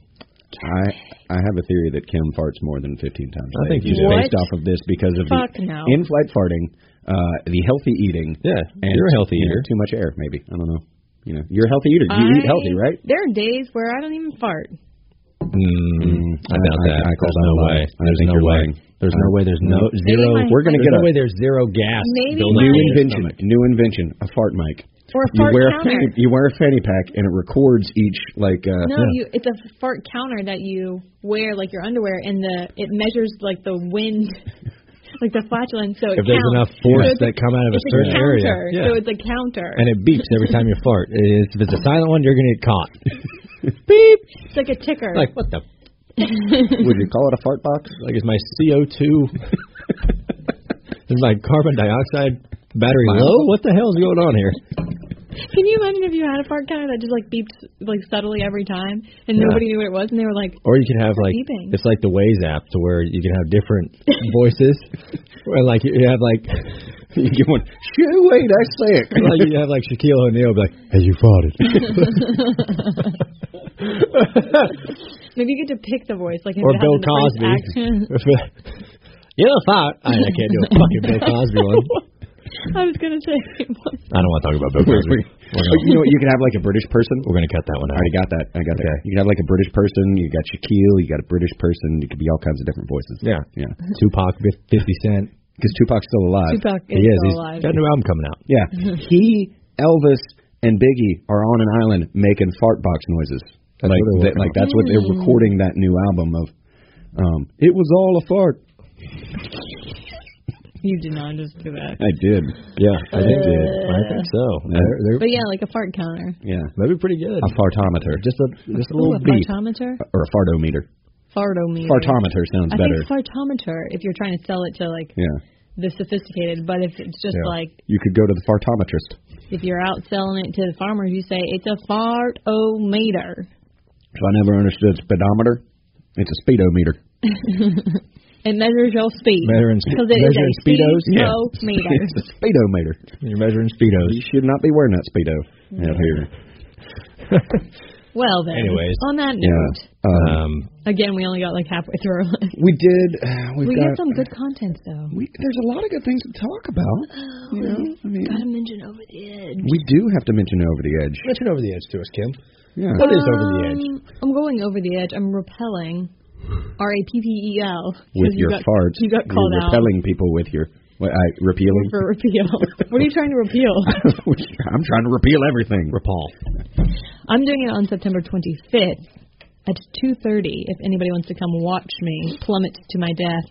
[SPEAKER 4] I I have a theory that Kim farts more than 15 times.
[SPEAKER 3] I
[SPEAKER 4] a day,
[SPEAKER 3] think you
[SPEAKER 4] just
[SPEAKER 3] do.
[SPEAKER 4] based off of this because of
[SPEAKER 5] Fuck
[SPEAKER 4] the
[SPEAKER 5] no.
[SPEAKER 4] in-flight farting, uh, the healthy eating.
[SPEAKER 3] Yeah,
[SPEAKER 4] and
[SPEAKER 3] you're a healthy
[SPEAKER 4] you know,
[SPEAKER 3] eater.
[SPEAKER 4] Too much air, maybe. I don't know. You know, you're a healthy eater. You eat
[SPEAKER 5] I-
[SPEAKER 4] healthy, right?
[SPEAKER 5] There are days where I don't even fart.
[SPEAKER 3] Mm, I
[SPEAKER 4] I-
[SPEAKER 3] doubt
[SPEAKER 4] I-
[SPEAKER 3] that.
[SPEAKER 4] I call
[SPEAKER 3] there's
[SPEAKER 4] that
[SPEAKER 3] no
[SPEAKER 4] a lie.
[SPEAKER 3] way.
[SPEAKER 4] I
[SPEAKER 3] There's
[SPEAKER 4] think
[SPEAKER 3] no
[SPEAKER 4] you're
[SPEAKER 3] way.
[SPEAKER 4] lying.
[SPEAKER 3] There's
[SPEAKER 4] I-
[SPEAKER 3] no way. There's no zero.
[SPEAKER 5] my-
[SPEAKER 4] We're
[SPEAKER 3] there's
[SPEAKER 4] gonna get
[SPEAKER 3] no
[SPEAKER 4] a
[SPEAKER 3] way. There's zero gas.
[SPEAKER 5] Maybe
[SPEAKER 3] built
[SPEAKER 5] my-
[SPEAKER 3] up in
[SPEAKER 4] new
[SPEAKER 3] your
[SPEAKER 4] invention.
[SPEAKER 3] stomach.
[SPEAKER 4] New invention. A fart mic.
[SPEAKER 5] Or a
[SPEAKER 4] You
[SPEAKER 5] fart
[SPEAKER 4] wear a,
[SPEAKER 5] counter.
[SPEAKER 4] you wear a fanny pack and it records each like uh
[SPEAKER 5] No, you. It's a fart counter that you wear like your underwear, and the it measures like the wind, like the flatulence. So it
[SPEAKER 3] If there's enough
[SPEAKER 5] counts.
[SPEAKER 3] force
[SPEAKER 5] So it's
[SPEAKER 3] that come out of a
[SPEAKER 5] it's
[SPEAKER 3] certain
[SPEAKER 5] counter.
[SPEAKER 3] area, yeah.
[SPEAKER 5] So it's a counter.
[SPEAKER 3] and it beeps every time you fart. It's- If it's a silent one, you're gonna get caught.
[SPEAKER 5] beep. It's like a ticker.
[SPEAKER 3] Like what the?
[SPEAKER 4] would you call it a fart box?
[SPEAKER 3] Like is my CO2? is my carbon dioxide battery low? What the hell's going on here?
[SPEAKER 5] Can you imagine if you had a fart counter that just like beeped like subtly every time and nobody knew what it was and they were like,
[SPEAKER 3] Or you can have like
[SPEAKER 5] beeping.
[SPEAKER 3] it's like the Waze app to where you can have different voices. Where like you have like
[SPEAKER 4] you get one. Shit, wait, I say it.
[SPEAKER 3] like you have like Shaquille O'Neal be like, Hey you farted.
[SPEAKER 5] maybe you get to pick the voice like if
[SPEAKER 3] or
[SPEAKER 5] it
[SPEAKER 3] Bill
[SPEAKER 5] happened the first
[SPEAKER 3] Cosby.
[SPEAKER 5] action.
[SPEAKER 3] you know fart I, I can't do a fucking Bill Cosby one.
[SPEAKER 5] I was gonna say
[SPEAKER 3] I don't want to talk about Bill Cosby. We're
[SPEAKER 4] But you
[SPEAKER 3] gonna,
[SPEAKER 4] know what? You can have like a British person.
[SPEAKER 3] we're gonna cut that one
[SPEAKER 4] I
[SPEAKER 3] out.
[SPEAKER 4] already got that. I got that. You can have like a British person. You got Shaquille. You got a British person. It could be all kinds of different voices.
[SPEAKER 3] Yeah.
[SPEAKER 4] Yeah.
[SPEAKER 3] Tupac fifty cent.
[SPEAKER 4] Because Tupac's still alive.
[SPEAKER 5] Tupac
[SPEAKER 3] He
[SPEAKER 5] is
[SPEAKER 3] is.
[SPEAKER 5] still
[SPEAKER 3] He's
[SPEAKER 5] alive.
[SPEAKER 3] got a new album coming out.
[SPEAKER 4] Yeah. he, Elvis, and Biggie are on an island making fart box noises.
[SPEAKER 3] That's
[SPEAKER 4] like,
[SPEAKER 3] what they're
[SPEAKER 4] they-
[SPEAKER 3] working
[SPEAKER 4] like
[SPEAKER 3] on.
[SPEAKER 4] that's what
[SPEAKER 5] Mm.
[SPEAKER 4] they're recording that new album of. Um, it was all a fart.
[SPEAKER 5] You did not just do that.
[SPEAKER 4] I did. Yeah, I think did.
[SPEAKER 3] I think so. They're, they're,
[SPEAKER 5] But yeah, like a fart counter.
[SPEAKER 4] Yeah,
[SPEAKER 3] that'd be pretty good.
[SPEAKER 4] a fartometer,
[SPEAKER 3] Just a just a
[SPEAKER 5] Ooh,
[SPEAKER 3] little
[SPEAKER 5] a
[SPEAKER 3] beat.
[SPEAKER 5] fartometer?
[SPEAKER 4] or a fartometer.
[SPEAKER 5] Fartometer.
[SPEAKER 4] Fartometer sounds
[SPEAKER 5] I
[SPEAKER 4] better.
[SPEAKER 5] think fartometer if you're trying to sell it to like
[SPEAKER 4] yeah,
[SPEAKER 5] the sophisticated, but if it's just
[SPEAKER 4] yeah.
[SPEAKER 5] like
[SPEAKER 4] you could go to the fartometrist.
[SPEAKER 5] if you're out selling it to the farmers, you say it's a fartometer.
[SPEAKER 4] If I never understood speedometer, it's a speedometer.
[SPEAKER 5] It measures your speed.
[SPEAKER 3] Measuring spe-
[SPEAKER 5] Because it is
[SPEAKER 3] measuring
[SPEAKER 5] a speed
[SPEAKER 3] speedos? Yeah.
[SPEAKER 5] meter.
[SPEAKER 4] it's a speedometer.
[SPEAKER 3] You're measuring speedos.
[SPEAKER 4] You should not be wearing that speedo out here.
[SPEAKER 5] Well then.
[SPEAKER 3] Anyways.
[SPEAKER 5] On that note,
[SPEAKER 4] Yeah. Um,
[SPEAKER 3] Um,
[SPEAKER 5] again we only got like halfway through. our list.
[SPEAKER 4] we did. Uh, we've
[SPEAKER 5] we
[SPEAKER 4] got
[SPEAKER 5] got some good content though.
[SPEAKER 4] we, there's a lot of good things to talk about. You know, I mean,
[SPEAKER 5] Gotta mention over the edge.
[SPEAKER 4] we do have to mention over the edge.
[SPEAKER 3] mention over the edge to us, Kim.
[SPEAKER 4] Yeah.
[SPEAKER 3] What is over the edge?
[SPEAKER 5] Um, I'm going over the edge. I'm repelling. R A P P E L. 'Cause
[SPEAKER 4] With
[SPEAKER 5] you
[SPEAKER 4] your
[SPEAKER 5] got,
[SPEAKER 4] farts,
[SPEAKER 5] You got called
[SPEAKER 4] you're
[SPEAKER 5] out
[SPEAKER 4] repelling people with your what, I, repealing.
[SPEAKER 5] for repeal. what are you trying to repeal?
[SPEAKER 4] I'm trying to repeal everything.
[SPEAKER 3] Rapal.
[SPEAKER 5] I'm doing it on September 25th at 2:30. If anybody wants to come watch me plummet to my death.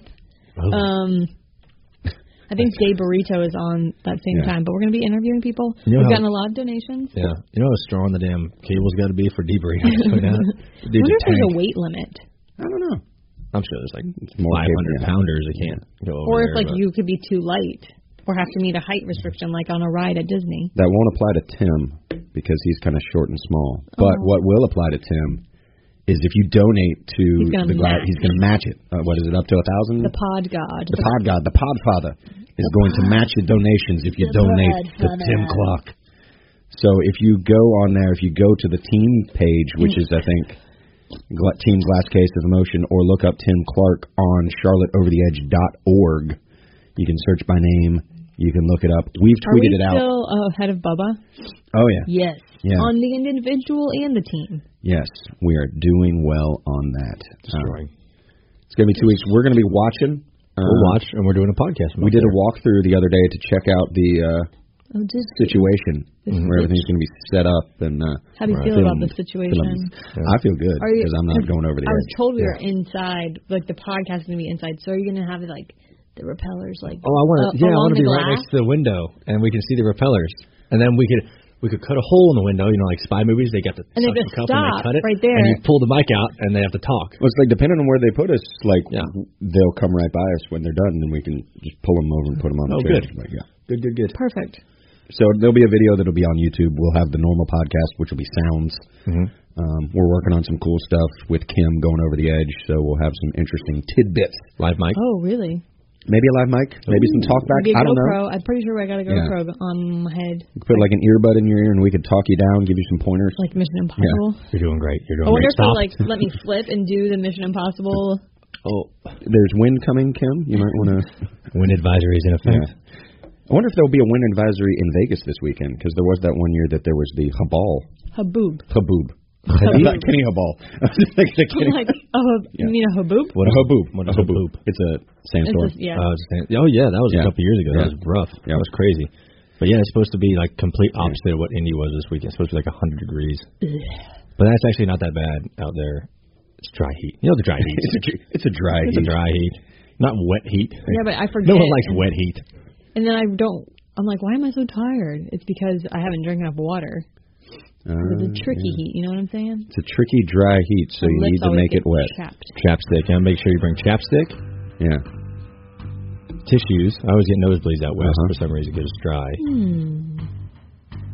[SPEAKER 4] Oh.
[SPEAKER 5] Um. I think Gay Burrito is on that same
[SPEAKER 4] Yeah.
[SPEAKER 5] time, but we're going to be interviewing people.
[SPEAKER 3] You know
[SPEAKER 5] We've
[SPEAKER 3] how-
[SPEAKER 5] gotten a lot of donations.
[SPEAKER 3] Yeah. You know how strong the damn cable's got to be for debriefing. Dude's
[SPEAKER 5] I wonder
[SPEAKER 3] a
[SPEAKER 5] if there's a
[SPEAKER 3] tank.
[SPEAKER 5] weight limit,
[SPEAKER 4] I don't know.
[SPEAKER 3] I'm sure there's like
[SPEAKER 4] more
[SPEAKER 3] 500
[SPEAKER 4] cable, yeah.
[SPEAKER 3] pounders that can't go over
[SPEAKER 5] or
[SPEAKER 3] there,
[SPEAKER 5] if like
[SPEAKER 3] but-
[SPEAKER 5] you could be too light, or have to meet a height restriction, like on a ride at Disney.
[SPEAKER 4] That won't apply to Tim because he's kind of short and small. But
[SPEAKER 5] Oh.
[SPEAKER 4] what will apply to Tim is if you donate to
[SPEAKER 5] He's gonna
[SPEAKER 4] the gla-
[SPEAKER 5] match.
[SPEAKER 4] he's going to match it. Uh, what is it up to a thousand?
[SPEAKER 5] The Mm-hmm. Pod God.
[SPEAKER 4] The Pod God, the Pod Father, is going to match your donations if you
[SPEAKER 5] The
[SPEAKER 4] donate
[SPEAKER 5] Pod
[SPEAKER 4] to
[SPEAKER 5] Father.
[SPEAKER 4] Tim Clark. So if you go on there, if you go to the team page, which is I think Gla- Team Glass Case of Emotion, or look up Tim Clark on CharlotteOverTheEdge.org, you can search by name. You can look it up. We've
[SPEAKER 5] Are we
[SPEAKER 4] tweeted it out.
[SPEAKER 5] still ahead of Bubba?
[SPEAKER 4] Oh yeah,
[SPEAKER 5] Yes.
[SPEAKER 4] Yeah.
[SPEAKER 5] On the individual and the team.
[SPEAKER 4] yes, we are doing well on that. Uh,
[SPEAKER 3] Destroying.
[SPEAKER 4] it's gonna be two weeks. We're gonna be watching. Uh,
[SPEAKER 3] we'll watch, and we're doing Um, a podcast.
[SPEAKER 4] We did a walkthrough the other day to check out the. Uh,
[SPEAKER 5] Oh, just
[SPEAKER 4] situation where everything's going to be set up and uh,
[SPEAKER 5] how do you feel about the situation?
[SPEAKER 4] filmed. I feel good
[SPEAKER 5] Are you-
[SPEAKER 4] because I'm not going over the
[SPEAKER 5] I was
[SPEAKER 4] edge.
[SPEAKER 5] told we were inside, like the podcast is gonna be inside. So are you gonna have like the repellers, like
[SPEAKER 3] Oh, I want to.
[SPEAKER 5] uh,
[SPEAKER 3] yeah, I
[SPEAKER 5] along
[SPEAKER 3] want to
[SPEAKER 5] the
[SPEAKER 3] be right
[SPEAKER 5] glass?
[SPEAKER 3] next to the window, and we can see the repellers, and then we could we could cut a hole in the window. You know, like spy movies, they got the
[SPEAKER 5] And they
[SPEAKER 3] suction
[SPEAKER 5] just
[SPEAKER 3] cup and they
[SPEAKER 5] stop
[SPEAKER 3] cut it
[SPEAKER 5] right there.
[SPEAKER 3] and you pull the mic out, and they have to talk.
[SPEAKER 4] Well, it's like depending on where they put us, like
[SPEAKER 3] Yeah.
[SPEAKER 4] they'll come right by us when they're done, and we can just pull them over and put them on the
[SPEAKER 3] Oh, good.
[SPEAKER 4] trailer. Like, yeah.
[SPEAKER 3] Good, good, good.
[SPEAKER 5] Perfect.
[SPEAKER 4] So there'll be a video that'll be on YouTube. We'll have the normal podcast, which will be sounds.
[SPEAKER 3] Mm-hmm.
[SPEAKER 4] Um, we're working on some cool stuff with Kim going over the edge, so we'll have some interesting tidbits.
[SPEAKER 3] Live mic.
[SPEAKER 5] Oh, really?
[SPEAKER 4] Maybe a live mic, maybe some talkback.
[SPEAKER 5] Maybe a
[SPEAKER 4] I don't know.
[SPEAKER 5] GoPro. I'm pretty sure I got a
[SPEAKER 4] Yeah.
[SPEAKER 5] GoPro on my head,
[SPEAKER 4] Put like an earbud in your ear, and we could talk you down, give you some pointers.
[SPEAKER 5] like Mission Impossible.
[SPEAKER 3] You're doing great. You're
[SPEAKER 5] Oh, I
[SPEAKER 3] doing
[SPEAKER 5] wonder
[SPEAKER 3] great.
[SPEAKER 5] if they'll
[SPEAKER 3] Stop.
[SPEAKER 5] like let me flip and do the Mission Impossible.
[SPEAKER 3] oh,
[SPEAKER 4] There's wind coming, Kim. You might want to.
[SPEAKER 3] wind advisory is in effect.
[SPEAKER 4] Yeah. I wonder if there'll be a wind advisory in Vegas this weekend because there was that one year that there was the Habal.
[SPEAKER 5] Haboob.
[SPEAKER 4] Haboob.
[SPEAKER 5] Haboob.
[SPEAKER 4] Not Kenny Habal.
[SPEAKER 5] I'm like, oh, you mean a haboob?
[SPEAKER 3] What is a boop? What is a boop?
[SPEAKER 4] It's a sandstorm.
[SPEAKER 5] It's just- yeah.
[SPEAKER 3] Uh, it's- oh yeah, that was
[SPEAKER 4] Yeah.
[SPEAKER 3] a couple years ago. That
[SPEAKER 4] Yeah.
[SPEAKER 3] was rough.
[SPEAKER 4] Yeah.
[SPEAKER 3] That was crazy. But yeah, it's supposed to be like complete opposite of what Indy was this weekend. It's supposed to be like 100 degrees. But that's actually not that bad out there. It's dry heat. You know the dry heat.
[SPEAKER 4] It's a, dr- it's a dry
[SPEAKER 3] it's a
[SPEAKER 4] heat.
[SPEAKER 3] dry heat, not wet heat.
[SPEAKER 5] Yeah, but I forget.
[SPEAKER 3] No one likes wet heat.
[SPEAKER 5] And then I don't. I'm like, why am I so tired? It's because I haven't drank enough water. It's a
[SPEAKER 4] Uh,
[SPEAKER 5] tricky heat. You know what I'm saying?
[SPEAKER 4] it's a tricky dry heat, so
[SPEAKER 5] My
[SPEAKER 4] you
[SPEAKER 5] lips
[SPEAKER 4] need to
[SPEAKER 5] always
[SPEAKER 4] make
[SPEAKER 5] get
[SPEAKER 4] it wet.
[SPEAKER 5] chapped.
[SPEAKER 3] Chapstick. Yeah, make sure you bring chapstick,
[SPEAKER 4] Yeah.
[SPEAKER 3] tissues. I always get nosebleeds out west
[SPEAKER 4] Uh-huh.
[SPEAKER 3] for some reason because it's dry.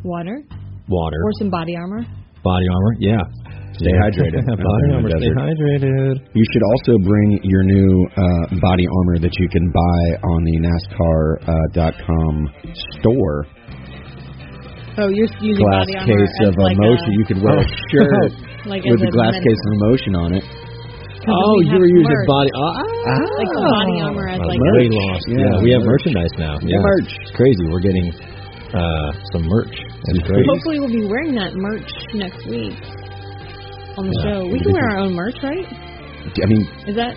[SPEAKER 5] Water
[SPEAKER 3] Water.
[SPEAKER 5] Hmm. or some body armor.
[SPEAKER 3] Body armor. Yeah.
[SPEAKER 4] Stay hydrated.
[SPEAKER 3] body
[SPEAKER 4] Out in the
[SPEAKER 3] armor. Stay
[SPEAKER 4] desert.
[SPEAKER 3] hydrated.
[SPEAKER 4] You should also bring your new uh, body armor that you can buy on the NASCAR.com uh, dot com store.
[SPEAKER 5] Oh, you're using
[SPEAKER 4] Glass
[SPEAKER 5] body armor
[SPEAKER 4] case
[SPEAKER 5] as
[SPEAKER 4] of
[SPEAKER 5] like
[SPEAKER 4] emotion.
[SPEAKER 5] A, Oh,
[SPEAKER 4] you could wear a shirt
[SPEAKER 5] like
[SPEAKER 4] with
[SPEAKER 5] as
[SPEAKER 4] a glass
[SPEAKER 5] med-
[SPEAKER 4] case of emotion on it.
[SPEAKER 5] 'cause
[SPEAKER 3] Oh,
[SPEAKER 5] we
[SPEAKER 3] you
[SPEAKER 5] have
[SPEAKER 3] were using
[SPEAKER 5] merch,
[SPEAKER 3] body. Ah,
[SPEAKER 5] like the body armor as
[SPEAKER 3] Oh,
[SPEAKER 5] like
[SPEAKER 3] way
[SPEAKER 5] a,
[SPEAKER 3] lost.
[SPEAKER 4] Yeah,
[SPEAKER 3] Yeah, we have
[SPEAKER 4] merch.
[SPEAKER 3] merchandise now. Yeah.
[SPEAKER 4] Merch.
[SPEAKER 3] It's crazy. We're getting uh, some merch. That's
[SPEAKER 4] Oh,
[SPEAKER 3] great.
[SPEAKER 5] Hopefully, we'll be wearing that merch next week on the
[SPEAKER 3] Yeah.
[SPEAKER 5] show. We can wear our own merch, right?
[SPEAKER 4] I mean,
[SPEAKER 5] Is that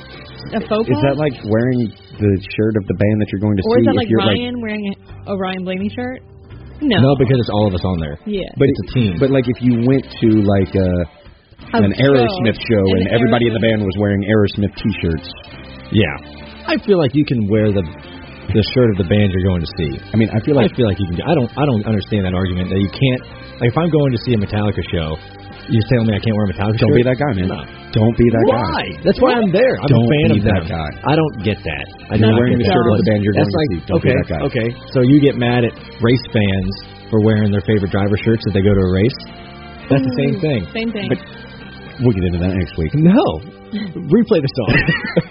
[SPEAKER 5] a faux
[SPEAKER 4] is
[SPEAKER 5] pas?
[SPEAKER 4] that like wearing the shirt of the band that you're going to
[SPEAKER 5] or is
[SPEAKER 4] see?
[SPEAKER 5] that
[SPEAKER 4] if
[SPEAKER 5] like
[SPEAKER 4] you're
[SPEAKER 5] Ryan wearing a, a Ryan Blaney shirt? No.
[SPEAKER 3] No, because it's all of us on there.
[SPEAKER 5] yeah.
[SPEAKER 4] but
[SPEAKER 3] it's a team.
[SPEAKER 4] But like if you went to like a,
[SPEAKER 5] A
[SPEAKER 4] an Aerosmith show
[SPEAKER 5] An
[SPEAKER 4] and everybody in the band was wearing Aerosmith T-shirts.
[SPEAKER 3] Yeah. I feel like you can wear the the shirt of the band you're going to see.
[SPEAKER 4] I mean, I feel
[SPEAKER 3] I
[SPEAKER 4] like
[SPEAKER 3] feel like you can. I don't. I don't understand that argument that you can't. Like if I'm going to see a Metallica show, you're telling me I can't wear a Metallica shirt.
[SPEAKER 4] don't be that guy, man.
[SPEAKER 3] No.
[SPEAKER 4] Don't be that guy.
[SPEAKER 3] Why? That's why I'm there. I'm
[SPEAKER 4] Don't
[SPEAKER 3] a fan
[SPEAKER 4] be
[SPEAKER 3] of
[SPEAKER 4] that
[SPEAKER 3] them.
[SPEAKER 4] guy.
[SPEAKER 3] I don't get that. I do
[SPEAKER 4] You're
[SPEAKER 3] not get
[SPEAKER 4] wearing the shirt
[SPEAKER 3] that.
[SPEAKER 4] of the band you're
[SPEAKER 3] That's
[SPEAKER 4] going
[SPEAKER 3] like,
[SPEAKER 4] to see. Don't be
[SPEAKER 3] okay,
[SPEAKER 4] that guy.
[SPEAKER 3] Okay, so you get mad at race fans for wearing their favorite driver shirts if they go to a race. That's
[SPEAKER 4] Hmm.
[SPEAKER 3] the same thing.
[SPEAKER 5] Mm, Same thing.
[SPEAKER 4] But- We'll get into that next week.
[SPEAKER 3] No, replay the song.